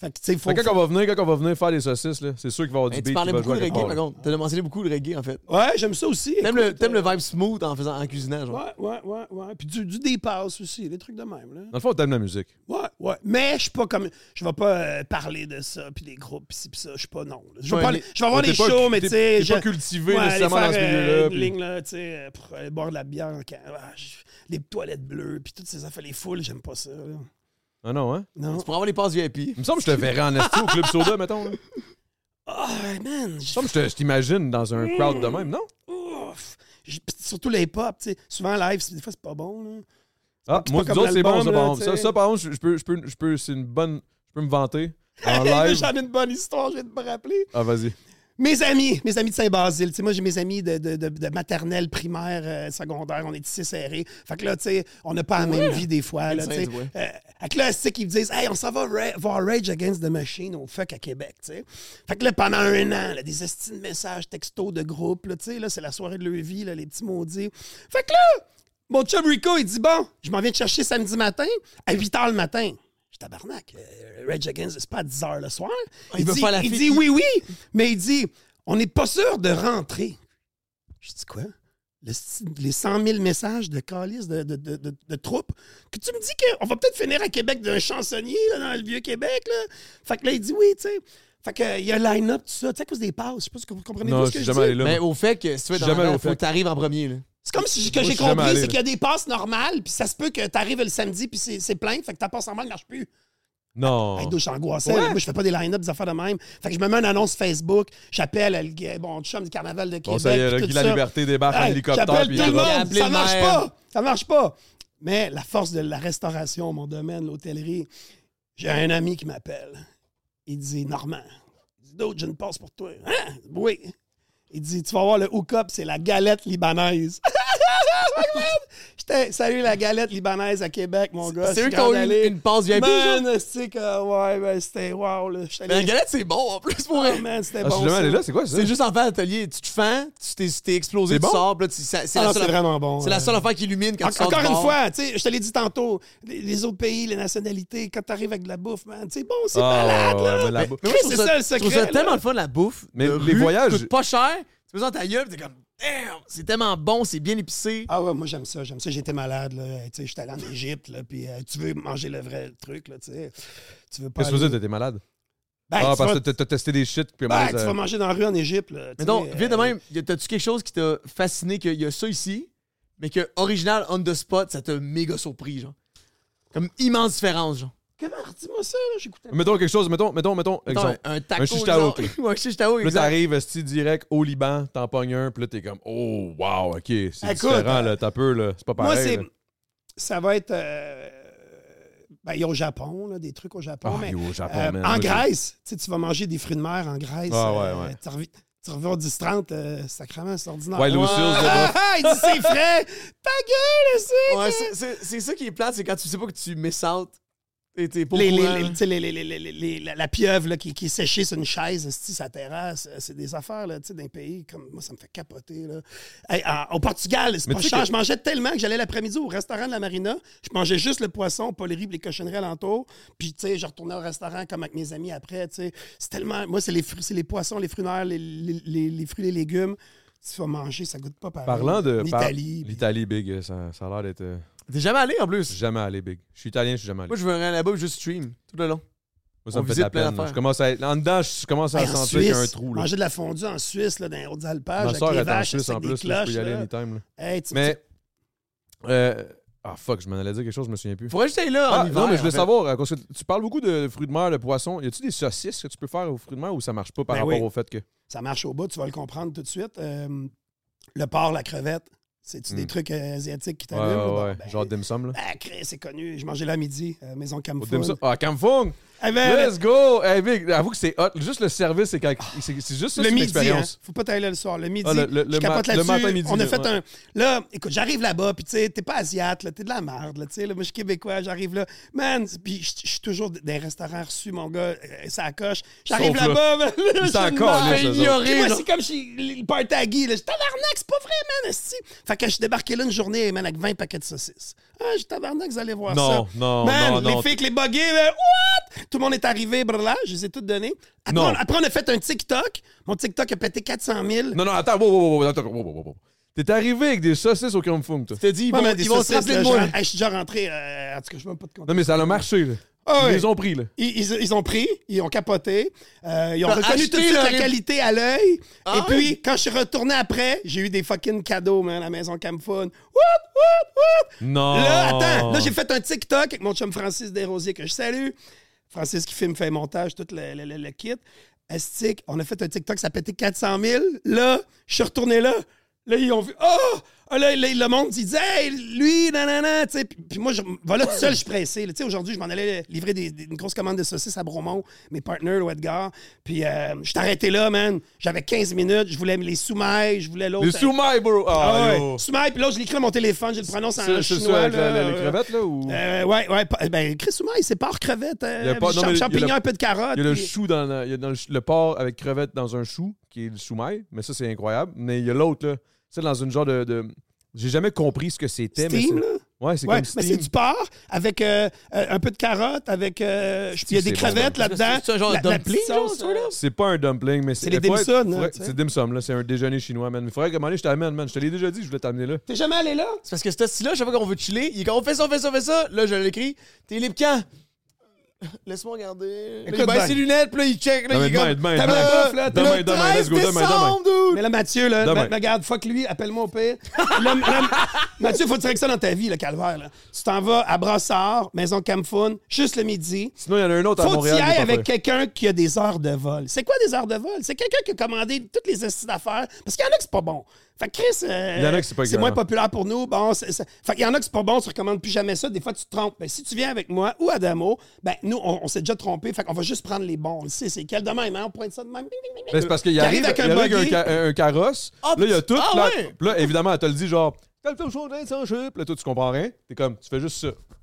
Speaker 3: Fait que, tu sais, il faut.
Speaker 1: Fait que quand on va venir, quand on va venir faire des saucisses, là, c'est sûr qu'il va y avoir du
Speaker 2: Hey,
Speaker 1: beat
Speaker 2: tu
Speaker 1: qui
Speaker 2: parlais
Speaker 1: va
Speaker 2: beaucoup
Speaker 1: jouer
Speaker 2: de
Speaker 1: à
Speaker 2: reggae,
Speaker 1: quelque
Speaker 2: par
Speaker 1: part.
Speaker 2: contre. T'as mentionné beaucoup le reggae, en fait.
Speaker 3: Ouais, j'aime ça aussi.
Speaker 2: T'aimes le,
Speaker 3: Écoute,
Speaker 2: t'aimes le
Speaker 3: euh,
Speaker 2: vibe smooth en, faisant, en cuisinant, genre.
Speaker 3: Ouais, ouais, ouais, ouais. Puis du, du dépasse aussi, des trucs de même, là.
Speaker 1: Dans le fond, t'aimes la musique.
Speaker 3: Ouais, ouais. Mais je suis pas comme. Je vais pas euh, parler de ça, puis des groupes, puis ci, puis ça. Je suis pas non. là. Je vais
Speaker 2: Ouais,
Speaker 3: pas-
Speaker 2: mais-
Speaker 3: je vais voir
Speaker 1: T'es
Speaker 3: les
Speaker 1: pas-
Speaker 3: shows, mais
Speaker 1: t'es-
Speaker 3: tu sais.
Speaker 1: T'es pas
Speaker 3: je-
Speaker 1: cultivé
Speaker 3: ouais, aller
Speaker 1: nécessairement dans ce
Speaker 3: faire, euh,
Speaker 1: milieu-là.
Speaker 3: une
Speaker 1: puis-
Speaker 3: ligne, là, tu sais, euh, pour aller boire de la bière. en can- ah, je- les toilettes bleues, puis toutes ces affaires, les foules, j'aime pas ça. là.
Speaker 1: Ah non, hein?
Speaker 3: Non.
Speaker 2: Tu pourrais avoir les passes VIP.
Speaker 1: Il me semble que je te verrais en esti au Club Soda, mettons. là. Il me
Speaker 3: Ah, man. je-
Speaker 1: semble que je te- je t'imagine dans un crowd de même, non?
Speaker 3: ouf. Je- puis surtout les pop, tu sais. Souvent, live, c'est- des fois, c'est pas bon, là.
Speaker 1: Ah,
Speaker 3: c'est
Speaker 1: moi,
Speaker 3: pas
Speaker 1: nous
Speaker 3: comme
Speaker 1: autres, c'est bon, ça,
Speaker 3: l'album,
Speaker 1: par
Speaker 3: là,
Speaker 1: contre. Ça,
Speaker 3: tu sais.
Speaker 1: ça, par contre, je je peux, je peux, je peux, c'est une bonne. Je peux me vanter en
Speaker 3: Là,
Speaker 1: live.
Speaker 3: J'en ai une bonne histoire, je vais te me rappeler.
Speaker 1: Ah, vas-y.
Speaker 3: Mes amis, mes amis de Saint-Basile. Tu sais, moi, j'ai mes amis de, de, de- de maternelle, primaire, euh, secondaire. On est ici serrés. Fait que là, tu sais, on n'a pas la même vie des fois. Là, tu sais.
Speaker 2: Ouais.
Speaker 3: Euh, fait que là, c'est qu'ils me disent, hey, on s'en va ra- voir Rage Against the Machine au fuck à Québec. tu sais. Fait que là, pendant un an, là, des estis de messages, textos de groupe. Là, tu sais, là, c'est la soirée de leur vie, là, les petits maudits. Fait que là, mon chum Rico, il dit, bon, je m'en viens te chercher samedi matin à 8 h le matin. Je dis, tabarnak. euh, Rage Against, c'est pas à 10 h le soir.
Speaker 2: il veut
Speaker 3: dit,
Speaker 2: faire la
Speaker 3: il
Speaker 2: fête.
Speaker 3: dit oui, oui, mais il dit, on n'est pas sûr de rentrer. Je dis quoi? Le sti- les 100 000 messages de calices de, de, de, de- de troupes, que tu me dis qu'on va peut-être finir à Québec d'un chansonnier là, dans le vieux Québec. Là. Fait que là, il dit oui, tu sais. Fait que, euh, il y a un line-up, tout ça, tu sais, à cause des passes. Je sais pas si vous comprenez
Speaker 1: Non,
Speaker 3: pas
Speaker 1: je
Speaker 3: ce que
Speaker 1: suis
Speaker 3: je
Speaker 1: jamais allé
Speaker 3: dis.
Speaker 1: là.
Speaker 2: Mais au fait que si tu veux
Speaker 1: J'ai
Speaker 2: dans
Speaker 1: jamais
Speaker 2: le
Speaker 1: au
Speaker 2: faut
Speaker 1: fait.
Speaker 2: que t'arrives en premier, là.
Speaker 3: C'est comme si ce que
Speaker 1: Moi, je
Speaker 3: j'ai
Speaker 1: suis jamais
Speaker 3: compris,
Speaker 1: allé, là.
Speaker 3: c'est qu'il y a des passes normales, puis ça se peut que tu arrives le samedi, puis c'est c'est plein, fait que ta passe normale ne marche plus.
Speaker 1: Non.
Speaker 3: Hey, d'où je suis angoissé.
Speaker 1: Ouais.
Speaker 3: Moi, je fais pas des line-up, des affaires de même. Fait que je me mets une annonce Facebook. J'appelle euh, le gars- bon, chum du carnaval de Québec.
Speaker 1: Bon, ça y est,
Speaker 3: puis
Speaker 1: là,
Speaker 3: tout
Speaker 1: Guy la
Speaker 3: ça.
Speaker 1: Liberté débarque en
Speaker 3: Hey,
Speaker 1: hélicoptère.
Speaker 3: j'appelle
Speaker 1: puis
Speaker 3: tout le
Speaker 1: il drop.
Speaker 3: monde.
Speaker 2: appelé
Speaker 3: Ça
Speaker 2: le
Speaker 3: marche
Speaker 2: maire.
Speaker 3: pas. Ça marche pas. Mais la force de la restauration, mon domaine, l'hôtellerie, j'ai un ami qui m'appelle. Il dit Normand. Il dit D'autres, j'ai une passe pour toi. Hein? Oui. Il dit Tu vas voir le hook-up, c'est la galette libanaise. J'étais, salut la galette libanaise à Québec, mon
Speaker 1: Ah,
Speaker 3: gars.
Speaker 2: C'est eux
Speaker 3: je suis
Speaker 2: qui ont
Speaker 3: grand
Speaker 2: eu
Speaker 3: allé.
Speaker 2: une passe VIP, genre.
Speaker 3: Man, c'est que, ouais, ben, c'était wow, là. J'étais
Speaker 2: Mais la
Speaker 3: allé-
Speaker 2: galette, c'est bon en plus pour
Speaker 3: Ah,
Speaker 2: elle.
Speaker 3: man, c'était
Speaker 1: Ben, Ah, je
Speaker 3: bon.
Speaker 1: suis jamais
Speaker 3: ça.
Speaker 1: allé là, c'est quoi ça?
Speaker 2: C'est juste en fait atelier. Tu te fends, tu t'es, tu t'es explosé,
Speaker 1: C'est
Speaker 2: tu
Speaker 1: bon?
Speaker 2: sors, puis là, tu- ça- c'est,
Speaker 3: Ah,
Speaker 2: la
Speaker 3: non,
Speaker 2: seule
Speaker 3: c'est
Speaker 2: affaire,
Speaker 3: vraiment bon.
Speaker 2: c'est la
Speaker 3: ouais.
Speaker 2: seule affaire qui illumine quand
Speaker 3: En-
Speaker 2: tu sors du
Speaker 3: encore une
Speaker 2: bar.
Speaker 3: fois, tu sais, je te l'ai dit tantôt, les, les autres pays, les nationalités, quand t'arrives avec de la bouffe, man, c'est bon, c'est
Speaker 1: Ah,
Speaker 3: malade,
Speaker 1: ouais,
Speaker 3: là.
Speaker 1: ouais, mais la bouffe.
Speaker 2: Mais
Speaker 3: Chris,
Speaker 2: moi, je trouve
Speaker 3: c'est ça, le secret,
Speaker 2: Je trouve ça
Speaker 3: là.
Speaker 2: tellement le fun, la bouffe.
Speaker 1: Mais
Speaker 2: de
Speaker 1: les
Speaker 2: rue,
Speaker 1: voyages-
Speaker 2: coûte pas cher. Tu fais ça dans ta gueule, t'es comme, damn, c'est tellement bon, c'est bien épicé.
Speaker 3: Ah ouais, moi j'aime ça, j'aime ça. J'étais malade, là. Tu sais, j'étais allé en Égypte, là, puis euh, tu veux manger le vrai truc, là, tu sais. Tu veux pas.
Speaker 1: Qu'est-ce que tu
Speaker 3: aller-
Speaker 1: faisais? T'étais malade?
Speaker 3: Ben,
Speaker 1: Ah,
Speaker 3: tu,
Speaker 1: parce
Speaker 3: vas,
Speaker 1: que t'as- euh. t'as testé des shit. Puis
Speaker 3: ben,
Speaker 1: après,
Speaker 3: tu
Speaker 1: ça-
Speaker 3: vas manger dans la rue en Égypte, là. tu
Speaker 2: Mais donc,
Speaker 3: sais,
Speaker 2: vite de
Speaker 3: euh,
Speaker 2: même, y a- t'as-tu quelque chose qui t'a fasciné qu'il y a ça ici, mais que original, on the spot, ça t'a méga surpris, genre? Comme immense différence, genre.
Speaker 3: Comment, redis-moi ça, là, j'écoutais.
Speaker 1: Mettons quelque chose, mettons, mettons, mettons,
Speaker 2: Mettons,
Speaker 1: exemple.
Speaker 2: un taco.
Speaker 1: un shishitao,
Speaker 2: genre. Ouais, un shishitao,
Speaker 1: Là,
Speaker 2: exact.
Speaker 1: t'arrives, esti, direct au Liban, t'en pognes un, puis là, t'es comme, oh, wow, OK, c'est
Speaker 3: Écoute,
Speaker 1: différent, là, t'as peu, là, c'est pas
Speaker 3: Moi,
Speaker 1: pareil.
Speaker 3: c'est. Ça va être. euh, Ben, il y a au Japon, là, des trucs au Japon.
Speaker 1: Ah,
Speaker 3: mais,
Speaker 1: yo, au Japon,
Speaker 3: euh,
Speaker 1: man,
Speaker 3: en
Speaker 1: moi, j'ai-
Speaker 3: Grèce, tu sais, tu vas manger des fruits de mer en Grèce. euh,
Speaker 1: Ah, ouais, ouais.
Speaker 3: Tu rev- tu reviens au 10-30, euh, sacrément, c'est ordinaire.
Speaker 1: Ouais, Lucille, c'est bon.
Speaker 3: Ah, il dit c'est frais! Ta gueule, c'est!
Speaker 2: Ouais, c'est- c'est c'est ça qui est plate, c'est quand tu sais pas que tu miss out. T'es- T'es pas au
Speaker 3: Les,
Speaker 2: courant,
Speaker 3: les- les-
Speaker 2: là.
Speaker 3: tu sais, les- les- les- les- les- la, la pieuvre là, qui, qui est séchée sur une chaise, esti, sa terrasse, euh, c'est des affaires là, tu sais, d'un pays comme moi, ça me fait capoter. Là. Hey, en- au Portugal, c'est
Speaker 1: Mais
Speaker 3: pas
Speaker 1: tu sais
Speaker 3: cher.
Speaker 1: que-
Speaker 3: Je mangeais tellement que j'allais l'après-midi au restaurant de la marina, je mangeais juste le poisson, pas les riz, puis les cochonneries alentour, puis tu sais, je retournais au restaurant comme avec mes amis après. tu sais. C'est tellement, moi, c'est les fruits, c'est les poissons, les fruits noirs, les, les- les- les fruits, les légumes. Tu vas manger, ça goûte pas pareil.
Speaker 1: Parlant de. par-
Speaker 3: l'Italie. puis-
Speaker 1: L'Italie, big, ça, ça a l'air d'être. euh,
Speaker 2: T'es jamais allé en
Speaker 1: je suis
Speaker 2: plus.
Speaker 1: jamais allé, big. Je suis italien, je suis jamais allé.
Speaker 2: Moi, je veux aller là-bas juste stream tout le long.
Speaker 1: Moi, ça
Speaker 2: on
Speaker 1: me fait de la
Speaker 2: visite plein
Speaker 1: peine. là.
Speaker 2: d'affaires.
Speaker 1: Je commence à être. En dedans, je commence à
Speaker 3: Hey, en
Speaker 1: sentir
Speaker 3: Suisse,
Speaker 1: qu'il y a un trou, là.
Speaker 3: Manger de la fondue en Suisse, là, dans les Hautes-Alpes,
Speaker 1: Ma
Speaker 3: avec
Speaker 1: soeur
Speaker 3: les
Speaker 1: est en
Speaker 3: vaches,
Speaker 1: Suisse, en
Speaker 3: avec des
Speaker 1: plus, là, je peux
Speaker 3: cloches.
Speaker 1: y aller
Speaker 3: là.
Speaker 1: anytime, là.
Speaker 3: Hey, tu-
Speaker 1: Mais. euh, Ah, fuck, je m'en allais dire quelque chose, je me souviens plus.
Speaker 2: Faudrait que j'étais là en
Speaker 1: Ah,
Speaker 2: hiver.
Speaker 1: non, mais je voulais
Speaker 2: en fait.
Speaker 1: savoir, euh, parce que tu parles beaucoup de fruits de mer, de poissons. Y a-tu des saucisses que tu peux faire aux fruits de mer ou ça marche pas par
Speaker 3: Ben
Speaker 1: rapport
Speaker 3: oui.
Speaker 1: au fait que.
Speaker 3: ça marche au bout, tu vas le comprendre tout de suite. Euh, le porc, la crevette, c'est-tu
Speaker 1: Hmm.
Speaker 3: des trucs euh, asiatiques qui
Speaker 1: Ouais,
Speaker 3: t'allument? là? Bon,
Speaker 1: ouais, ouais.
Speaker 3: ben,
Speaker 1: Genre dim sum, là.
Speaker 3: ah, Chris, c'est connu. Je mangeais là à midi, euh, maison
Speaker 1: Au
Speaker 3: Camphor.
Speaker 1: dim sum. Ah, Camfung!
Speaker 3: Eh ben,
Speaker 1: Let's go! Hey, Vic, avoue que c'est hot. Juste le service, c'est quand- c'est c'est juste ça,
Speaker 3: le
Speaker 1: c'est une
Speaker 3: midi, hein.
Speaker 1: expérience.
Speaker 3: faut pas t'aller là le soir. Le midi,
Speaker 1: Ah, le- le-
Speaker 3: je
Speaker 1: le
Speaker 3: capote
Speaker 1: ma- le
Speaker 3: là-dessus.
Speaker 1: matin, midi,
Speaker 3: On a
Speaker 1: là,
Speaker 3: fait
Speaker 1: ouais.
Speaker 3: un. Là, écoute, j'arrive là-bas, puis tu sais, t'es pas asiate, là, t'es de la merde, là, tu sais. là. Moi, je suis québécois, j'arrive là. Man, puis je je suis toujours dans les restaurants reçus, mon gars, euh, ça coche.
Speaker 1: Sauf
Speaker 3: J'arrive
Speaker 1: là.
Speaker 3: là-bas, man, là,
Speaker 1: Ils
Speaker 3: je
Speaker 1: s'en
Speaker 3: suis
Speaker 1: calissent,
Speaker 3: de merde.
Speaker 1: eux autres.
Speaker 3: Puis
Speaker 2: Ignoré,
Speaker 3: moi,
Speaker 2: genre.
Speaker 3: c'est comme si le party à Guy, là. Je tabarnak, c'est pas vrai, man, esti. Fait que je débarquais là une journée, man, avec 20 paquets de saucisses. Ah, je tabarnak, vous allez voir
Speaker 1: Non,
Speaker 3: ça.
Speaker 1: non,
Speaker 3: man,
Speaker 1: non, non.
Speaker 3: les filles avec les buggés, man, what? Tout le monde est arrivé, blablabla. Je les ai toutes données. Après,
Speaker 1: Non.
Speaker 3: on, après, on a fait un TikTok. Mon TikTok a pété 400 000.
Speaker 1: Non, non, attends, wow, wow, wow, attends, wow, wow, wow, wow. T'es arrivé avec des saucisses au crème funk, toi.
Speaker 2: Je te dis, ils
Speaker 3: Ouais,
Speaker 2: vont,
Speaker 3: mais des
Speaker 2: ils vont se
Speaker 3: saucisses,
Speaker 2: rappeler de
Speaker 3: là,
Speaker 2: moi.
Speaker 3: genre, hey, Je suis déjà rentré. euh, en tout cas, je ne même pas de compte.
Speaker 1: Non, mais ça a marché, là.
Speaker 3: Ah
Speaker 1: Ils
Speaker 3: ouais.
Speaker 1: les ont pris, là.
Speaker 3: Ils, ils- ils ont pris, ils ont capoté, euh, ils ont
Speaker 2: Ils ont
Speaker 3: reconnu tout
Speaker 2: acheté
Speaker 3: de suite la
Speaker 2: leur-
Speaker 3: qualité à l'œil.
Speaker 2: Ah
Speaker 3: et
Speaker 2: ouais?
Speaker 3: puis, quand je suis retourné après, j'ai eu des fucking cadeaux, man, à la maison Camphone. Wout, wout, wout!
Speaker 1: Non.
Speaker 3: Là, attends, là, j'ai fait un TikTok avec mon chum Francis Desrosiers que je salue. Francis qui filme, fait montage, tout le, le- le- le kit. Estique, on a fait un TikTok, ça a pété 400 000. Là, je suis retourné là. Là, ils ont vu, oh! Ah, Là, là, le monde, ils disaient, hey, lui, nanana, tu sais. Puis, puis moi, je, voilà, tout seul, je suis pressé. là. Tu sais, aujourd'hui, je m'en allais livrer des- des- une grosse commande de saucisses à Bromont, mes partners, au Edgar. Puis, euh, je suis arrêté là, man. J'avais 15 minutes, je voulais les soumailles, je voulais l'autre.
Speaker 1: Les soumailles, bro.
Speaker 3: Ah
Speaker 1: Ah,
Speaker 3: ouais.
Speaker 1: yo.
Speaker 3: Soumailles, puis là, je l'écris à mon téléphone, je le prononce en
Speaker 1: C'est
Speaker 3: chinois.
Speaker 1: c'est ça, avec la-
Speaker 3: là,
Speaker 1: la- les
Speaker 3: euh,
Speaker 1: crevettes, là, ou...
Speaker 3: euh, ouais, ouais. pa- Ben, Chris Soumaille, c'est porc crevette,
Speaker 1: Il y a
Speaker 3: euh,
Speaker 1: pas- non,
Speaker 3: champ-
Speaker 1: mais il y a
Speaker 3: champignons,
Speaker 1: le-
Speaker 3: un peu de carotte.
Speaker 1: Il y a le
Speaker 3: Ah, puis-
Speaker 1: chou dans, la- il y a dans le, ch- le porc avec crevettes dans un chou, qui est le soumail, mais ça, c'est incroyable. Mais il y a l'autre, là. C'est dans une genre de. de- J'ai jamais compris ce que c'était. mais c'est-
Speaker 3: Steam, là?
Speaker 1: Ouais, c'est
Speaker 3: Ouais,
Speaker 1: comme
Speaker 3: mais
Speaker 1: Steam.
Speaker 3: c'est du porc avec euh, euh, un peu de carotte, avec. euh, je- puis il y a
Speaker 1: C'est
Speaker 3: des
Speaker 1: bon,
Speaker 3: crevettes
Speaker 1: man.
Speaker 3: là-dedans.
Speaker 2: C'est un genre
Speaker 3: La-
Speaker 2: de
Speaker 3: la
Speaker 2: dumpling,
Speaker 3: petite
Speaker 2: genre,
Speaker 3: sauce, euh,
Speaker 2: ça?
Speaker 3: ouais, là.
Speaker 1: C'est pas un dumpling, mais c'est.
Speaker 3: C'est les
Speaker 1: Faut
Speaker 3: dim
Speaker 1: être-
Speaker 3: sum, là,
Speaker 1: faut être-
Speaker 3: tu sais.
Speaker 1: C'est dim sum, là. C'est un déjeuner chinois, man. Il faudrait que, à un moment donné, je t'amène, man. Je te l'ai déjà dit, je voulais t'amener là.
Speaker 3: T'es jamais allé là?
Speaker 2: C'est parce que ce style-là, chaque fois qu'on veut chiller, il est comme on fait ça, on fait ça, on fait ça. Là, je l'écris. T'es libre quand? Laisse-moi regarder. Là, il
Speaker 3: Écoute,
Speaker 2: baisse
Speaker 3: ben.
Speaker 2: ses lunettes, puis là, il check. Là,
Speaker 1: Non, mais
Speaker 2: il est
Speaker 1: demain,
Speaker 2: comme,
Speaker 1: demain,
Speaker 2: T'as
Speaker 1: demain.
Speaker 2: ma meuf, là, t'as
Speaker 1: Demain,
Speaker 2: le
Speaker 1: demain, let's go,
Speaker 2: 13
Speaker 1: demain, demain.
Speaker 2: décembre,
Speaker 3: Mais
Speaker 2: dude.
Speaker 3: là, Mathieu, là,
Speaker 1: Demain.
Speaker 3: ma- regarde, fuck lui, appelle-moi au pire. Là, m- là, m- Mathieu, faut tirer que ça dans ta vie, le calvaire. Là. Tu t'en vas à Brassard, Maison Camfoun, juste le midi.
Speaker 1: Sinon, il y en a un autre à
Speaker 3: Faut que tu
Speaker 1: Montréal.
Speaker 3: y
Speaker 1: qui est
Speaker 3: ailles
Speaker 1: pas
Speaker 3: avec
Speaker 1: fait.
Speaker 3: quelqu'un qui a des heures de vol. C'est quoi des heures de vol? C'est quelqu'un qui a commandé toutes les astuces d'affaires. Parce qu'il y en a que c'est pas bon. Fait que Chris, euh,
Speaker 1: Il y en a que c'est pas
Speaker 3: moins
Speaker 1: écœurant.
Speaker 3: populaire pour nous. Bon, c'est- c'est- Fait qu'il y en a que c'est pas bon, tu recommandes plus jamais ça. Des fois, tu te trompes. Ben, si tu viens avec moi ou Adamo, ben, nous, on, on s'est déjà trompé. Fait qu'on va juste prendre les bons. On le sait, c'est quel de même. hein? On pointe ça de même. Bing, bing, bing, bing.
Speaker 1: Mais Ben, c'est parce qu'il
Speaker 3: Qui
Speaker 1: arrive,
Speaker 3: arrive
Speaker 1: il
Speaker 3: avec
Speaker 1: arrive
Speaker 3: un
Speaker 1: avec un,
Speaker 3: buggy.
Speaker 1: ca- un- un carrosse.
Speaker 2: Ah,
Speaker 1: là, il y a
Speaker 2: putain,
Speaker 1: tout.
Speaker 2: ah
Speaker 1: là,
Speaker 2: ouais!
Speaker 1: Puis là, évidemment, elle te le dit genre, t'as le temps chaud, sans chip. Puis là, toi, tu comprends rien. T'es comme, tu fais juste ça. Puis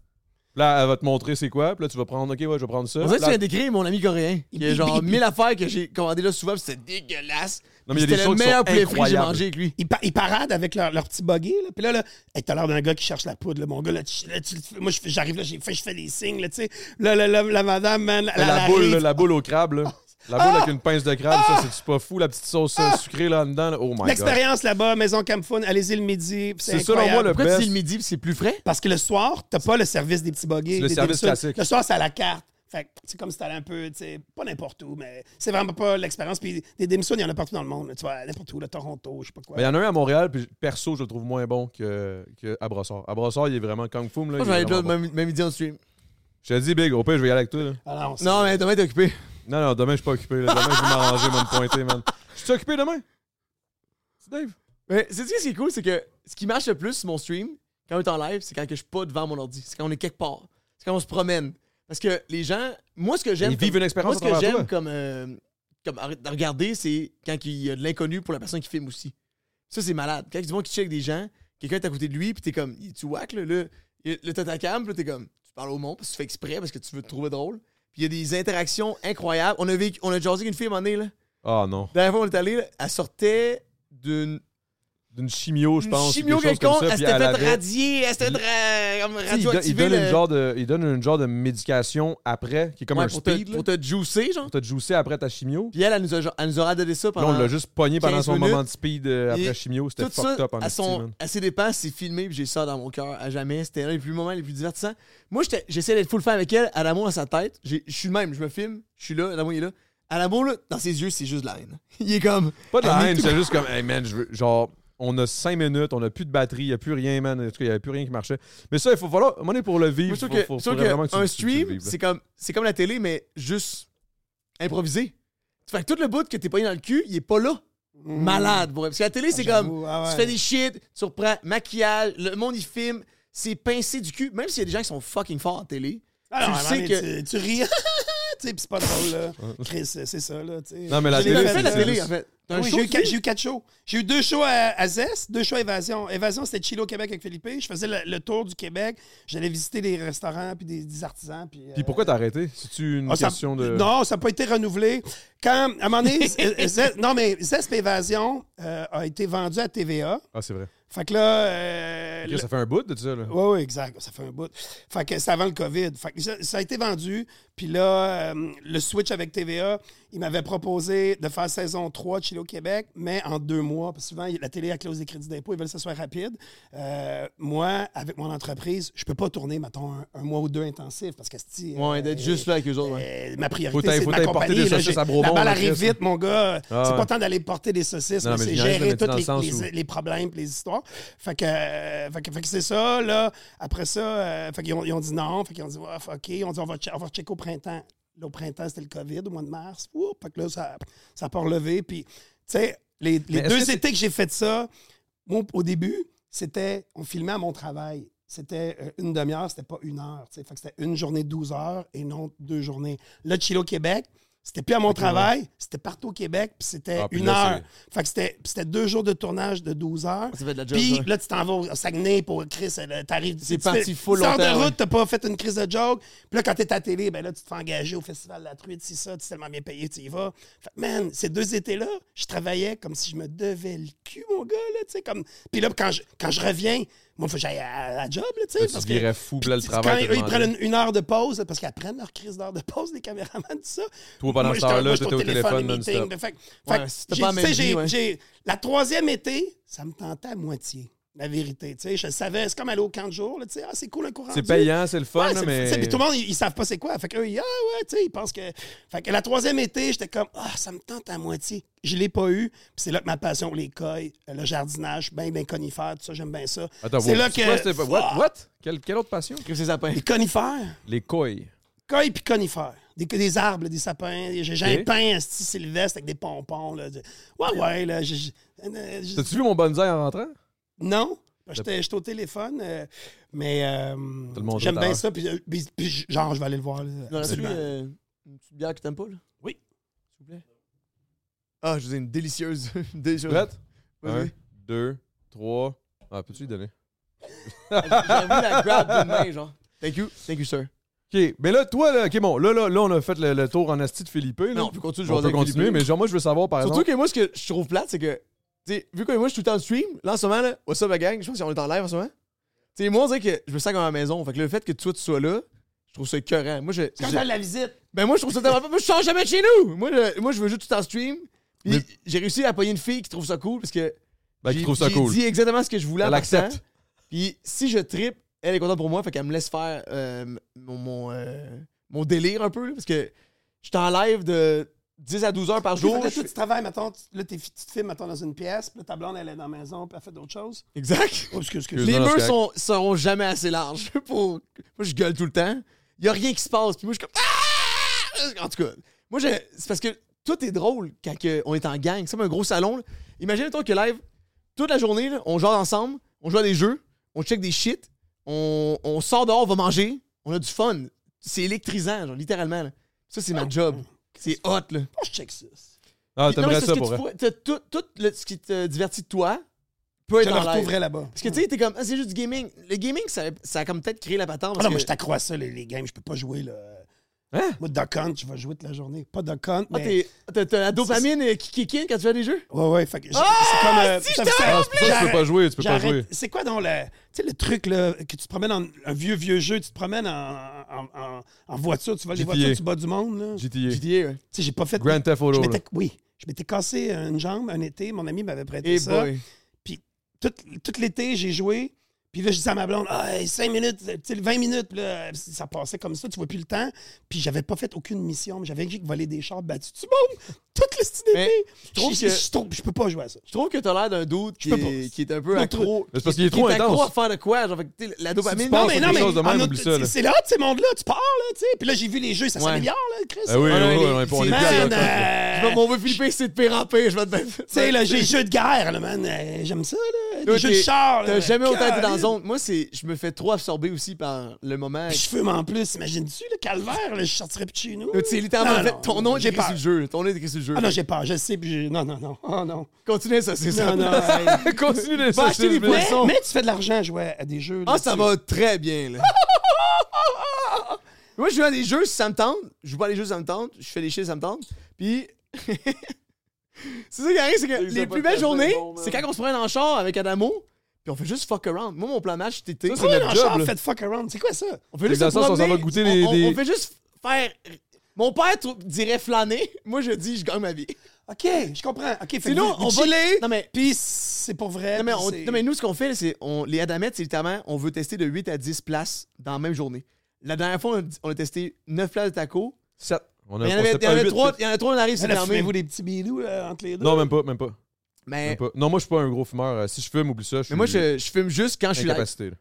Speaker 1: là, elle va te montrer c'est quoi. Puis là, tu vas prendre, OK, ouais, je vais prendre ça.
Speaker 2: On dirait que tu
Speaker 1: Là-
Speaker 2: viens d'écrire mon ami coréen. Il y a genre mille affaires que j'ai commandées là souvent, puis c'était dégueulasse.
Speaker 1: Non, mais il y a
Speaker 2: Puis
Speaker 1: des
Speaker 2: C'était le
Speaker 1: choses qui
Speaker 2: meilleur
Speaker 1: sont
Speaker 2: poulet frit que j'ai
Speaker 1: incroyables.
Speaker 2: mangé avec lui.
Speaker 3: Ils, pa- ils paradent avec leur, leur petit buggy. Là. Puis là, là hey, t'as l'air d'un gars qui cherche la poudre. là. Mon gars, là, tu- là, tu- moi, je fais- j'arrive là, j'ai fait- je fais des signes. Là, tu sais. là, là, là, la madame, man, la,
Speaker 1: la,
Speaker 3: la-
Speaker 1: boule,
Speaker 3: arrive.
Speaker 1: là, la boule au crabe, là. La boule avec une pince de crabe,
Speaker 2: Ah!
Speaker 1: ça, c'est pas fou. La petite sauce euh, sucrée là dedans, là. oh my god.
Speaker 3: L'expérience là-bas, Maison Camphone, allez-y le midi. puis C'est
Speaker 1: C'est selon moi
Speaker 3: incroyable.
Speaker 1: le-
Speaker 2: Pourquoi tu
Speaker 1: best.
Speaker 2: dis le midi, puis c'est plus frais?
Speaker 3: Parce que le soir, t'as pas le service des petits buggers.
Speaker 1: C'est le
Speaker 3: des
Speaker 1: service
Speaker 3: déliceux.
Speaker 1: classique.
Speaker 3: Le soir, c'est à la carte. Fait que c'est comme si t'allais un peu, tu sais, pas n'importe où, mais c'est vraiment pas l'expérience. Puis des démissions, il y en a partout dans le monde. là, Tu vois, n'importe où, le Toronto, je sais pas quoi.
Speaker 1: Mais il y en a un à Montréal, puis perso, je le trouve moins bon que, que à Brossard. À Brossard, il est vraiment kung fu. Là, il est
Speaker 2: Moi, j'en ai
Speaker 1: vraiment
Speaker 2: déjà
Speaker 1: bon.
Speaker 2: même même midi en stream.
Speaker 1: Je te dis, Big, au pire, je vais y aller avec toi. là.
Speaker 3: Alors, on sait.
Speaker 2: Non, mais demain, t'es occupé.
Speaker 1: Non, non, demain, je suis pas occupé. là. Demain, je vais m'arranger, moi, me pointer, man. Je suis occupé demain? C'est Dave?
Speaker 2: Mais c'est ce qui est cool, c'est que ce qui marche le plus sur mon stream, quand on est en live, c'est quand que je suis pas devant mon ordi. C'est quand on est quelque part. C'est quand on se promène. Parce que les gens, moi ce que j'aime,
Speaker 1: Ils vivent
Speaker 2: comme-
Speaker 1: une expérience
Speaker 2: Moi ce
Speaker 1: à
Speaker 2: que
Speaker 1: travers
Speaker 2: j'aime
Speaker 1: toi.
Speaker 2: comme euh, comme arrête de regarder, c'est quand il y a de l'inconnu pour la personne qui filme aussi. Ça c'est malade. Quand ils vont qui check des gens, quelqu'un est à côté de lui, puis t'es comme, tu whack là, là, il- là t'as ta cam, puis là, t'es comme, tu parles au monde parce que tu fais exprès parce que tu veux te trouver drôle. Puis il y a des interactions incroyables. On a vécu, on a jasé avec une fille à un moment donné, là.
Speaker 1: Ah non.
Speaker 2: La dernière fois on est allé, là, elle sortait d'une
Speaker 1: D'une chimio, je
Speaker 2: une
Speaker 1: pense.
Speaker 2: Chimio
Speaker 1: quelque chose comme
Speaker 2: quelconque,
Speaker 1: ça,
Speaker 2: elle
Speaker 1: puis
Speaker 2: s'était faite
Speaker 1: avait-
Speaker 2: radier, elle s'était ra- comme
Speaker 1: Tu sais, il, do- il
Speaker 2: radioactivée.
Speaker 1: donne une
Speaker 2: le-
Speaker 1: genre de, il donne une genre de médication après, qui est comme
Speaker 2: Ouais,
Speaker 1: un
Speaker 2: pour,
Speaker 1: speed.
Speaker 2: te,
Speaker 1: là.
Speaker 2: pour te juicer, genre.
Speaker 1: Pour te juicer après ta chimio.
Speaker 2: Puis elle, elle nous a, elle nous aura donné ça
Speaker 1: Là,
Speaker 2: pendant.
Speaker 1: on l'a juste pogné pendant
Speaker 2: 15
Speaker 1: son
Speaker 2: minutes.
Speaker 1: moment de speed euh,
Speaker 2: Et
Speaker 1: après chimio. C'était
Speaker 2: tout
Speaker 1: fucked
Speaker 2: ça,
Speaker 1: up en
Speaker 2: à,
Speaker 1: esti,
Speaker 2: son,
Speaker 1: man.
Speaker 2: à ses dépens, c'est filmé, puis j'ai ça dans mon cœur à jamais. C'était l'un des plus moments les plus divertissants. Moi, j'étais- j'essayais d'être full fan avec elle, à l'amour à sa tête. J'ai- Je suis le même, je me filme, je suis là, à l'amour, il est là. À l'amour, là, dans ses yeux, c'est juste de la haine. Il est comme.
Speaker 1: Pas de la
Speaker 2: Elle est
Speaker 1: haine,
Speaker 2: tout-
Speaker 1: c'est juste comme, hey man, je veux. Genre, on a 5 minutes, on a plus de batterie, il n'y a plus rien, man. En tout cas, il n'y a plus rien qui marchait. Mais ça, il faut falloir. On est pour le vivre.
Speaker 2: Moi, je
Speaker 1: faut-
Speaker 2: trouve que,
Speaker 1: faut-
Speaker 2: je trouve
Speaker 1: faudrait
Speaker 2: que
Speaker 1: vraiment que tu-
Speaker 2: un
Speaker 1: tu- tu le
Speaker 2: stream,
Speaker 1: vives, là.
Speaker 2: c'est comme, c'est comme la télé, mais juste improvisé. Fait que tout le bout que t'es pas dans le cul, il est pas là. Malade, pour vrai. Parce que la télé, c'est
Speaker 3: j'avoue,
Speaker 2: comme,
Speaker 3: Hmm. ah ouais.
Speaker 2: tu fais des shit, tu reprends, maquillage, le monde, il filme, c'est pincé du cul. Même s'il y a des gens qui sont fucking forts en télé,
Speaker 3: Alors,
Speaker 2: tu
Speaker 3: Ah, à un
Speaker 2: sais
Speaker 3: moment donné,
Speaker 2: que-
Speaker 3: tu, tu ris. tu sais, puis c'est pas drôle, là. Chris, c'est ça, là. tu sais.
Speaker 1: Non, mais la
Speaker 3: Je l'ai
Speaker 1: télé,
Speaker 2: T'as
Speaker 1: c'est-
Speaker 2: fait la
Speaker 1: c'est
Speaker 2: télé,
Speaker 1: juste-
Speaker 2: en fait. T'as un
Speaker 3: Oui,
Speaker 2: show
Speaker 3: j'ai eu,
Speaker 2: de
Speaker 3: quatre-
Speaker 2: télé.
Speaker 3: j'ai eu quatre shows. J'ai eu deux shows à, à Zest, deux shows à Évasion. Évasion, c'était Chilo au Québec avec Philippe. Je faisais le, le tour du Québec. J'allais visiter des restaurants puis des, des artisans. Puis, euh,
Speaker 1: Puis pourquoi t'as arrêté C'est-tu une
Speaker 3: ah, ça-
Speaker 1: question de.
Speaker 3: Non, ça n'a pas été renouvelé. Quand, à un moment donné, Zest- non, mais Zest Évasion euh, a été vendu à TVA.
Speaker 1: Ah, c'est vrai.
Speaker 3: Fait que là. euh,
Speaker 1: Ça fait un bout de ça, là.
Speaker 3: oui, oui, exact. Ça fait un bout. Fait que c'est avant le COVID. Fait que ça, ça a été vendu. Puis là, euh, le switch avec TVA, il m'avait proposé de faire saison 3 de Chilo Québec, mais en deux mois. Parce que souvent, la télé à cause des crédits d'impôt, ils veulent que ça soit rapide. Euh, moi, avec mon entreprise, je peux pas tourner, mettons, un, un mois ou deux intensif parce que c'est.
Speaker 2: Ouais, d'être juste là avec eux autres. ouais.
Speaker 3: Euh, ma
Speaker 1: Faut
Speaker 3: priorité,
Speaker 1: t'aille-
Speaker 3: c'est
Speaker 1: faut
Speaker 3: ma
Speaker 1: t'aille porter
Speaker 3: compagnie.
Speaker 1: des
Speaker 3: là,
Speaker 1: saucisses
Speaker 3: j'ai-
Speaker 1: à Bromont,
Speaker 3: la balle
Speaker 1: là,
Speaker 3: arrive
Speaker 1: Chris.
Speaker 3: vite, mon gars.
Speaker 1: Ah
Speaker 3: c'est
Speaker 1: ouais.
Speaker 3: pas tant d'aller porter des saucisses,
Speaker 1: Non,
Speaker 3: mais
Speaker 1: mais
Speaker 3: c'est
Speaker 1: je niaise, mais
Speaker 3: gérer
Speaker 1: tu sais,
Speaker 3: tous
Speaker 1: dans
Speaker 3: les,
Speaker 1: le sens
Speaker 3: les- les problèmes les histoires. Fait que, euh, fait que, fait que c'est ça, là. Après ça, euh, fait qu'ils ont, ils ont dit non. Fait qu'ils ont dit, ouais, OK, ils ont dit, on va, che- on va checker au printemps. Là, au printemps, c'était le COVID, au mois de mars. Ouh, fait que là, ça, ça part levé. Puis, tu sais, les, les
Speaker 1: Mais est-ce que
Speaker 3: deux
Speaker 1: c'est-
Speaker 3: étés que j'ai fait ça, moi, au début, c'était, on filmait à mon travail. C'était euh, une demi-heure, c'était pas une heure. tu sais. Fait que c'était une journée 12 heures et non deux journées. Là, Chilo Québec, c'était plus à mon travail, c'était partout au Québec, puis c'était
Speaker 1: Ah, puis
Speaker 3: une
Speaker 1: là,
Speaker 3: heure. Fait que c'était puis c'était deux jours de tournage de 12 heures.
Speaker 2: Ça fait de la job. hein.
Speaker 3: Puis
Speaker 2: ça.
Speaker 3: là, tu t'en vas au au Saguenay pour Chris, euh, t'arrives. tu- tu
Speaker 2: parti
Speaker 3: fais-
Speaker 2: full
Speaker 3: tu sors
Speaker 2: longtemps,
Speaker 3: de
Speaker 2: ouais.
Speaker 3: route, t'as pas fait une crise de joke. Puis là, quand t'es à télé, ben là, tu te fais engager au Festival de la Truite, c'est ça, tu es tellement bien payé, tu y vas. Fait que, man, ces deux étés-là, je travaillais comme si je me devais le cul, mon gars, là, tu sais, comme. Puis là, quand je, quand je reviens, moi, faut que j'aille à la job, là, tu sais.
Speaker 1: Là, tu
Speaker 3: parce que-
Speaker 1: virais fou, puis là, le
Speaker 3: Puis
Speaker 1: travail.
Speaker 3: Quand eux, ils prennent une, une heure de pause, parce qu'elles prennent leur crise d'heure de pause, les caméramans, tout ça.
Speaker 1: Toi, pendant
Speaker 3: Moi,
Speaker 1: ce
Speaker 3: j'étais-
Speaker 1: temps-là,
Speaker 3: moi, j'étais
Speaker 1: t'étais au téléphone
Speaker 3: les meetings,
Speaker 1: non-stop.
Speaker 3: ben, Fait, que-
Speaker 2: Ouais,
Speaker 3: fait que
Speaker 2: c'était
Speaker 3: j'ai-
Speaker 2: pas la
Speaker 3: tu
Speaker 2: même
Speaker 3: sais,
Speaker 2: vie,
Speaker 3: j'ai-
Speaker 2: ouais.
Speaker 3: j'ai- La troisième été, ça me tentait à moitié, la vérité. Tu sais, je savais, c'est comme aller au camp de jour, là, tu sais, ah, c'est cool un courant.
Speaker 1: C'est payant, c'est le fun, là, mais.
Speaker 3: Puis tout le monde, ils, ils savent pas c'est quoi. Fait qu'eux, ils, ah ouais, tu sais, ils pensent que. Fait que la troisième été, j'étais comme, ah, ça me tente à moitié. Je l'ai pas eu. Puis c'est là que ma passion, les coilles, le jardinage, ben, ben, conifères, tout ça, j'aime bien ça.
Speaker 1: Attends,
Speaker 3: c'est
Speaker 1: wow,
Speaker 3: là
Speaker 1: quoi,
Speaker 3: que. Ah,
Speaker 1: c'était- What? What? Quelle, quelle autre passion?
Speaker 2: Crève ses sapins.
Speaker 3: Les conifères.
Speaker 1: Les couilles.
Speaker 3: Cueille puis conifères. Des, des arbres, des sapins. J'ai j'ai
Speaker 1: Ok.
Speaker 3: un pain esti sylvestre avec des pompons. Là. de- Ouais, ouais, là. j'ai- j'ai- euh, j'ai-
Speaker 1: T'as-tu vu mon bonsaï en rentrant?
Speaker 3: Non. J'étais j'étais au téléphone, euh, mais euh,
Speaker 1: le monde
Speaker 3: j'aime
Speaker 1: est
Speaker 3: bien
Speaker 1: dehors.
Speaker 3: ça. Puis, euh, puis- puis j- genre, je vais aller le voir. là,
Speaker 2: Dans la euh,
Speaker 3: absolument.
Speaker 2: une petite bière que t'aimes pas, là?
Speaker 3: Oui.
Speaker 2: S'il vous plaît. Ah, je vous ai une délicieuse. une délicieuse.
Speaker 1: Prête?
Speaker 2: Oui,
Speaker 1: Un,
Speaker 2: oui.
Speaker 1: deux, trois. Ah, peux-tu lui donner?
Speaker 2: J'ai envie de la grab d'une main, genre. Thank you. Thank you, sir.
Speaker 1: OK, mais là, toi, là, OK, bon, là, là, là, on a fait le, le tour en asti de Philippe. là.
Speaker 2: Non, on peut continuer. de
Speaker 1: on
Speaker 2: jaser
Speaker 1: peut
Speaker 2: avec
Speaker 1: continuer,
Speaker 2: Philippe.
Speaker 1: mais genre, moi, je veux savoir, par
Speaker 2: Surtout
Speaker 1: exemple...
Speaker 2: que moi, ce que je trouve plate, c'est que, tu sais, vu que moi, je suis tout le temps en stream, là, en ce moment, là, what's up, la gang? Je pense qu'on est en live en ce moment. Tu sais, moi, on dirait que je me sens comme à la maison. Fait que le fait que toi, tu sois là, je trouve ça écœurant. Moi, je.
Speaker 3: Quand
Speaker 2: je-
Speaker 3: j'ai la visite,
Speaker 2: ben, moi, je trouve ça tellement. moi, je sors jamais de chez nous! Moi, je, moi, je veux juste tout le temps stream. Puis,
Speaker 1: Mais-
Speaker 2: j'ai réussi à pogner une fille qui trouve ça cool parce que.
Speaker 1: Ben, qui
Speaker 2: j'ai-
Speaker 1: trouve ça
Speaker 2: j'ai
Speaker 1: cool.
Speaker 2: dit exactement ce que je voulais en
Speaker 1: Elle accepte.
Speaker 2: partant. Puis, si je trippe, elle est contente pour moi. Fait qu'elle me laisse faire euh, mon, mon, euh, mon délire un peu. là, parce que je suis en live de 10 à 12 heures par
Speaker 3: Fait que
Speaker 2: jour.
Speaker 3: là,
Speaker 2: Je
Speaker 3: toi, tu travailles, mettons, tu- là, t'es- tu te filmes, mettons, dans une pièce, puis là, ta blonde, elle est dans la maison, puis elle fait d'autres choses.
Speaker 2: fais- Exact.
Speaker 3: Oh, excuse, excuse.
Speaker 1: Excuse.
Speaker 2: Les
Speaker 1: Non, non,
Speaker 2: murs
Speaker 1: c'est
Speaker 2: sont, seront jamais assez larges pour. Moi, je gueule tout le temps. Il y a rien qui se passe. Puis moi, je suis comme. Ah! En tout cas, moi, je... c'est parce que tout est drôle quand que on est en gang. C'est comme un gros salon. là. Imagine, toi, que live, toute la journée, là, on joue ensemble, on joue à des jeux, on check des shit, on, on sort dehors, on va manger, on a du fun. C'est électrisant, genre, littéralement. là. Ça, c'est ma job. C'est hot, là.
Speaker 3: Oh, je check ça.
Speaker 1: Ah,
Speaker 2: Non, mais
Speaker 1: t'aimerais
Speaker 2: c'est
Speaker 1: ça
Speaker 2: parce que
Speaker 1: pour
Speaker 2: tu
Speaker 1: vrai.
Speaker 2: pourrais- t'as tout, tout le- ce qui te divertit de toi peut
Speaker 3: Je
Speaker 2: être en
Speaker 3: le
Speaker 2: live.
Speaker 3: retrouverai là-bas.
Speaker 2: Parce que tu sais, t'es comme, ah, c'est juste du gaming. Le gaming, ça, ça a comme peut-être créé la patente.
Speaker 3: Ah
Speaker 2: Parce
Speaker 3: non, moi,
Speaker 2: que-
Speaker 3: je t'accrois à ça, les, les games. Je peux pas jouer, là.
Speaker 1: Hein?
Speaker 3: Moi, Duck Hunt, je vais jouer toute la journée. Pas Duck Hunt,
Speaker 2: Ah,
Speaker 3: mais...
Speaker 2: t'es- t'as t'as la dopamine euh, qui kick in quand tu fais des jeux?
Speaker 3: Ouais, ouais, fait que... j'ai-
Speaker 2: Ah,
Speaker 3: c'est comme...
Speaker 2: si,
Speaker 3: ça-
Speaker 2: je t'en
Speaker 3: ça-
Speaker 1: Ah, c'est pour ça que tu peux pas jouer, tu peux pas
Speaker 3: j'arrête-
Speaker 1: jouer.
Speaker 3: C'est quoi dans le... Tu sais, le truc, là, que tu te promènes en... Un vieux, vieux jeu, tu te promènes en, en, en- en voiture, tu vois les
Speaker 1: GTA.
Speaker 3: voitures, tu bats du monde, là. Tu
Speaker 1: GTA.
Speaker 2: GTA, ouais.
Speaker 3: sais, j'ai pas fait...
Speaker 1: Grand Theft
Speaker 3: je
Speaker 1: Auto, là.
Speaker 3: m'étais- Oui, je m'étais cassé une jambe un été. Mon ami m'avait prêté
Speaker 2: Et
Speaker 3: ça.
Speaker 2: boy.
Speaker 3: tout, tout l'été, j'ai joué. Puis là, je disais à ma blonde, ah, 5 minutes, tu sais, 20 minutes, Puis là, ça passait comme ça, tu vois plus le temps. Puis j'avais pas fait aucune mission, mais j'avais juste volé des chars battus. Tu boum! Toute le style
Speaker 2: Mais
Speaker 3: d'été.
Speaker 2: je trouve
Speaker 3: Je-
Speaker 2: que-
Speaker 3: je- je trouve- Je peux pas jouer à ça.
Speaker 2: Je trouve que t'as l'air d'un dude qui
Speaker 3: peux pas.
Speaker 2: est, qui est un peu
Speaker 3: Non,
Speaker 2: accro.
Speaker 1: Mais c'est parce
Speaker 2: qui-
Speaker 1: qu'il est trop
Speaker 2: qui accro
Speaker 1: intense.
Speaker 2: à faire de quoi? Genre, fait que, tu sais, la dopamine.
Speaker 1: penses
Speaker 2: Non, mais
Speaker 1: au
Speaker 2: non, mais.
Speaker 1: quelque chose de même,
Speaker 3: en
Speaker 1: oublie ça,
Speaker 3: autre-
Speaker 1: là.
Speaker 3: c'est c'est là, tu sais, monde-là, tu pars, là, tu sais. Puis là, j'ai vu les jeux, ça
Speaker 2: Ouais.
Speaker 3: s'améliore, là, Chris.
Speaker 1: Ah oui, oui,
Speaker 2: Ah, non,
Speaker 1: oui,
Speaker 2: les-
Speaker 1: on est pas- on est
Speaker 2: c'est
Speaker 1: plus à
Speaker 3: Man,
Speaker 1: Duck Hunt.
Speaker 3: euh,
Speaker 2: Je vais- on veut flipper, c'est de pire en pire. Je vais te battre.
Speaker 3: tu sais, là, j'ai les jeux de guerre, là, man. Euh, J'aime ça, là. Les
Speaker 2: Toi,
Speaker 3: jeux de
Speaker 2: t'es-
Speaker 3: char, là.
Speaker 2: T'as jamais autant été dans la
Speaker 3: Caroline.
Speaker 2: zone. Moi, c'est, je me fais trop absorber aussi par le moment.
Speaker 3: Puis je fume en plus, imagine-tu, le calvaire, là, je sortirais plus de chez nous.
Speaker 2: Tu sais, littéralement,
Speaker 3: Non,
Speaker 2: en fait,
Speaker 3: non,
Speaker 2: ton nom est
Speaker 3: j'ai
Speaker 2: écrit sur
Speaker 3: peur.
Speaker 2: le jeu. Ton nom est écrit sur le jeu.
Speaker 3: Ah non, j'ai peur, je sais, puis j'ai- Non, non, non, oh non.
Speaker 2: Continue ça, c'est ça.
Speaker 3: Non, non, hey.
Speaker 1: Continue les
Speaker 2: Va acheter des
Speaker 1: saucisses,
Speaker 3: mais,
Speaker 1: mais-
Speaker 3: mais tu fais de l'argent à jouer à des jeux.
Speaker 2: Ah,
Speaker 3: là,
Speaker 2: ça
Speaker 3: tu-
Speaker 2: va très bien, là. Moi, je joue à des jeux si ça me tente. Je joue pas à des jeux si ça me tente. Je fais des shit si ça me tente. Puis. c'est ça qui arrive,
Speaker 1: C'est
Speaker 2: c'est que
Speaker 1: que ça
Speaker 2: les
Speaker 1: va
Speaker 2: plus
Speaker 1: pas te faire
Speaker 2: belles journées,
Speaker 1: bon, man.
Speaker 2: c'est quand on se prend en char avec Adamo. Puis on fait juste fuck around. Moi, mon plan match cet été,
Speaker 1: Ça,
Speaker 3: Pourquoi
Speaker 1: notre
Speaker 3: dans le
Speaker 1: job,
Speaker 3: char,
Speaker 1: là.
Speaker 3: faites fuck around? C'est quoi ça?
Speaker 2: on fait
Speaker 1: Fait que
Speaker 2: juste
Speaker 1: dans
Speaker 2: se
Speaker 1: le sens, on s'en va
Speaker 2: promener,
Speaker 1: goûter des-
Speaker 2: on- on-
Speaker 1: des-
Speaker 2: on fait juste faire. Mon père trou- dirait flâner. Moi, je dis, je gagne ma vie.
Speaker 3: OK, je comprends. OK, fait que
Speaker 2: Sinon,
Speaker 3: vous- vous
Speaker 2: on va-
Speaker 3: chillez,
Speaker 2: Non, mais
Speaker 3: puis c'est pour vrai.
Speaker 2: Non mais, on-
Speaker 3: puis c'est-
Speaker 2: non, mais nous, ce qu'on fait, c'est on, les Adamettes, c'est littéralement, on veut tester de 8 à 10 places dans la même journée. La dernière fois, on a, on a testé 9 places de tacos.
Speaker 1: Sept. On a,
Speaker 2: Il y en
Speaker 1: on
Speaker 2: avait-
Speaker 1: s'était
Speaker 2: il y en
Speaker 1: pas
Speaker 2: avait
Speaker 1: huit,
Speaker 2: 3,
Speaker 1: huit.
Speaker 2: il y en a trois, on arrive, c'est
Speaker 3: Là,
Speaker 2: fermé.
Speaker 3: Fumez-vous des petits bilous là, entre les deux?
Speaker 1: Non, même pas, même pas, même
Speaker 2: Mais,
Speaker 1: pas. Non, moi, je suis pas un gros fumeur. Euh, Si je fume, oublie ça. Je
Speaker 2: mais moi,
Speaker 1: suis
Speaker 2: je, je fume juste quand je suis live.
Speaker 1: incapacité. là.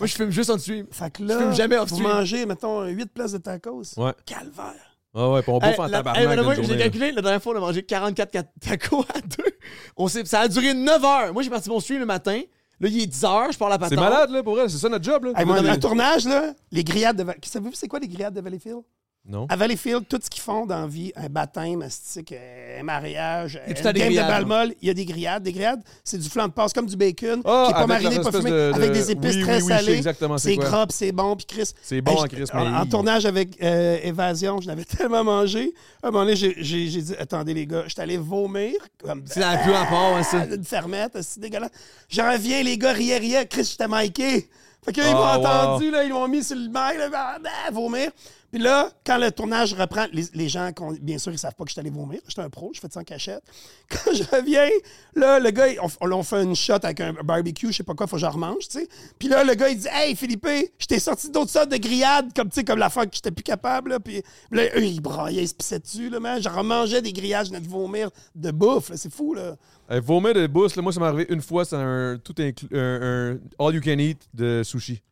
Speaker 2: Moi, je fume juste en stream.
Speaker 3: Fait que
Speaker 2: fume
Speaker 3: là,
Speaker 2: jamais off
Speaker 3: vous
Speaker 2: stream.
Speaker 3: mangez, mettons, 8 places de tacos.
Speaker 1: Ouais.
Speaker 3: Calvaire.
Speaker 1: Ah ouais, puis on bouffe
Speaker 2: Hey,
Speaker 1: en
Speaker 2: la-
Speaker 1: tabarnak
Speaker 2: hey, madame,
Speaker 1: d'une
Speaker 2: J'ai
Speaker 1: journée, là.
Speaker 2: calculé, la dernière fois, on a mangé 44 cat- tacos à deux. On s'est- ça a duré 9 heures. Moi, j'ai parti mon stream le matin. Là, il est 10 heures, je pars à la
Speaker 1: C'est
Speaker 2: patente.
Speaker 1: malade, là, pour elle. C'est ça notre job, là.
Speaker 3: Hey,
Speaker 1: Moi,
Speaker 3: moi,
Speaker 1: dans
Speaker 3: en
Speaker 1: les-
Speaker 3: tournage, là, les grillades de... Val- Savez-vous c'est quoi les grillades de Valleyfield?
Speaker 1: Non.
Speaker 3: À Valleyfield, tout ce qu'ils font dans la vie, un baptême, astique, un mariage, euh,
Speaker 2: y a
Speaker 3: une
Speaker 2: tout le temps
Speaker 3: game
Speaker 2: des
Speaker 3: de
Speaker 2: grillades,
Speaker 3: balle molle, il y a des grillades. Des grillades, c'est du flan de passe, comme du bacon,
Speaker 1: Ah,
Speaker 3: qui est pas
Speaker 1: avec
Speaker 3: mariné,
Speaker 1: leur
Speaker 3: pas
Speaker 1: espèce
Speaker 3: fumé,
Speaker 1: de- de-
Speaker 3: avec des épices
Speaker 1: oui,
Speaker 3: très
Speaker 1: oui, oui, je sais
Speaker 3: salées.
Speaker 1: exactement c'est
Speaker 3: c'est
Speaker 1: quoi.
Speaker 3: gras, puis c'est bon, puis Chris.
Speaker 1: C'est bon
Speaker 3: je-
Speaker 1: en Chris, mais-
Speaker 3: en, en tournage avec euh, Évasion, je l'avais tellement mangé. À un moment donné, j'ai- j'ai j'ai dit, attendez les gars, je suis allé vomir. Comme,
Speaker 2: C'est la plus rapport, hein, ça.
Speaker 3: ah, une fermette, c'est dégueulasse. J'en reviens, les gars riaient, riaient. Chris, j'étais miké. Fait que, ils m'ont
Speaker 1: Ah, wow.
Speaker 3: entendu, là, ils m'ont mis sur le mail, là, bah, bah, vomir. Puis là, quand le tournage reprend, les, les gens, qu'on- bien sûr, ils savent pas que je suis allé vomir. J'étais un pro, je fais ça en cachette. Quand je reviens, là, le gars, il- on, on fait une shot avec un barbecue, je sais pas quoi, faut que j'en remange, tu sais. Puis là, le gars, il dit Hey, Philippe, je t'ai sorti d'autres sortes de grillades, comme, tu sais, comme la fois que j'étais plus capable, là. Puis là, eux, ils braillaient, ils se pissaient dessus, là, man. Je remangeais des grillages, je venais de vomir de bouffe, là. C'est fou, là.
Speaker 1: Hey, vomir de bourse, là, moi, ça m'est arrivé une fois, c'est un tout inclus, un, un all you can eat de sushi.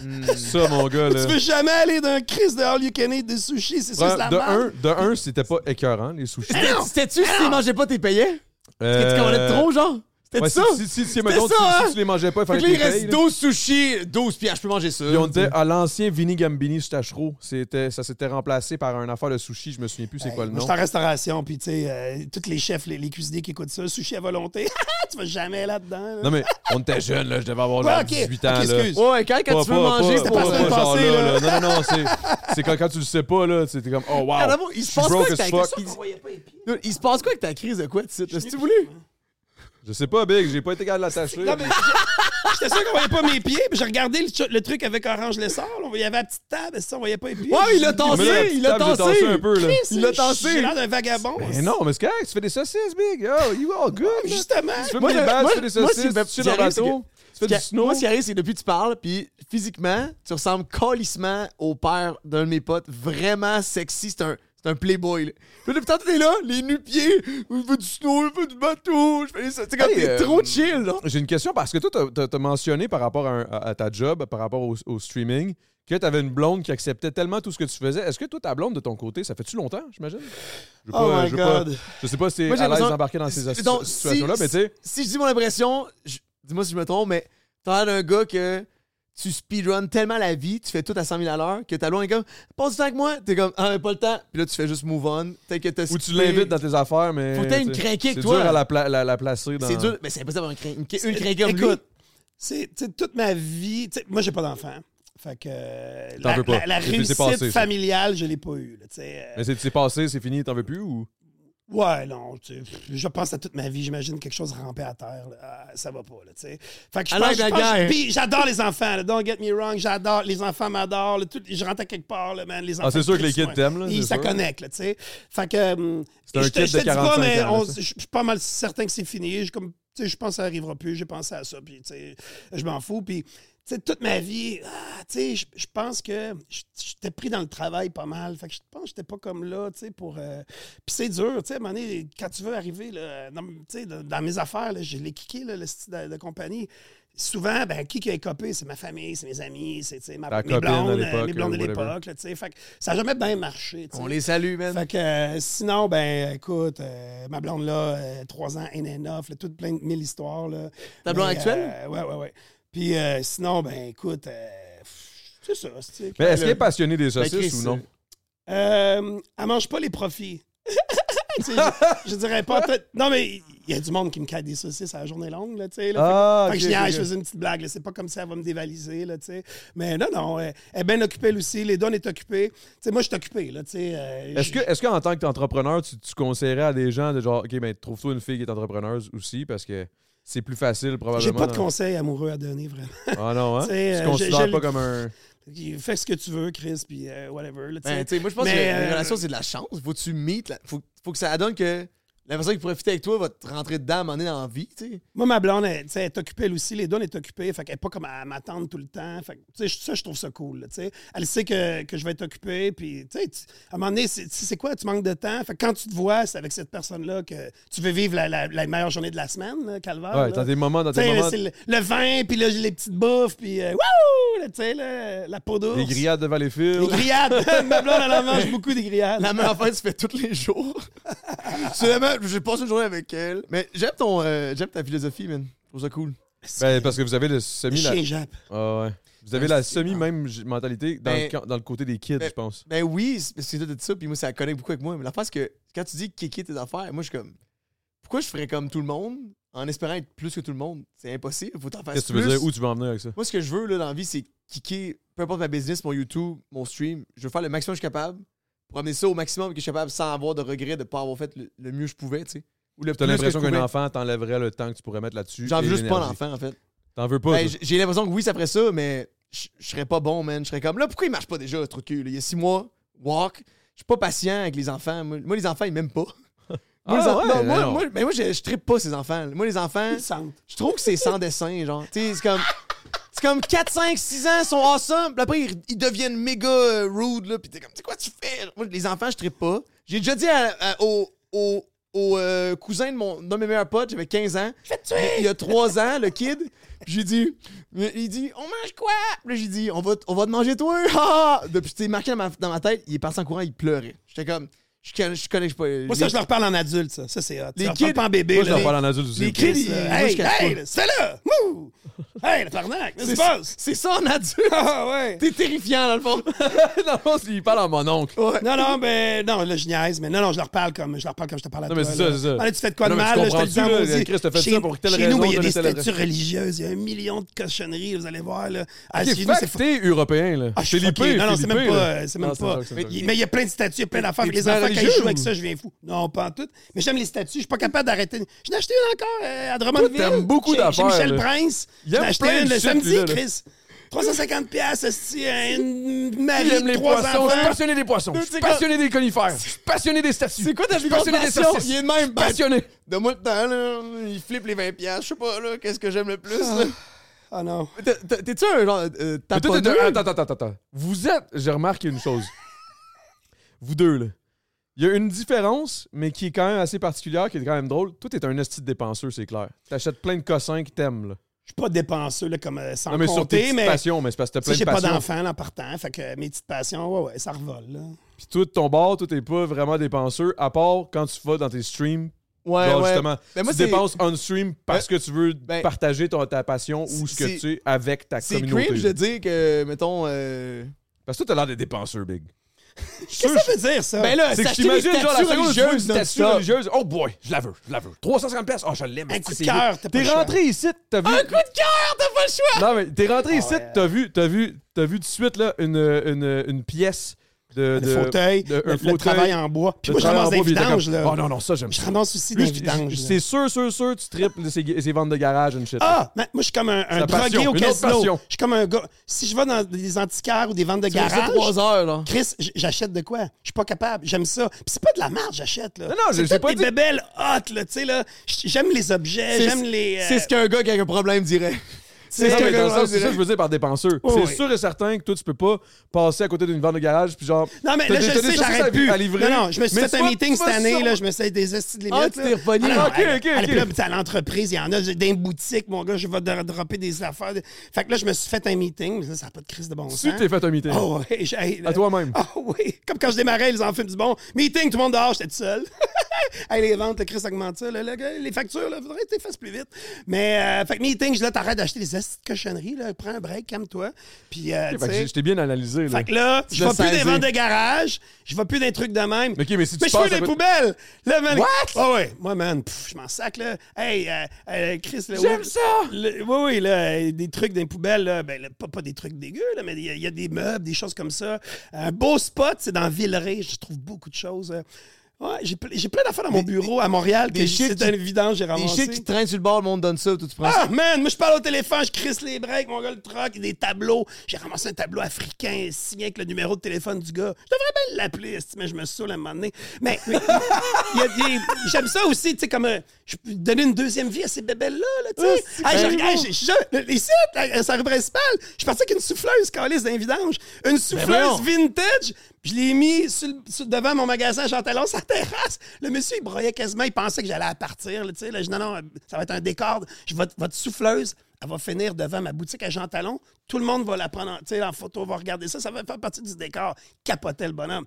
Speaker 2: Hmm.
Speaker 1: Ça, mon gars, là.
Speaker 3: Tu veux jamais aller d'un Chris de All You Can Eat de sushi, c'est sûr, c'est la
Speaker 1: de, un,
Speaker 3: merde.
Speaker 1: de un, c'était pas écœurant, les sushis.
Speaker 2: Ah, C'était-tu si tu mangeais pas, t'es payé?
Speaker 1: Euh,
Speaker 2: Tu connais trop, genre? C'était
Speaker 1: ouais,
Speaker 2: ça?
Speaker 1: Si, si, si, mettons,
Speaker 2: ça,
Speaker 1: si- si
Speaker 2: hein?
Speaker 1: tu les mangeais pas, il
Speaker 2: Fait
Speaker 1: fallait
Speaker 2: que là, il
Speaker 1: que tu les
Speaker 2: reste
Speaker 1: payes,
Speaker 2: 12 sushis, 12 pierres, je peux manger ça.
Speaker 1: Puis on disait à l'ancien Vinny Gambini Stachero, c'était ça s'était remplacé par un affaire de sushi, je me souviens plus c'est quoi le
Speaker 3: Moi,
Speaker 1: nom.
Speaker 3: je suis en restauration, puis tu sais, euh, tous les chefs, les, les cuisiniers qui écoutent ça, sushi à volonté, tu vas jamais là-dedans. là.
Speaker 1: Non mais on était jeunes là, je devais avoir
Speaker 3: Ouais,
Speaker 1: genre
Speaker 3: ok,
Speaker 1: 18
Speaker 3: ok,
Speaker 1: ans là.
Speaker 3: excuse.
Speaker 2: Ouais, quand, quand
Speaker 1: Pas-
Speaker 2: tu veux
Speaker 1: pas-
Speaker 2: manger,
Speaker 1: pas-
Speaker 2: c'était
Speaker 1: pas-
Speaker 2: pas
Speaker 3: la
Speaker 1: pas
Speaker 3: semaine
Speaker 1: genre
Speaker 3: passée,
Speaker 1: là, là. Non non non, c'est c'est quand, quand tu le sais pas là, c'est t'es comme oh wow.
Speaker 2: Ah, non, il se
Speaker 1: je suis
Speaker 2: passe quoi
Speaker 1: broke
Speaker 2: avec
Speaker 1: as
Speaker 2: ta
Speaker 1: fuck.
Speaker 2: crise? Dude, Il se passe quoi avec ta crise de quoi, tu sais? Si tu voulais.
Speaker 1: Je sais pas big, j'ai pas été capable de l'attacher.
Speaker 3: Non, mais je- j'étais sûr qu'on voyait pas mes pieds, puis j'ai regardé le, ch- le truc avec Orange Lessard, là, on voyait- il y avait la petite table, et ça, on voyait pas les pieds.
Speaker 2: Ouais, il l'a
Speaker 1: Mais là, la
Speaker 2: tassé,
Speaker 1: petite
Speaker 2: il l'a
Speaker 1: table, j'ai tassé un
Speaker 2: tassé.
Speaker 1: peu là.
Speaker 3: Chris,
Speaker 2: Il l'a
Speaker 3: j'ai-
Speaker 2: tassé.
Speaker 3: J'ai l'air d'un vagabond. Ah,
Speaker 1: Mais Ben non, mais c'est correct, tu fais des saucisses big. Oh, you all good. là.
Speaker 3: Justement.
Speaker 1: Tu fais
Speaker 2: Moi,
Speaker 1: des balles,
Speaker 2: moi,
Speaker 1: tu fais des
Speaker 2: moi,
Speaker 1: saucisses,
Speaker 2: ce qui me-
Speaker 1: tu chies dans le
Speaker 2: j'arrive, c'est
Speaker 1: bateau, tu fais
Speaker 2: Qui-
Speaker 1: du snow.
Speaker 2: Moi, ce qui arrive, c'est que depuis que tu parles, puis physiquement, tu ressembles calissement au père d'un de mes potes, vraiment sexy. C'est un, c'est un playboy. Là. Puis là, depuis tantôt, t'es là, les nu-pieds, je veux du snow, je veux du bateau, je fais ça. Tu sais, quand
Speaker 1: Hey,
Speaker 2: t'es
Speaker 1: euh,
Speaker 2: trop chill, genre.
Speaker 1: J'ai une question parce que toi, t'as- t'as as mentionné par rapport à, un- à- à ta job, par rapport au, au streaming, que t'avais une blonde qui acceptait tellement tout ce que tu faisais. Est-ce que toi, ta blonde de ton côté, ça fait-tu longtemps, j'imagine? Je veux
Speaker 3: Oh
Speaker 1: pas-
Speaker 3: my
Speaker 1: je veux pas-
Speaker 3: God.
Speaker 1: je sais pas si
Speaker 2: Moi,
Speaker 1: t'es à
Speaker 2: j'ai
Speaker 1: l'aise
Speaker 2: l'impression-
Speaker 1: d'embarquer dans ces as-
Speaker 2: Donc, si-
Speaker 1: situations-là, mais tu sais,
Speaker 2: Si je dis mon impression, je- dis-moi si je me trompe, mais t'as l'air d'un gars que tu speedrun tellement la vie, tu fais tout à 100 000 à l'heure, que ta blonde est comme « Passe du temps avec moi! » T'es comme « Ah, pas le temps! » Puis là, tu fais juste move on. T'es que t'as
Speaker 1: où tu
Speaker 2: skippé.
Speaker 1: l'invites dans tes affaires, mais...
Speaker 2: Faut que t'aies une
Speaker 1: tu sais,
Speaker 2: crinquée avec
Speaker 1: C'est
Speaker 2: toi.
Speaker 1: dur à la, pla- la- la placer dans...
Speaker 2: C'est dur, mais c'est impossible d'avoir une, crin- une, crin- une crinquée comme lui.
Speaker 3: Écoute, c'est tu sais, toute ma vie. tu sais, Moi, j'ai pas d'enfant. Fait que euh,
Speaker 1: T'en
Speaker 3: la,
Speaker 1: veux pas.
Speaker 3: la- la
Speaker 1: C'est- c'est
Speaker 3: réussite
Speaker 1: passé, ça.
Speaker 3: familiale, je l'ai pas eue. là, tu sais, euh,
Speaker 1: Mais c'est c'est passé, c'est fini, t'en veux plus ou...
Speaker 3: Ouais, non, tu sais, je pense à toute ma vie, j'imagine quelque chose ramper à terre, là. Ah, ça va pas, là, tu sais. Fait que je
Speaker 2: Alors,
Speaker 3: pense, je
Speaker 2: la
Speaker 3: pense-
Speaker 2: guerre.
Speaker 3: puis j'adore les enfants, là, don't get me wrong, j'adore, les enfants m'adorent, là, tout- je rentre à quelque part, là, man, les enfants.
Speaker 1: Ah, c'est sûr que les
Speaker 3: Christ,
Speaker 1: kids
Speaker 3: ouais.
Speaker 1: t'aiment, là,
Speaker 3: Ils,
Speaker 1: c'est
Speaker 3: ça
Speaker 1: sûr.
Speaker 3: connecte, là, tu sais. Fait que, hum,
Speaker 1: C'est un
Speaker 3: je te,
Speaker 1: kid
Speaker 3: je
Speaker 1: de
Speaker 3: te dis pas,
Speaker 1: 45
Speaker 3: mais
Speaker 1: ans,
Speaker 3: on-
Speaker 1: là, ça.
Speaker 3: je je suis pas mal certain que c'est fini, je, comme, tu sais, je pense que ça arrivera plus, j'ai pensé à ça, puis, tu sais, je m'en fous, puis... tu sais, toute ma vie, ah, tu sais, je je pense que j- j'étais pris dans le travail pas mal. Fait que je pense que j'étais pas comme là, tu sais, pour. euh, Puis c'est dur, tu sais, à un moment donné, quand tu veux arriver, là, dans, tu sais, dans- dans mes affaires, là, je l'ai kické, là, le style de, de compagnie. Souvent, ben, qui qui a copé? C'est ma famille, c'est mes amis, c'est tu sais, ma
Speaker 1: Ta
Speaker 3: mes
Speaker 1: copine à
Speaker 3: blondes, euh,
Speaker 1: l'époque,
Speaker 3: mes blondes de
Speaker 1: euh, whatever.
Speaker 3: l'époque, là, tu sais. Fait que ça n'a jamais bien marché, tu sais.
Speaker 2: On les salue, man.
Speaker 3: Fait que euh, sinon, ben écoute, euh, ma blonde là, euh, trois ans, in and off, là, toute plein de mille histoires. Là.
Speaker 2: Ta blonde
Speaker 3: Mais,
Speaker 2: actuelle?
Speaker 3: euh, ouais, ouais, ouais. Puis euh, sinon, ben écoute, euh, pff, c'est ça. c'est-
Speaker 1: Mais est-ce
Speaker 2: le-
Speaker 1: qu'il est passionné des
Speaker 2: Ben, Chris,
Speaker 1: saucisses ou non?
Speaker 3: Euh, elle mange pas les profits. Tu sais, je, je dirais pas. peut-être- Non, mais il y a du monde qui me caille des saucisses à la journée longue, là, tu
Speaker 2: euh,
Speaker 3: sais. là. Fait que-
Speaker 1: Ah,
Speaker 3: fait que
Speaker 1: ok,
Speaker 3: je niaise,
Speaker 1: ok,
Speaker 3: je
Speaker 1: ok.
Speaker 3: faisais une petite blague. là. C'est pas comme si elle va me dévaliser, là, tu sais. Mais non, non, elle, elle est bien occupée, elle aussi. Les dons est occupée. Tu sais, moi, je suis occupé, là, tu sais. euh,
Speaker 1: Est-ce que, est-ce qu'en tant qu'entrepreneur, tu, tu conseillerais à des gens de genre, OK, ben, trouve-toi une fille qui est entrepreneuse aussi parce que c'est plus facile probablement.
Speaker 3: J'ai pas de
Speaker 1: dans-
Speaker 3: conseils amoureux à donner, vraiment.
Speaker 1: Ah non, hein? Tu
Speaker 3: T'sais, euh,
Speaker 1: te
Speaker 3: je-
Speaker 1: considères
Speaker 3: je-
Speaker 1: pas comme un.
Speaker 3: Fais ce que tu veux, Chris, puis euh, whatever. là, tu sais.
Speaker 2: Ben, tu sais, moi, je pense
Speaker 3: Mais,
Speaker 2: que les
Speaker 3: euh,
Speaker 2: relations, c'est de la chance. Faut que tu meet. la- Faut, faut que ça donne que la personne qui profite avec toi va te rentrer dedans à un moment donné dans la vie, tu sais.
Speaker 3: Moi, ma blonde, elle, tu sais, elle est occupée, elle aussi. Les deux, elle est occupée. Fait qu'elle n'est pas comme à m'attendre tout le temps. Fait que, tu sais, je- ça, je trouve ça cool. là, tu sais. elle sait que, que je vais être occupé. Puis, tu sais, tu- à un moment donné, c'est- c'est c'est quoi? Tu manques de temps. Fait que quand tu te vois, c'est avec cette personne-là que tu veux vivre la, la- la meilleure journée de la semaine, là, Calvaire.
Speaker 1: Ouais,
Speaker 3: Ah, là.
Speaker 1: dans des moments, dans
Speaker 3: Tu
Speaker 1: des
Speaker 3: sais,
Speaker 1: moments.
Speaker 3: c'est le, le vin, puis là, les petites bouffes, puis euh, wouh! là, Tu sais, là, la peau d'ours.
Speaker 1: Les grillades de
Speaker 3: Les
Speaker 1: Valleyfield.
Speaker 3: grillades. ma blonde, elle en mange beaucoup des grillades.
Speaker 2: La même affaire, tu fais tous les jours. c'est vraiment. J'ai passé une journée avec elle. Mais j'aime ton. euh, j'aime ta philosophie, man. Je trouve ça cool.
Speaker 1: Ben, parce que vous avez le semi. La...
Speaker 3: Chien Jap.
Speaker 1: Ah ouais. Vous avez
Speaker 2: Ouais,
Speaker 3: Ben,
Speaker 1: la
Speaker 2: c'est-
Speaker 1: semi-même j- mentalité dans, le,
Speaker 2: Ben-
Speaker 1: camp- dans le côté des kids,
Speaker 2: Ben-
Speaker 1: je pense.
Speaker 2: Ben oui, c'est parce que t'as dit ça, puis moi, ça connecte beaucoup avec moi. Mais l'affaire, c'est que quand tu dis kicker tes affaires, moi, je suis comme. Pourquoi je ferais comme tout le monde en espérant être plus que tout le monde C'est impossible. Faut t'en faire
Speaker 1: Qu'est-ce que tu
Speaker 2: plus.
Speaker 1: veux dire? Où tu veux en venir avec ça?
Speaker 2: Moi, ce que je veux là, dans la vie, c'est kicker, peu importe ma business, mon YouTube, mon stream. Je veux faire le maximum que je suis capable pour amener ça au maximum que je suis capable sans avoir de regret de ne pas avoir fait le, le mieux que je pouvais, tu sais. Ou le
Speaker 1: T'as
Speaker 2: plus que
Speaker 1: l'impression
Speaker 2: je
Speaker 1: qu'un
Speaker 2: pouvais.
Speaker 1: enfant t'enlèverait le temps que tu pourrais mettre là-dessus.
Speaker 2: J'en veux
Speaker 1: et
Speaker 2: juste pas
Speaker 1: l'énergie.
Speaker 2: l'enfant, en fait.
Speaker 1: T'en veux pas?
Speaker 2: Ben,
Speaker 1: toi?
Speaker 2: j- J'ai l'impression que oui, ça ferait ça, mais je je serais pas bon, man. Je serais comme là, pourquoi il marche pas déjà, ce truc Il y a six mois, walk. Je suis pas patient avec les enfants. Moi, moi, les enfants, ils m'aiment pas. Moi,
Speaker 1: Ah,
Speaker 2: les en-
Speaker 1: ouais,
Speaker 2: non, moi,
Speaker 1: non.
Speaker 2: moi- ben, moi, je, je trippe pas ces enfants. Moi, les enfants,
Speaker 3: Ils sentent.
Speaker 2: je trouve que c'est sans dessin, genre. Tu sais, c'est comme. C'est comme 4, 5, 6 ans, ils sont awesome. Puis après, ils, ils deviennent méga euh, rude, là. Puis t'es comme, c'est quoi tu fais? Moi, les enfants, je trippe pas. J'ai déjà dit à- à- au, au- au, euh, cousin de mon, d'un de mes meilleurs potes, j'avais 15 ans. Il y a 3 ans, le kid. Puis j'ai dit, il dit, on mange quoi? Puis là, j'ai dit, on va, t- on va te manger toi. Ah! Depuis, c'était marqué dans ma, dans ma tête, il est parti en courant, il pleurait. J'étais comme, je, con- je connais pas.
Speaker 3: Moi, ça, je leur parle en adulte, ça. Ça, c'est hot.
Speaker 2: Les
Speaker 3: Les
Speaker 2: kids-
Speaker 3: kids. pas en bébé.
Speaker 1: Moi, je
Speaker 3: là.
Speaker 1: leur parle en adulte aussi.
Speaker 3: Les kids, ils-
Speaker 2: euh, moi, je
Speaker 3: hey,
Speaker 2: cache
Speaker 3: hey,
Speaker 2: pas.
Speaker 3: là, c'est là! Mouh! Hey, le tarnac, qu'est-ce qui se passe?
Speaker 2: c'est ça en adulte.
Speaker 3: Ah, ouais!
Speaker 2: T'es terrifiant, dans le fond.
Speaker 1: non, non, il parle en mon oncle.
Speaker 2: Ouais.
Speaker 3: Non, non, ben, non, là, je niaise, mais non, non, je leur parle comme je leur parle comme je te parle à
Speaker 1: Non,
Speaker 3: toi.
Speaker 1: mais c'est
Speaker 3: là.
Speaker 1: ça, c'est ça.
Speaker 3: Ah, là, tu fais de quoi de
Speaker 1: Non, mais tu
Speaker 3: mal, là, je te le
Speaker 1: comprends-tu,
Speaker 3: dis en
Speaker 1: là,
Speaker 3: maudit.
Speaker 1: Christ a fait
Speaker 3: chez,
Speaker 1: ça pour telle
Speaker 3: chez
Speaker 1: raison,
Speaker 3: nous, ben, il y a
Speaker 1: telle
Speaker 3: des
Speaker 1: et telle
Speaker 3: statues religieuses, il y a un million de cochonneries, vous allez voir, là. Ah,
Speaker 1: T'es
Speaker 3: chez nous, c'est fou.
Speaker 1: facté européen, là.
Speaker 3: Ah, je suis
Speaker 1: Philippe,
Speaker 3: fucké. Non, non, c'est
Speaker 1: Philippe,
Speaker 3: même pas.
Speaker 1: là.
Speaker 3: euh, C'est même
Speaker 1: Non,
Speaker 3: pas.
Speaker 1: un joke, c'est un
Speaker 3: Mais
Speaker 1: joke.
Speaker 3: il mais il y a plein de statues, il y a plein d'affaires. Puis Les
Speaker 1: petits
Speaker 3: enfants, quand ils
Speaker 1: religieux
Speaker 3: jouent avec
Speaker 1: ou-
Speaker 3: ça, je viens fou. Non, pas en tout. Mais j'aime les statues. Je suis pas capable d'arrêter. Je n'ai acheté une encore euh, à Drummondville.
Speaker 1: Toi, t'aimes beaucoup
Speaker 3: Chez-
Speaker 1: d'affaires,
Speaker 3: Chez Michel
Speaker 1: là.
Speaker 3: Prince.
Speaker 1: Il aime
Speaker 3: J'en ai acheté
Speaker 1: plein de
Speaker 3: une le
Speaker 1: shit,
Speaker 3: samedi,
Speaker 1: lui, là, là.
Speaker 3: Chris. 350 piastres, c'est une
Speaker 1: Il
Speaker 3: Marie,
Speaker 1: aime les
Speaker 3: trois
Speaker 1: poissons. Je suis
Speaker 3: enfants.
Speaker 1: passionné des poissons. Je suis passionné des conifères. Je suis passionné des statues. C'est quoi ta passionné des
Speaker 2: passion?
Speaker 1: saucisses.
Speaker 2: Il est de même. Ben,
Speaker 1: Passionné.
Speaker 2: Donne-moi le temps, là. Il flippe les 20 piastres. Je sais pas, là, qu'est-ce que j'aime le plus, là.
Speaker 3: Ah non.
Speaker 2: T'es- t'es- T'es-tu un genre euh,
Speaker 1: Mais toi, t'es
Speaker 2: taponneux?
Speaker 1: de- Attends, attends, attends, attends. Vous êtes... J'ai remarqué une chose. Vous deux, là. Il y a une différence, mais qui est quand même assez particulière, qui est quand même drôle. Toi, t'es un esti de dépenseur, c'est clair. T'achètes plein de cossins qui t'aiment, là.
Speaker 3: Je suis pas dépenseux, là, comme euh, sans
Speaker 1: Non, mais sur tes
Speaker 3: compter,
Speaker 1: petites
Speaker 3: mais.
Speaker 1: passions, mais c'est parce que t'as
Speaker 3: Si
Speaker 1: plein de
Speaker 3: j'ai pas
Speaker 1: passions.
Speaker 3: d'enfant là, en partant, fait que euh, mes petites passions, ouais, ouais, ça revole, là.
Speaker 1: Puis tout ton bord, tout est pas vraiment dépenseur, à part quand tu vas dans tes streams.
Speaker 2: Ouais,
Speaker 1: genre,
Speaker 2: ouais.
Speaker 1: justement,
Speaker 2: Ben, moi,
Speaker 1: tu
Speaker 2: c'est-
Speaker 1: dépenses on stream parce que tu veux
Speaker 2: ben,
Speaker 1: partager ton- ta passion ou
Speaker 2: c'est-
Speaker 1: ce que
Speaker 2: c'est-
Speaker 1: tu es avec ta
Speaker 2: C'est
Speaker 1: communauté.
Speaker 2: cringe de dire que, mettons... euh,
Speaker 1: Parce que toi, t'as l'air des dépenseurs, Big.
Speaker 3: Ben, Qu'est-ce que ça veut dire, ça?
Speaker 2: Ben là,
Speaker 1: C'est que
Speaker 2: s'acheter des
Speaker 1: j'imagine, genre, la
Speaker 2: statues
Speaker 1: seconde où tu vois une
Speaker 2: religieuses
Speaker 1: statue
Speaker 2: non-stop.
Speaker 1: religieuse. Oh boy, je la veux, je la veux. 350 pièces. Oh, je l'aime.
Speaker 3: Un
Speaker 1: esti,
Speaker 3: coup de
Speaker 1: c'est
Speaker 3: cœur,
Speaker 1: beau.
Speaker 3: t'as pas
Speaker 1: T'es
Speaker 3: le choix.
Speaker 1: rentré ici, t'as vu.
Speaker 2: Un coup de cœur, t'as pas le choix!
Speaker 1: Non, mais t'es rentré
Speaker 3: Ah
Speaker 1: ici,
Speaker 3: ouais.
Speaker 1: t'as vu, t'as vu, t'as vu tout de suite, là, une, une, une pièce de.
Speaker 3: le
Speaker 1: de-
Speaker 3: fauteuil,
Speaker 1: de-
Speaker 3: le,
Speaker 1: un
Speaker 3: le
Speaker 1: fauteuil,
Speaker 3: travail en bois. Puis
Speaker 1: de
Speaker 3: moi, je
Speaker 1: travail en
Speaker 3: ramasse des
Speaker 1: bois, puis t'es comme,
Speaker 3: vidanges, là.
Speaker 1: Oh non, non, ça, j'aime
Speaker 3: Je
Speaker 1: ça.
Speaker 3: ramasse aussi
Speaker 1: Lui,
Speaker 3: des vidanges.
Speaker 1: je-
Speaker 3: là.
Speaker 1: C'est sûr, sûr, sûr, tu triples ces, ces ventes de garage, une shit.
Speaker 3: Ah! ma- Moi, je suis comme un, un
Speaker 1: ta passion,
Speaker 3: drogué au
Speaker 1: une autre
Speaker 3: casino. Je
Speaker 1: passion.
Speaker 3: suis comme un gars. Si je vais dans des antiquaires ou des ventes de
Speaker 2: Tu restes
Speaker 3: garage,
Speaker 2: trois heures, là.
Speaker 3: Chris, j- j'achète de quoi? Je suis pas capable. J'aime ça. Puis c'est pas de la merde, j'achète, là.
Speaker 1: Non, non, j'ai-
Speaker 3: c'est
Speaker 1: j'ai
Speaker 3: toutes
Speaker 1: pas
Speaker 3: des
Speaker 1: dit-
Speaker 3: bébelles hot, là. Tu sais, là. J- J'aime les objets,
Speaker 2: C'est-
Speaker 3: j'aime les. euh,
Speaker 2: C'est ce qu'un gars qui a un problème dirait.
Speaker 1: C'est
Speaker 2: C'est
Speaker 1: ça,
Speaker 2: ce
Speaker 1: mais
Speaker 2: qu'un
Speaker 1: dans le
Speaker 2: gars
Speaker 1: sens, c'est
Speaker 2: qui
Speaker 1: ça
Speaker 2: a
Speaker 1: que je veux dire par dépenseur.
Speaker 3: Oh,
Speaker 1: c'est
Speaker 3: oui.
Speaker 1: sûr et certain que toi, tu peux pas passer à côté d'une vente de garage, puis genre.
Speaker 3: Non, mais
Speaker 1: t'as
Speaker 3: là, je
Speaker 1: des- t'as
Speaker 3: le
Speaker 1: des
Speaker 3: sais,
Speaker 1: choses à-
Speaker 3: j'arrête plus.
Speaker 1: à livrer,
Speaker 3: non, non, je me suis
Speaker 1: mais
Speaker 3: fait
Speaker 1: tu
Speaker 3: un
Speaker 1: vas-
Speaker 3: meeting
Speaker 1: tu
Speaker 3: cette
Speaker 1: vas
Speaker 3: année,
Speaker 1: sur-
Speaker 3: là, je me suis fait des estis de limites.
Speaker 2: Ah, tu
Speaker 3: là.
Speaker 2: t'es repogné.
Speaker 3: Ah, non,
Speaker 1: Ok,
Speaker 3: elle-
Speaker 1: ok,
Speaker 3: elle est
Speaker 1: ok.
Speaker 3: plus habituée à l'entreprise, il y en a des boutiques, mon gars, je vais de- dropper des affaires. Fait que là, je me suis fait un meeting, mais ça, ça n'a pas de crise de bon sens.
Speaker 1: Tu t'es fait un meeting.
Speaker 3: Oh, ouais, j'ai- hey, là-
Speaker 1: À toi-même.
Speaker 3: Ah oui, comme quand je démarrais, ils en filment du bon. Meeting, tout le monde dehors, j'étais tout seul. hey, les ventes, le Chris augmente ça. là, le gars, les factures, là, faudrait que tu les fasses plus vite. Mais, euh, fait que meeting, je dis, là, t'arrêtes d'acheter des astuces de cochonneries, là, prends un break, calme-toi. Puis, euh,
Speaker 1: Ok, fait
Speaker 3: tu
Speaker 1: que
Speaker 3: sais,
Speaker 1: j'ai- je t'ai bien analysé, là.
Speaker 3: fait que là, je
Speaker 2: l'as
Speaker 3: vais plus
Speaker 2: saisi.
Speaker 3: des ventes de garage, je vais plus des trucs de même.
Speaker 1: Ok, mais si tu
Speaker 3: mais
Speaker 1: passes
Speaker 3: je fais
Speaker 1: à
Speaker 3: des
Speaker 1: côté-
Speaker 3: poubelles! Là, man.
Speaker 1: What?
Speaker 3: Ah ouais, moi, man, pff, je m'en sac, là. Hey, euh, euh, Chris, le.
Speaker 1: J'aime ça!
Speaker 3: Le- oui, oui, là, euh, des trucs dans les poubelles, là, ben, là, pas, pas des trucs dégueux, là, mais il y, a- il y a des meubles, des choses comme ça. Un beau spot, c'est dans Villeray, je trouve beaucoup de choses. euh. Ouais, j'ai ple- j'ai plein d'affaires dans mon bureau à Montréal que
Speaker 2: des
Speaker 3: je-
Speaker 2: shit
Speaker 3: c'est
Speaker 2: qui-
Speaker 3: un évidence, j'ai
Speaker 2: Des shit qui
Speaker 3: ramassé.
Speaker 2: traînent sur le bord, le monde donne ça, tout tu prends ça.
Speaker 3: Ah, man, moi, je parle au téléphone, je crisse les breaks, mon gars, le truck, des tableaux. J'ai ramassé un tableau africain signé avec le numéro de téléphone du gars. Je devrais bien l'appeler, esti, mais je me saoule à un moment donné. Mais, mais, il y a- il y a- j'aime ça aussi, tu sais, comme euh, je peux donner une deuxième vie à ces bébelles-là, là, tu sais. Hey, je regarde, j'ai- je- ici, à sa rue principale, je suis parti avec une souffleuse, calice d'un vidange. Une souffleuse
Speaker 2: voyons.
Speaker 3: vintage. Je l'ai mis sur le- sur- devant mon magasin à Chantalon, sa terrasse. Le monsieur, il broyait quasiment. Il pensait que j'allais à partir. Là, tu sais, là, je dis, non, non, ça va être un décor. Je, votre, votre souffleuse, elle va finir devant ma boutique à Chantalon. Tout le monde va la prendre en, tu sais, en photo, va regarder ça. Ça va faire partie du décor. Capotait le bonhomme.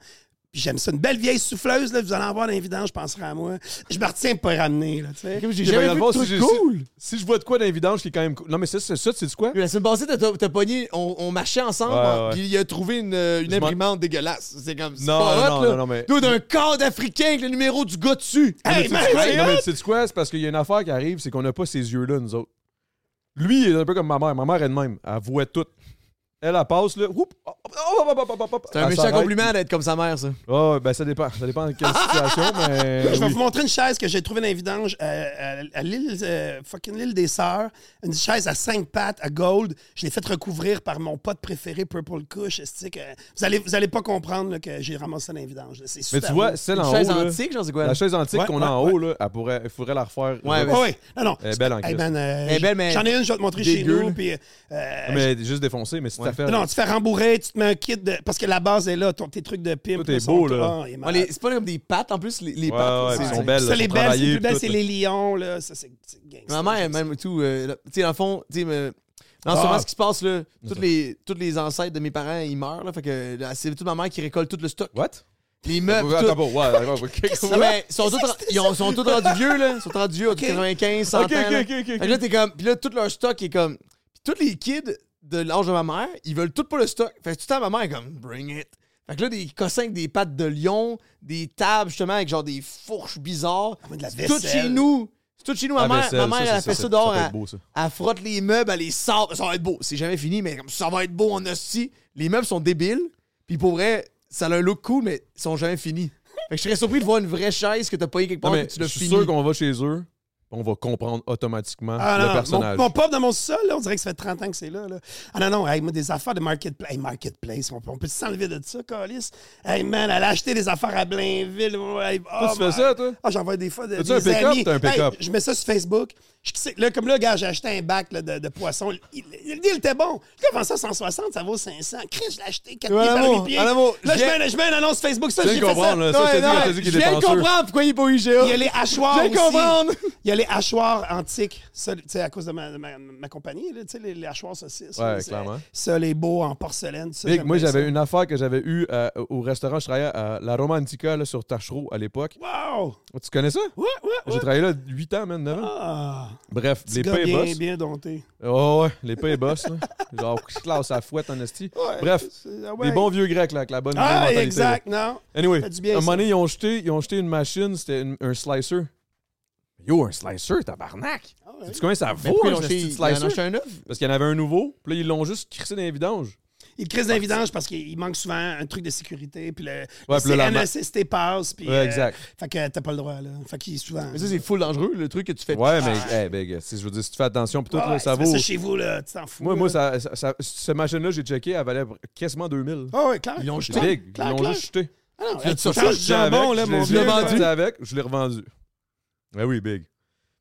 Speaker 3: Puis j'aime ça. Une belle vieille souffleuse, là, vous allez en voir dans les vidanges, je penserai à moi. Je me retiens de pas y ramener. Là, tu sais.
Speaker 2: Comme j'ai
Speaker 1: Je vais
Speaker 2: jamais
Speaker 1: aller
Speaker 2: vu
Speaker 1: voir
Speaker 2: de
Speaker 1: si
Speaker 2: truc
Speaker 1: j'ai- si-
Speaker 2: cool.
Speaker 1: Si je vois de quoi dans les vidanges qui est quand même cool. Non, mais ça, c'est ça, tu sais de quoi?
Speaker 2: La semaine passée, t'as- t'as t'as pogné, on, on marchait ensemble,
Speaker 1: Ouais,
Speaker 2: hein,
Speaker 1: ouais.
Speaker 2: puis il a trouvé une, euh, une
Speaker 1: Je m'en-
Speaker 2: imprimante dégueulasse. C'est comme, c'est
Speaker 1: Non,
Speaker 2: pas
Speaker 1: non,
Speaker 2: hot, là.
Speaker 1: non, non, mais- Ah,
Speaker 2: Dude, un cadre africain avec le numéro du gars dessus.
Speaker 3: Hey, man, c'est
Speaker 1: Non,
Speaker 3: hot!
Speaker 1: mais tu sais quoi? C'est parce qu'il y a une affaire qui arrive, c'est qu'on n'a pas ces yeux-là, nous autres. Lui, il est un peu comme ma mère. Ma mère elle-même, elle voit tout. Elle, elle passe, là. Oups! Hop, hop, hop, hop, hop, hop.
Speaker 2: C'est un
Speaker 1: Elle
Speaker 2: méchant
Speaker 1: s'arrête.
Speaker 2: compliment d'être comme sa mère, ça.
Speaker 1: Ah, ben ça dépend. Ça dépend de quelle situation, mais.
Speaker 3: Je vais
Speaker 1: Euh, oui.
Speaker 3: vous montrer une chaise que j'ai trouvée dans les vidanges euh, à, à l'île euh, fucking l'île des Sœurs. Une chaise à cinq pattes à gold. Je l'ai faite recouvrir par mon pote préféré, Purple Cush. esti, que- euh, vous allez vous allez pas comprendre là, que j'ai ramassé ça dans les vidanges. là. C'est
Speaker 1: Mais
Speaker 3: super.
Speaker 1: tu vois,
Speaker 3: beau.
Speaker 1: celle
Speaker 2: Une
Speaker 1: en haut.
Speaker 2: chaise
Speaker 1: là,
Speaker 2: antique, genre, c'est quoi?
Speaker 1: La chaise antique
Speaker 3: Ouais,
Speaker 1: qu'on
Speaker 3: ouais,
Speaker 1: a en haut, là, elle pourrait, il faudrait la refaire.
Speaker 2: Ouais,
Speaker 1: Re-
Speaker 2: ouais.
Speaker 3: Ah oui, non, non.
Speaker 1: Elle est belle en
Speaker 3: Hey, man, euh,
Speaker 2: Elle est belle, mais
Speaker 3: J'en ai une, je vais te montrer chez
Speaker 2: dégueu,
Speaker 3: nous.
Speaker 2: là.
Speaker 3: Puis, euh,
Speaker 1: Ah, Mais juste défoncée, mais si t'as fait.
Speaker 3: non, tu te fais rembourrer, tu te mets un kit de- parce que la base est là, ton- tes trucs de pimp.
Speaker 1: Tout est
Speaker 3: là, sont-
Speaker 1: beau, là.
Speaker 3: Ah, il est
Speaker 2: Ouais,
Speaker 3: malade.
Speaker 2: les- c'est pas comme des pattes, en plus, les, les
Speaker 1: Ouais,
Speaker 2: pattes.
Speaker 1: ouais,
Speaker 2: c'est-
Speaker 1: ils sont
Speaker 2: c'est-
Speaker 1: belles,
Speaker 3: ça,
Speaker 1: elles
Speaker 3: les
Speaker 1: sont
Speaker 3: belles, c'est les
Speaker 1: travaillées,
Speaker 3: plus belles,
Speaker 1: tout,
Speaker 3: c'est
Speaker 1: là.
Speaker 3: les lions, là. Ça, c'est c'est gangster.
Speaker 2: Ma mère, elle, même tout, euh, là, tu sais, dans le fond, tu sais, me- en ce
Speaker 3: Ah.
Speaker 2: moment, ce qui se passe, là, tous les, tous les ancêtres de mes parents, ils meurent, là, fait que là, c'est toute ma mère qui récolte tout le stock.
Speaker 1: What?
Speaker 2: Les meubles,
Speaker 1: Attends,
Speaker 2: tout.
Speaker 1: bon, ouais, d'accord, ok.
Speaker 2: Non, mais ils sont tous, ils ont- sont tous rendus vieux, là. Ils sont tous rendus vieux, autour de 95, 100
Speaker 1: Ok,
Speaker 2: ans.
Speaker 1: ok,
Speaker 2: là.
Speaker 1: ok, ok,
Speaker 2: Fait que
Speaker 1: ok.
Speaker 2: là, t'es comme. Puis là, tout leur stock est comme. Puis tous les kids de l'âge de ma mère, ils veulent tout pour le stock. Fait que tout le temps, ma mère est comme, bring it. Fait que là, des cossins avec des pattes de lion, des tables, justement, avec genre des fourches bizarres.
Speaker 1: Ah,
Speaker 3: mais de la
Speaker 2: C'est tout
Speaker 3: vaisselle.
Speaker 2: chez nous. C'est tout chez nous. Ma
Speaker 1: La
Speaker 2: mère,
Speaker 1: vaisselle,
Speaker 2: ma mère
Speaker 1: ça,
Speaker 2: elle
Speaker 1: c'est
Speaker 2: a fait
Speaker 1: ça,
Speaker 2: ça
Speaker 1: ça peut
Speaker 2: dehors.
Speaker 1: être
Speaker 2: elle-
Speaker 1: beau, ça.
Speaker 2: Elle frotte les meubles, elle les sort. Ça va être beau. C'est jamais fini, mais comme ça va être beau en hostie. Les meubles sont débiles. Puis pour vrai, ça a un look cool, mais ils sont jamais finis. Fait que je serais surpris de voir une vraie chaise que t'as payée quelque
Speaker 1: Non,
Speaker 2: part
Speaker 1: mais
Speaker 2: que tu
Speaker 1: je
Speaker 2: l'as
Speaker 1: suis
Speaker 2: fini.
Speaker 1: sûr qu'on va chez eux, on va comprendre automatiquement
Speaker 3: Ah, non,
Speaker 1: le
Speaker 3: non,
Speaker 1: personnage.
Speaker 3: Mon, mon pop dans mon sol, là, on dirait que ça fait 30 ans que c'est là, là. Ah non, non, hey, moi, des affaires de marketplace. Hey, marketplace, on, peut- on peut s'enlever de ça, Calis? Hey man, elle a acheté des affaires à Blainville. ouais, oh
Speaker 1: Toi, tu fais
Speaker 3: my-
Speaker 1: ça, toi?
Speaker 3: Ah, j'envoie des fois de,
Speaker 1: T'as-tu
Speaker 3: des
Speaker 1: un pick-up?
Speaker 3: amis.
Speaker 1: T'as un pick-up.
Speaker 3: Hey, je mets ça sur Facebook. Je sais- là, comme là, gars, j'ai acheté un bac là, de, de poisson. Il, il, le deal était bon. Je l'ai ça à 160, ça vaut 500. Chris, je l'ai acheté 4
Speaker 2: Ouais,
Speaker 3: pieds par
Speaker 2: l'amour,
Speaker 3: 8 pieds.
Speaker 2: à l'amour.
Speaker 3: Là, je
Speaker 2: J'ai-
Speaker 3: mets, je mets une annonce Facebook. Ça,
Speaker 1: Je
Speaker 3: j'ai
Speaker 1: viens
Speaker 3: fait
Speaker 1: de
Speaker 3: ça.
Speaker 1: comprendre, là. Ça,
Speaker 2: Ouais,
Speaker 1: c'est dit,
Speaker 2: non,
Speaker 1: t'as dit
Speaker 2: je
Speaker 1: qu'il était
Speaker 2: viens de
Speaker 1: penseur.
Speaker 2: comprendre pourquoi il est pas au IGA.
Speaker 3: Il y a les hachoirs
Speaker 2: Je viens de
Speaker 3: aussi.
Speaker 2: comprendre.
Speaker 3: Il y a les hachoirs antiques. Ça, tu sais, à cause de ma, de ma- ma compagnie, là, tu sais, les, les hachoirs saucisses.
Speaker 1: Ouais,
Speaker 3: là, c'est-
Speaker 1: clairement.
Speaker 3: Ça, les beaux en porcelaine. ça,
Speaker 1: Big,
Speaker 3: j'aime
Speaker 1: moi,
Speaker 3: bien
Speaker 1: j'avais
Speaker 3: ça.
Speaker 1: une affaire que j'avais eue euh, au restaurant. Je travaillais à la Romantica là, sur Tachereau à l'époque.
Speaker 3: Wow!
Speaker 1: Tu connais ça?
Speaker 3: Ouais, ouais,
Speaker 1: J'ai
Speaker 3: ouais.
Speaker 1: travaillé là 8 ans, même 9 ans.
Speaker 3: Ah,
Speaker 1: Bref,
Speaker 3: les
Speaker 1: les
Speaker 3: gars
Speaker 1: pains
Speaker 3: bien,
Speaker 1: boss.
Speaker 3: bien dompté.
Speaker 1: Oh, ouais, les pains boss. là. Genre, je classe à fouette en esti.
Speaker 3: Ouais,
Speaker 1: Bref,
Speaker 3: c'est- ah ouais.
Speaker 1: les bons vieux grecs là, avec la bonne vieille
Speaker 3: Ah,
Speaker 1: mentalité.
Speaker 3: exact, non.
Speaker 1: là. Anyway,
Speaker 3: Fait du bien,
Speaker 1: à un
Speaker 3: ça.
Speaker 1: moment donné, ils ont jeté, ils ont jeté une machine, c'était une- un slicer. Yo, un slicer, tabarnak!
Speaker 3: Ah ouais.
Speaker 1: Tu connais ça
Speaker 2: Mais
Speaker 1: vaut
Speaker 2: pourquoi
Speaker 1: un
Speaker 2: ils ont acheté-
Speaker 1: esti de
Speaker 2: ils en ont
Speaker 1: slicer?
Speaker 2: acheté un œuf?
Speaker 1: Parce qu'il y en avait un nouveau, puis là, ils l'ont juste crissé dans les vidanges.
Speaker 3: Il crise d'un vidange parce qu'il il manque souvent un truc de sécurité. Puis le,
Speaker 1: Ouais,
Speaker 3: le
Speaker 1: puis là, la ma-
Speaker 3: CNESST passe. Puis,
Speaker 1: Ouais,
Speaker 3: euh,
Speaker 1: exact.
Speaker 3: fait que t'as pas le droit, là. Fait qu'il est souvent.
Speaker 2: Mais ça, c'est full dangereux, le truc que tu fais.
Speaker 1: Ouais, mais, hey, big, si, je veux dire, si tu fais attention, puis tout, là,
Speaker 3: Ouais,
Speaker 1: ça
Speaker 3: Ah, tu fais
Speaker 1: vaut.
Speaker 3: ça chez vous, là. Tu t'en fous.
Speaker 1: Moi,
Speaker 3: là.
Speaker 1: moi ça, ça, ça- cette machine-là, j'ai checké, elle valait quasiment 2000.
Speaker 3: Ah, ouais, clair.
Speaker 2: Ils l'ont
Speaker 1: C'est
Speaker 2: jeté.
Speaker 1: big,
Speaker 3: clair,
Speaker 1: ils l'ont
Speaker 3: clair.
Speaker 1: juste jeté.
Speaker 3: Ah, non,
Speaker 2: Tu as
Speaker 3: hey,
Speaker 2: de ça,
Speaker 3: tu changes
Speaker 2: ça,
Speaker 3: du
Speaker 1: J'étais avec,
Speaker 3: jambon, là,
Speaker 1: je
Speaker 3: mon
Speaker 1: l'ai- je
Speaker 3: vieux.
Speaker 1: l'ai
Speaker 2: vieux,
Speaker 1: vendu
Speaker 2: ouais.
Speaker 1: avec, je l'ai revendu. Ben oui, big.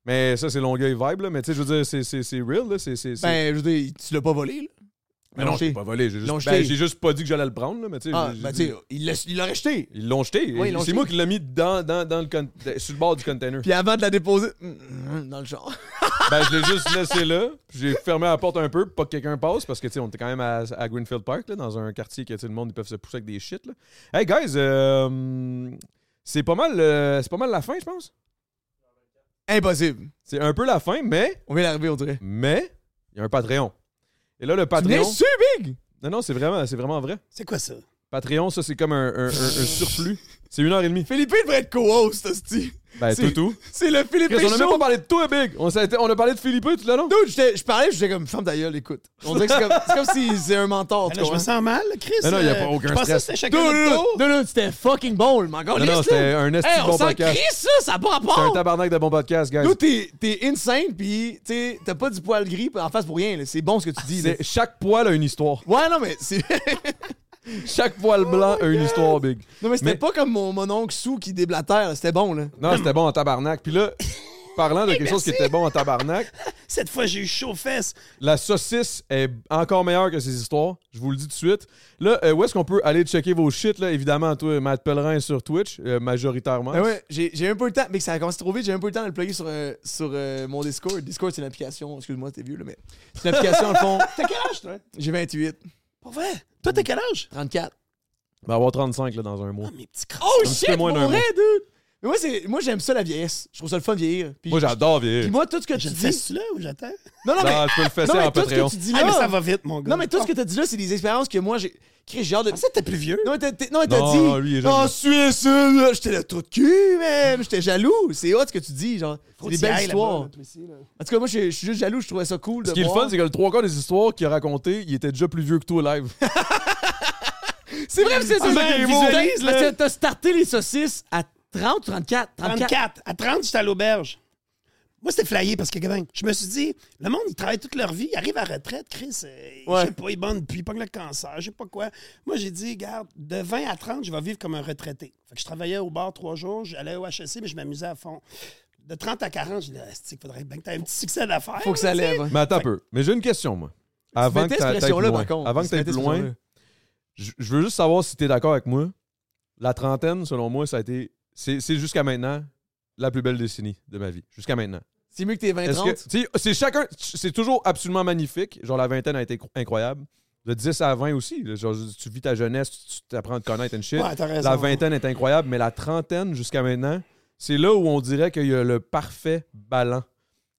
Speaker 1: Mais ça, c'est Longueuil vibe, là. Mais tu sais, je veux dire, c'est- c'est c'est real, là. c'est- c'est- c'est-
Speaker 2: Ben, je veux dire, tu l'as pas volé, là.
Speaker 1: mais non,
Speaker 2: l'ont
Speaker 1: j'ai
Speaker 2: jeté.
Speaker 1: pas volé. J'ai
Speaker 2: l'ont
Speaker 1: juste,
Speaker 2: jeté.
Speaker 1: ben, j'ai juste pas dit que j'allais le prendre, là. Mais tu sais,
Speaker 2: Ah,
Speaker 1: j'ai-
Speaker 2: ben,
Speaker 1: j'ai-
Speaker 2: tu sais, il l'a- il l'a rejeté.
Speaker 1: ils l'ont jeté.
Speaker 2: Ouais, ils l'ont
Speaker 1: c'est
Speaker 2: jeté.
Speaker 1: moi qui l'ai mis dans, dans, dans le con- sur le bord du container.
Speaker 2: Puis avant de la déposer, mm, mm, dans le genre.
Speaker 1: Ben, je l'ai juste laissé là. puis J'ai fermé la porte un peu pour pas que quelqu'un passe parce que, tu sais, on était quand même à, à Greenfield Park, là, dans un quartier que, tu sais, le monde, ils peuvent se pousser avec des shit, là. Hey, guys, euh, c'est pas mal euh, c'est pas mal la fin, je pense.
Speaker 2: Impossible.
Speaker 1: C'est un peu la fin, mais,
Speaker 2: On vient d'arriver, on dirait.
Speaker 1: mais, il y a un Patreon. Et là, le
Speaker 2: Tu venais
Speaker 1: Patreon.
Speaker 2: dessus, Big?
Speaker 1: Non, non, c'est vraiment, c'est vraiment vrai.
Speaker 3: C'est quoi ça? Ah
Speaker 1: Patreon, ça, c'est comme un, un- un- un surplus. C'est une heure et demie.
Speaker 2: Philippe devrait être co-host, hostie.
Speaker 1: Ben,
Speaker 2: C'est-
Speaker 1: toutou.
Speaker 2: C'est le Philippe
Speaker 1: Chris, on a même pas
Speaker 2: Show.
Speaker 1: parlé de toi, Big. On, s'est- on a parlé de Philippe tout le long.
Speaker 2: Dude, j'étais- je parlais, j'étais comme femme d'ailleurs, écoute. On dirait que c'est comme, c'est comme si c'est un mentor,
Speaker 3: Ah,
Speaker 2: tu
Speaker 3: là, je me
Speaker 2: comprends?
Speaker 3: sens mal, Chris.
Speaker 1: Non, non, il y a
Speaker 3: euh,
Speaker 1: pas aucun
Speaker 3: Je pensais que
Speaker 1: stress.
Speaker 3: c'était chacun
Speaker 2: Dude,
Speaker 3: notre
Speaker 2: dude,
Speaker 3: tour.
Speaker 2: dude, dude, c'était fucking bon, le
Speaker 1: Non, non, c'était un esti
Speaker 2: Hey,
Speaker 1: de
Speaker 2: on
Speaker 1: bon
Speaker 2: s'en
Speaker 1: podcast.
Speaker 2: crie ça, ça n'a pas
Speaker 1: C'est un
Speaker 2: rapport.
Speaker 1: tabarnak de bon podcast, guys.
Speaker 2: Nous, t'es t'es insane, pis t'sais, t'as pas du poil gris en face pour rien. là. C'est bon ce que tu dis. là.
Speaker 1: C'est- Chaque poil a une histoire.
Speaker 2: Ouais, non, mais c'est.
Speaker 1: Chaque poil blanc a une histoire, Big.
Speaker 2: Non, mais c'était
Speaker 1: Mais-
Speaker 2: pas comme mon, mon oncle Sou qui déblatère, là. c'était bon, là.
Speaker 1: Non, c'était bon en tabarnak. Puis là, parlant de quelque chose qui était bon en tabarnak,
Speaker 3: Cette fois, j'ai eu chaud aux fesses.
Speaker 1: la saucisse est encore meilleure que ces histoires. Je vous le dis tout de suite. Là, euh, où est-ce qu'on peut aller checker vos shit, là? Évidemment, toi, Matt Pellerin sur Twitch, euh, majoritairement.
Speaker 2: Ah ouais, j'ai j'ai un peu le temps, mais que ça a commencé trop vite, j'ai un peu le temps de le plugger sur, euh, sur euh, mon Discord. Discord, c'est une application, excuse-moi, t'es vieux, là, mais c'est une application, en le fond.
Speaker 3: T'as quel âge, toi?
Speaker 2: J'ai 28,
Speaker 3: Pour vrai? Toi, t'as quel âge?
Speaker 2: 34.
Speaker 1: On va avoir 35 là, dans un mois.
Speaker 3: Oh, mes petits crânes.
Speaker 2: Oh
Speaker 1: petit peu
Speaker 2: shit,
Speaker 1: moins
Speaker 2: pour
Speaker 1: d'un
Speaker 2: vrai, dude! Mais moi, c'est- moi j'aime ça la vieillesse. Je trouve ça le fun de vieillir. Puis-
Speaker 1: Moi, j'adore
Speaker 2: Puis
Speaker 1: vieillir.
Speaker 2: moi, tout ce que
Speaker 3: Je
Speaker 2: tu
Speaker 3: le
Speaker 2: dis.
Speaker 3: fais là ou j'attends?
Speaker 2: Non, non, mais.
Speaker 1: Non, tu peux le fesser
Speaker 2: non, mais
Speaker 1: en
Speaker 2: tout ce
Speaker 1: Patreon.
Speaker 2: que tu dis là.
Speaker 3: Ah, mais ça va vite, mon gars.
Speaker 2: Non, mais
Speaker 1: Ah.
Speaker 2: tout ce que t'as dit là, c'est des expériences que moi, j'ai. Chris, j'ai hâte de.
Speaker 3: Ah, ça, t'es plus vieux.
Speaker 2: Non, mais t'as- t'as- non, mais t'as
Speaker 1: Non,
Speaker 2: dit.
Speaker 1: non, lui, il est jeune.
Speaker 2: en Suisse, euh, là, j'étais le trou de cul, même. J'étais jaloux. C'est hot ce que tu dis, genre. C'est
Speaker 3: Faut
Speaker 2: des
Speaker 3: t'y
Speaker 2: belles
Speaker 3: ailles
Speaker 2: histoires.
Speaker 3: là-bas, là, toi, ici, là.
Speaker 2: En tout cas, moi, je suis je suis juste jaloux. Je trouvais ça cool.
Speaker 1: Ce
Speaker 2: de
Speaker 1: qui est le
Speaker 2: voir.
Speaker 1: fun, c'est que le trois quarts des histoires qu'il a racontées, il était déjà plus vieux que toi live.
Speaker 2: C'est vrai, c'est
Speaker 3: Ah,
Speaker 2: ça.
Speaker 3: ben,
Speaker 2: c'est-
Speaker 3: visualise,
Speaker 2: Parce que
Speaker 3: là.
Speaker 2: t'as starté les saucisses à 30, 34, 34.
Speaker 3: 34. À 30, j'étais à l'auberge. Moi, c'était flyé parce que, gamin, je me suis dit, le monde, ils travaillent toute leur vie, ils arrivent à la retraite, Chris, euh,
Speaker 2: Ouais.
Speaker 3: je sais pas, ils bonnent depuis, ils pognent le cancer, je sais pas quoi. Moi, j'ai dit, regarde, de 20 à 30, je vais vivre comme un retraité. Fait que je travaillais au bar trois jours, j'allais au HSC, mais je m'amusais à fond. De 30 à 40, je dit, il faudrait bien que t'aies un petit succès d'affaires.
Speaker 2: Faut que
Speaker 3: là,
Speaker 2: ça
Speaker 3: tu sais.
Speaker 2: lève. hein.
Speaker 1: Mais attends un peu. Mais j'ai une question, moi. Avant
Speaker 2: mettais
Speaker 1: que t'a-
Speaker 2: cette
Speaker 1: t'ailles plus
Speaker 2: pression-là,
Speaker 1: loin.
Speaker 2: par contre.
Speaker 1: Avant que
Speaker 2: Tu
Speaker 1: t'ailles
Speaker 2: mettais
Speaker 1: plus
Speaker 2: cette
Speaker 1: loin,
Speaker 2: pression-là.
Speaker 1: je je veux juste savoir si t'es d'accord avec moi. La trentaine, selon moi, ça a été. C'est c'est jusqu'à maintenant la plus belle décennie de ma vie. Jusqu'à maintenant.
Speaker 2: C'est mieux que tes 20,
Speaker 1: Est-ce
Speaker 2: 30.
Speaker 1: que. tu sais, C'est chacun. C'est toujours absolument magnifique. Genre, la vingtaine a été cro- incroyable. De 10 à 20 aussi. là, Genre, tu vis ta jeunesse, tu- tu t'apprends à te connaître and shit.
Speaker 3: Ouais, t'as raison.
Speaker 1: La vingtaine est incroyable, mais la trentaine jusqu'à maintenant, c'est là où on dirait qu'il y a le parfait ballon.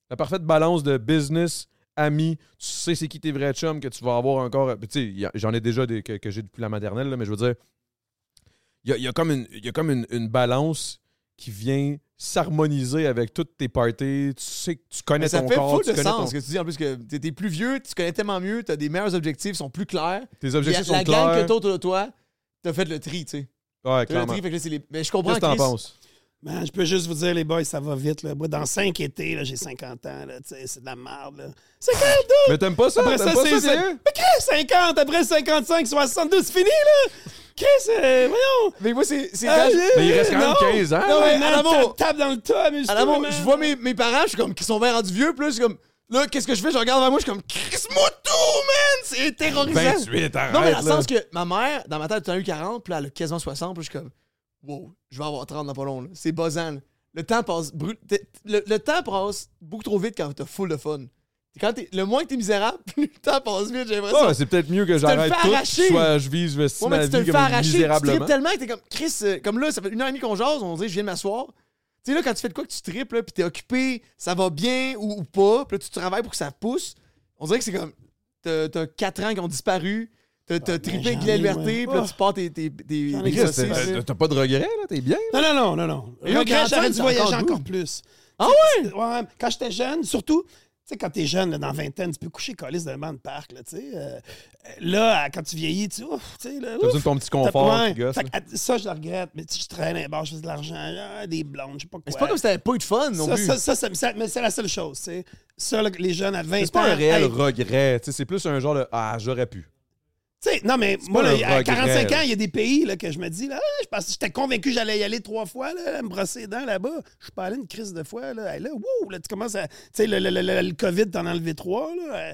Speaker 1: La parfaite balance de business, amis, tu sais c'est qui tes vrais chums que tu vas avoir encore. Puis, Tu sais, il y a- j'en ai déjà des, que, que j'ai depuis la maternelle, là, mais je veux dire, il y a, il y a comme, une, il y a comme une, une balance qui vient s'harmoniser avec toutes tes parties. Tu sais que tu connais
Speaker 2: Mais ça
Speaker 1: ton
Speaker 2: fait
Speaker 1: corps,
Speaker 2: fou
Speaker 1: tu
Speaker 2: de
Speaker 1: connais
Speaker 2: sens
Speaker 1: ton-
Speaker 2: que tu dis en plus que t'es t'es plus vieux, tu connais tellement mieux, t'as des meilleurs objectifs, sont plus clairs.
Speaker 1: tes
Speaker 2: Puis La,
Speaker 1: objectifs
Speaker 2: la
Speaker 1: sont
Speaker 2: gang que
Speaker 1: clairs.
Speaker 2: t'as autour de toi, t'as fait le tri, tu sais.
Speaker 1: Ouais,
Speaker 2: T'as fait le
Speaker 1: clairement.
Speaker 2: tri, fait que là, c'est les. Mais je comprends.
Speaker 1: Qu'est-ce que t'en
Speaker 2: Chris.
Speaker 1: penses?
Speaker 3: Man, je peux juste vous dire, les boys, ça va vite. Là. Moi, dans 5 étés, là, j'ai 50 ans. là, tu sais, C'est de la merde. là. 50 ans!
Speaker 1: Mais t'aimes pas ça?
Speaker 3: Après
Speaker 1: T'aimes
Speaker 3: ça,
Speaker 1: pas
Speaker 3: c'est.
Speaker 1: ça,
Speaker 3: c'est-
Speaker 1: sérieux?
Speaker 3: Mais Chris, 50, après 55, 62, c'est fini, là! Chris, euh, voyons!
Speaker 2: Mais moi, c'est. c'est
Speaker 3: Ah,
Speaker 2: quand je-
Speaker 1: Mais il reste quand même
Speaker 3: non.
Speaker 1: 15 ans,
Speaker 3: Non,
Speaker 2: là.
Speaker 3: mais
Speaker 2: À la
Speaker 3: man,
Speaker 2: mort.
Speaker 3: tape dans le tas, mais
Speaker 2: à la mort, Ah, je vois mes, mes parents, je suis comme, qui sont bien rendus vieux, plus je suis comme, là, qu'est-ce que je fais? Je regarde vers moi, je suis comme, Chris Moutou, man! C'est terrorisant!
Speaker 1: 28, arrête,
Speaker 2: non, mais dans le
Speaker 1: là.
Speaker 2: sens que ma mère, dans ma tête, elle a eu 40, puis là, elle a quasiment 60, puis je suis comme, wow, je vais avoir 30 dans pas long, là. C'est buzzant, là. Le temps passe brut. t'es- Le, le temps passe beaucoup trop vite quand t'as full de fun. Quand t'es- le moins que t'es misérable, plus le temps passe vite, j'ai l'impression.
Speaker 1: Ouais, c'est peut-être mieux que
Speaker 2: te le
Speaker 1: j'arrête
Speaker 2: fais
Speaker 1: tout,
Speaker 2: arracher.
Speaker 1: soit je vise je
Speaker 2: Ouais,
Speaker 1: stime
Speaker 2: mais
Speaker 1: ma
Speaker 2: tu te
Speaker 1: vie
Speaker 2: le fais
Speaker 1: comme
Speaker 2: arracher, tu tripes
Speaker 1: misérablement.
Speaker 2: tellement que t'es comme Chris, euh, comme là, ça fait une heure et demie qu'on jase, on dirait je viens de m'asseoir. Tu sais, là, quand tu fais de quoi que tu tripes, là, pis t'es occupé, ça va bien ou, ou pas, pis là, tu travailles pour que ça pousse, on dirait que c'est comme. T'as t'as quatre ans qui ont disparu, t'as t'as trippé
Speaker 3: Ah, j'en
Speaker 2: avec la
Speaker 3: ai,
Speaker 2: liberté,
Speaker 3: moi.
Speaker 2: pis là, tu pars tes. tes, tes,
Speaker 3: J'en ai
Speaker 2: tes
Speaker 1: Chris,
Speaker 2: saucisses,
Speaker 1: t'as-
Speaker 2: là.
Speaker 1: t'as pas de regrets, là? T'es bien?
Speaker 3: Non, non, non, non, non.
Speaker 2: Et là,
Speaker 3: Regarde,
Speaker 2: quand
Speaker 3: j'aurais dû
Speaker 2: t'as
Speaker 3: voyager
Speaker 2: encore le
Speaker 3: encore,
Speaker 2: goût.
Speaker 3: plus.
Speaker 2: Ah
Speaker 3: ouais? quand j'étais jeune, surtout, tu sais, quand t'es jeune, là, dans vingtaine, tu peux coucher colis d'un banc de parc, là, tu sais. euh, là, quand tu vieillis, tu ouf, tu sais, là,
Speaker 1: T'as
Speaker 3: ouf.
Speaker 1: besoin de ton petit
Speaker 3: T'as-
Speaker 1: confort,
Speaker 3: ouais.
Speaker 1: petit gosse,
Speaker 3: Fait
Speaker 1: là.
Speaker 3: que, ça, je le regrette. Mais tu sais, je traîne un bar, je fais de l'argent, ah, des blondes, je sais pas quoi.
Speaker 2: Mais C'est pas comme si t'avais pas eu de fun non
Speaker 3: ça,
Speaker 2: plus.
Speaker 3: ça, ça, ça, ça- mais c'est la seule chose, tu sais. Ça, là, les jeunes à 20 ans.
Speaker 1: C'est pas un réel
Speaker 3: hey,
Speaker 1: regret, tu sais, c'est plus un genre de « Ah, j'aurais pu
Speaker 3: tu sais, non, mais moi,
Speaker 1: pas
Speaker 3: là,
Speaker 1: un
Speaker 3: à 45
Speaker 1: regret,
Speaker 3: ans, il y a des pays là, que je me dis, là, ah, je pense- j'étais convaincu que j'allais y aller trois fois, là, me brosser les dents là-bas. Je suis pas allé une crise de fois. Là, Hey, là, wouh, là, tu commences à. Tu sais, le, le- le- le- le COVID, t'en as enlevé trois. Là, Euh,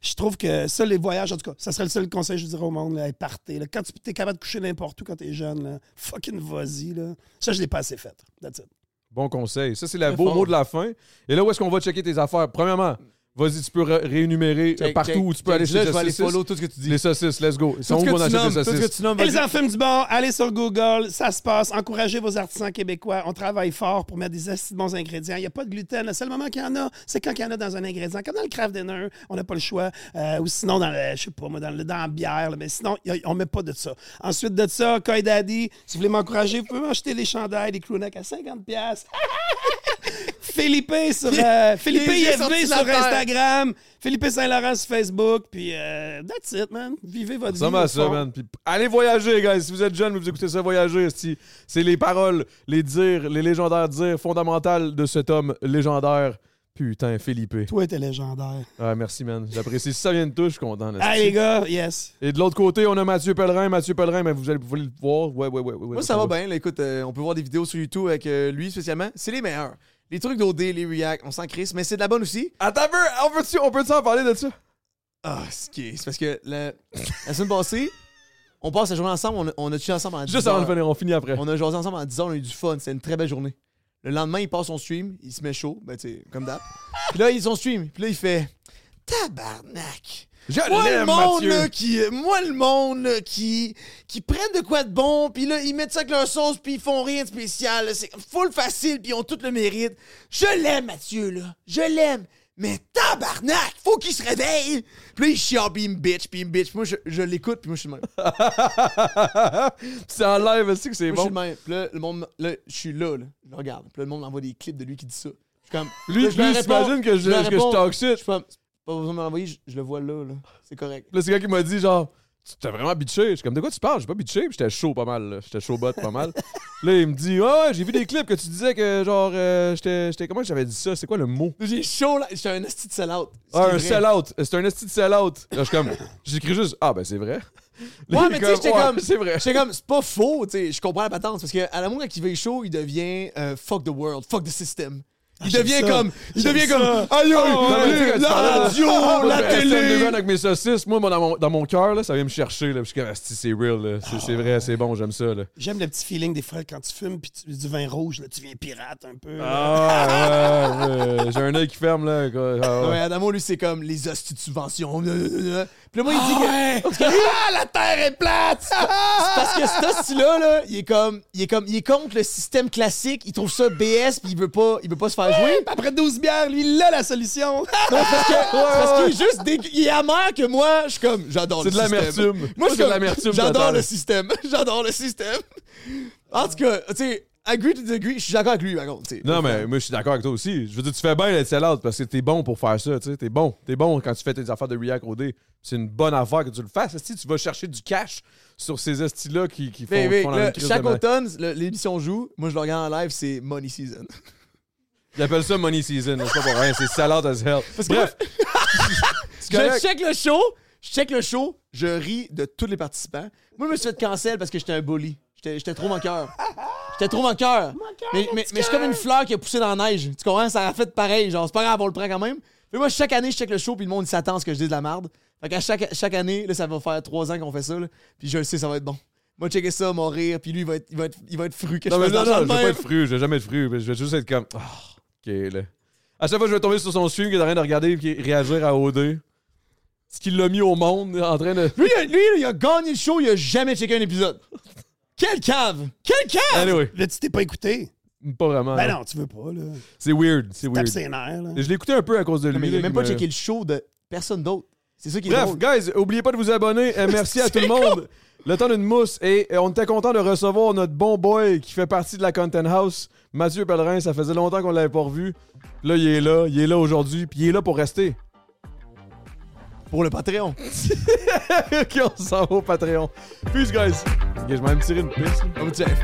Speaker 3: je trouve que ça, les voyages, en tout cas, ça serait le seul conseil que je dirais au monde, là, Hey, partez. là. Quand tu es capable de coucher n'importe où quand t'es jeune, là, fucking vas-y. là. Ça, je l'ai pas assez fait. That's it. ».
Speaker 1: Bon conseil. Ça, c'est le
Speaker 2: Très
Speaker 1: beau
Speaker 2: fort.
Speaker 1: mot de la fin. Et là, où est-ce qu'on va checker tes affaires? Premièrement, Vas-y, tu peux ré- réénumérer euh,
Speaker 2: Check,
Speaker 1: partout
Speaker 2: check,
Speaker 1: où tu peux
Speaker 2: check.
Speaker 1: aller
Speaker 2: Là,
Speaker 1: chez
Speaker 2: je vais aller
Speaker 1: saucisses.
Speaker 2: follow tout ce que tu dis.
Speaker 1: Les saucisses, let's go. Ils
Speaker 2: Tout
Speaker 1: sont
Speaker 2: ce
Speaker 1: où
Speaker 2: que
Speaker 1: qu'on
Speaker 2: tu
Speaker 1: achète
Speaker 2: nommes,
Speaker 1: des
Speaker 2: tout ce que
Speaker 1: saucisses?
Speaker 2: tu nommes,
Speaker 3: Et
Speaker 2: vas-y.
Speaker 3: les enfants du bord, allez sur Google, ça se passe. Encouragez vos artisans québécois. On travaille fort pour mettre des assez bons ingrédients. Il n'y a pas de gluten. Le seul moment qu'il y en a, c'est quand il y en a dans un ingrédient. Comme dans le craft dinner, on n'a pas le choix. Euh, ou sinon, dans le, je sais pas, moi, dans, le, dans la bière. là. mais sinon, y a- on ne met pas de ça. Ensuite de ça, Koi Daddy, si vous voulez m'encourager, vous pouvez m'acheter des chandails, des crewnecks à 50$. piastres. Felipe sur euh, Felipe
Speaker 2: Il est juste
Speaker 3: IFB
Speaker 2: sorti de
Speaker 3: sur
Speaker 2: la terre.
Speaker 3: Instagram, Felipe Saint-Laurent sur Facebook, puis euh, that's it, man. Vivez votre vie.
Speaker 1: Ça va,
Speaker 3: au
Speaker 1: ça,
Speaker 3: fond.
Speaker 1: man. Puis allez voyager, guys. Si vous êtes jeune, mais vous écoutez ça voyager. si- C'est les paroles, les dires, les légendaires dires fondamentales de cet homme légendaire. Putain, Philippe.
Speaker 3: Toi, t'es légendaire.
Speaker 1: Ah, merci, man. J'apprécie. Si ça vient de toi, je suis content. là.
Speaker 3: Ah, les gars, yes.
Speaker 1: Et de l'autre côté, on a Mathieu Pellerin. Mathieu Pellerin, mais vous allez vous voulez le voir. Ouais, ouais, ouais. ouais
Speaker 2: Moi, ça va bien. Là, écoute, euh, on peut voir des vidéos sur YouTube avec euh, lui spécialement. C'est les meilleurs. Les trucs d'OD, les React, on s'en crisse, mais c'est de la bonne aussi.
Speaker 1: Attends, un peu, on peut-tu on peut en parler de ça?
Speaker 2: Ah, ce qui est- c'est parce que la, la semaine passée, on passe la journée ensemble, on a, on a tué ensemble en 10
Speaker 1: Juste avant de
Speaker 2: heures.
Speaker 1: finir, on finit après.
Speaker 2: On a joué ensemble en 10 heures, on a eu du fun, c'était une très belle journée. Le lendemain, il passe son stream, il se met chaud, ben tu sais, comme d'hab. Puis là, il son stream, puis là, il fait Tabarnak!
Speaker 1: Je
Speaker 2: Moi le
Speaker 1: l'aime,
Speaker 2: monde
Speaker 1: Mathieu.
Speaker 2: là, qui euh, moi le monde là, qui qui prennent de quoi de bon puis là ils mettent ça avec leur sauce puis ils font rien de spécial, là. c'est full facile puis ils ont tout le mérite. Je l'aime Mathieu là, je l'aime. Mais tabarnak, faut qu'il se réveille. Puis là, il chiale, puis il me bitch, puis il me bitch. Moi, je, je l'écoute, puis moi, je suis le même. Moi,
Speaker 1: c'est en live aussi que c'est
Speaker 2: je suis
Speaker 1: bon.
Speaker 2: le même. Puis là, le monde, là, je suis là, là. Je le regarde. Puis là, le monde m'envoie des clips de lui qui dit ça. Je suis comme...
Speaker 1: Lui,
Speaker 2: là,
Speaker 1: lui
Speaker 2: je leur réponds,
Speaker 1: s'imagine que je,
Speaker 2: leur
Speaker 1: que je
Speaker 2: réponds,
Speaker 1: talk shit.
Speaker 2: Je suis comme, c'est pas besoin de me l'envoyer, je, je le vois là, là. C'est correct.
Speaker 1: Là, c'est quelqu'un qui m'a dit, genre, tu t'es vraiment bitché. Je suis comme, de quoi tu parles? J'ai pas bitché. Puis j'étais chaud pas mal. là. J'étais chaud bot pas mal. là, il me dit, ah, ouais, j'ai vu des clips que tu disais que, genre, euh, j'étais. j'étais- Comment j'avais dit ça? C'est quoi le mot?
Speaker 2: J'ai chaud, là. J'étais un esti de sell-out. Ce
Speaker 1: Ah,
Speaker 2: qui est
Speaker 1: un
Speaker 2: vrai.
Speaker 1: sell-out. C'est un esti de sell-out. Là, je suis comme, j'écris juste, ah, ben, c'est vrai. Là,
Speaker 2: Ouais,
Speaker 1: il est
Speaker 2: mais tu sais, j'étais
Speaker 1: ouais,
Speaker 2: comme-
Speaker 1: C'est vrai.
Speaker 2: J'étais comme, c'est pas faux, tu sais. Je comprends la patente. Parce que à l'amour, quand il veut chaud, il devient euh, fuck the world, fuck the system.
Speaker 1: Ah,
Speaker 2: Il
Speaker 3: j'aime
Speaker 2: devient
Speaker 3: ça.
Speaker 2: comme. Il
Speaker 3: J'aime
Speaker 2: devient
Speaker 3: ça.
Speaker 2: comme. Aïe,
Speaker 1: Non, mais tu sais,
Speaker 2: aïe,
Speaker 1: quand tu
Speaker 2: la
Speaker 1: parlais de-
Speaker 2: radio,
Speaker 1: Ah,
Speaker 2: la
Speaker 1: ben, SM
Speaker 2: télé.
Speaker 1: Devon avec mes saucisses, moi, moi, dans mon, dans mon cœur, là, ça vient me chercher. Là, puis je suis comme, asti, c'est real. là. C'est c'est vrai, c'est bon, j'aime ça. Là.
Speaker 3: J'aime le petit feeling des fois quand tu fumes puis tu- du vin rouge, là, tu viens pirate un peu. là.
Speaker 1: Ah, ouais, ouais, j'ai un œil qui ferme. là. quoi. Ah, ouais.
Speaker 2: Ouais, Adamo, lui, c'est comme les hosties de subvention. Puis là, moi, il dit que.
Speaker 3: Ah, la terre est plate!
Speaker 2: C'est parce que cet hostie-là, là, il est comme. Il est comme. Il est contre le système classique. Il trouve ça BS, puis il veut pas, il veut pas se faire jouer.
Speaker 3: Après 12 bières, lui, il a la solution.
Speaker 2: Non, c'est parce que- c'est parce qu'il est juste dég- il est amer que moi, je suis comme j'adore le
Speaker 1: C'est de
Speaker 2: système.
Speaker 1: l'amertume.
Speaker 2: Moi, je
Speaker 1: C'est
Speaker 2: suis
Speaker 1: de
Speaker 2: comme,
Speaker 1: l'amertume
Speaker 2: J'adore
Speaker 1: totale.
Speaker 2: le système. J'adore le système. En tout cas, tu sais, agree to disagree, je suis d'accord avec lui, par contre. tu sais.
Speaker 1: Non, mais moi, je suis d'accord avec toi aussi. Je veux dire, tu fais bien d'être salade parce que t'es bon pour faire ça. Tu sais, t'es bon. T'es bon quand tu fais tes affaires de React OD. C'est une bonne affaire que tu le fasses. Si tu vas chercher du cash sur ces estis-là qui, qui font,
Speaker 2: Mais, mais,
Speaker 1: font la
Speaker 2: là,
Speaker 1: même crise
Speaker 2: chaque
Speaker 1: de ma-
Speaker 2: automne, le- l'émission joue. Moi, je le regarde en live, c'est Money Season.
Speaker 1: Ils appellent ça Money Season. là. C'est pas pour rien. C'est salade as hell. Bref. C'est
Speaker 2: Je
Speaker 1: correct.
Speaker 2: check le show, je check le show, je ris de tous les participants. Moi, je me suis fait cancel parce que j'étais un bully. J'étais j'étais trop cœur. J'étais trop cœur. Mais, mais, mais je suis comme une fleur qui a poussé dans la neige. Tu comprends? Ça a fait pareil. Genre, c'est pas grave, on le prend quand même. Mais moi, chaque année, je check le show, puis le monde, il s'attend à ce que je dise de la merde. Fait qu'à chaque, chaque année, là, ça va faire trois ans qu'on fait ça, là, puis je le sais, ça va être bon. Moi, checker ça, mon rire, puis lui, il va être, il va être, il va être fru que
Speaker 1: Non,
Speaker 2: je
Speaker 1: mais
Speaker 2: fasse
Speaker 1: non,
Speaker 2: de la
Speaker 1: non, je vais
Speaker 2: merde.
Speaker 1: pas être fru. Je vais jamais être fru. mais Je vais juste être comme. Ah, ok, là. À chaque fois que je vais tomber sur son stream qui est en train de regarder et qui réagir à OD, ce qu'il l'a mis au monde en train de.
Speaker 2: Lui, il a- lui, il a gagné le show, il a jamais checké un épisode. Quelle cave! Quelle cave!
Speaker 1: Anyway,
Speaker 3: Là, tu t'es pas écouté.
Speaker 1: pas vraiment.
Speaker 3: Ben
Speaker 1: là.
Speaker 3: non, tu veux pas, là.
Speaker 1: C'est weird. C'est
Speaker 3: Tape
Speaker 1: weird.
Speaker 3: ses nerfs, là.
Speaker 1: Je l'ai écouté un peu à cause de lui.
Speaker 2: Non, mais il a
Speaker 1: là,
Speaker 2: même
Speaker 1: qui
Speaker 2: pas
Speaker 1: me-
Speaker 2: checké le show de personne d'autre. C'est ça qui est
Speaker 1: Bref,
Speaker 2: drôle.
Speaker 1: guys, oubliez pas de vous abonner. Euh, merci à tout le monde. Le temps d'une mousse. Et euh, on était content de recevoir notre bon boy qui fait partie de la Content House, Mathieu Pellerin. Ça faisait longtemps qu'on l'avait pas revu. Là, il est là. Il est là aujourd'hui. Puis il est là pour rester.
Speaker 2: Pour le Patreon.
Speaker 1: ok, on s'en va au Patreon. Peace, guys. Ok, je vais même tirer une piste.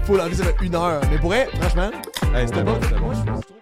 Speaker 2: Faut l'enlever, ça fait une heure. Mais pour vrai, franchement,
Speaker 1: Hey, c'était bon, c'était bon.
Speaker 2: moi, je pense-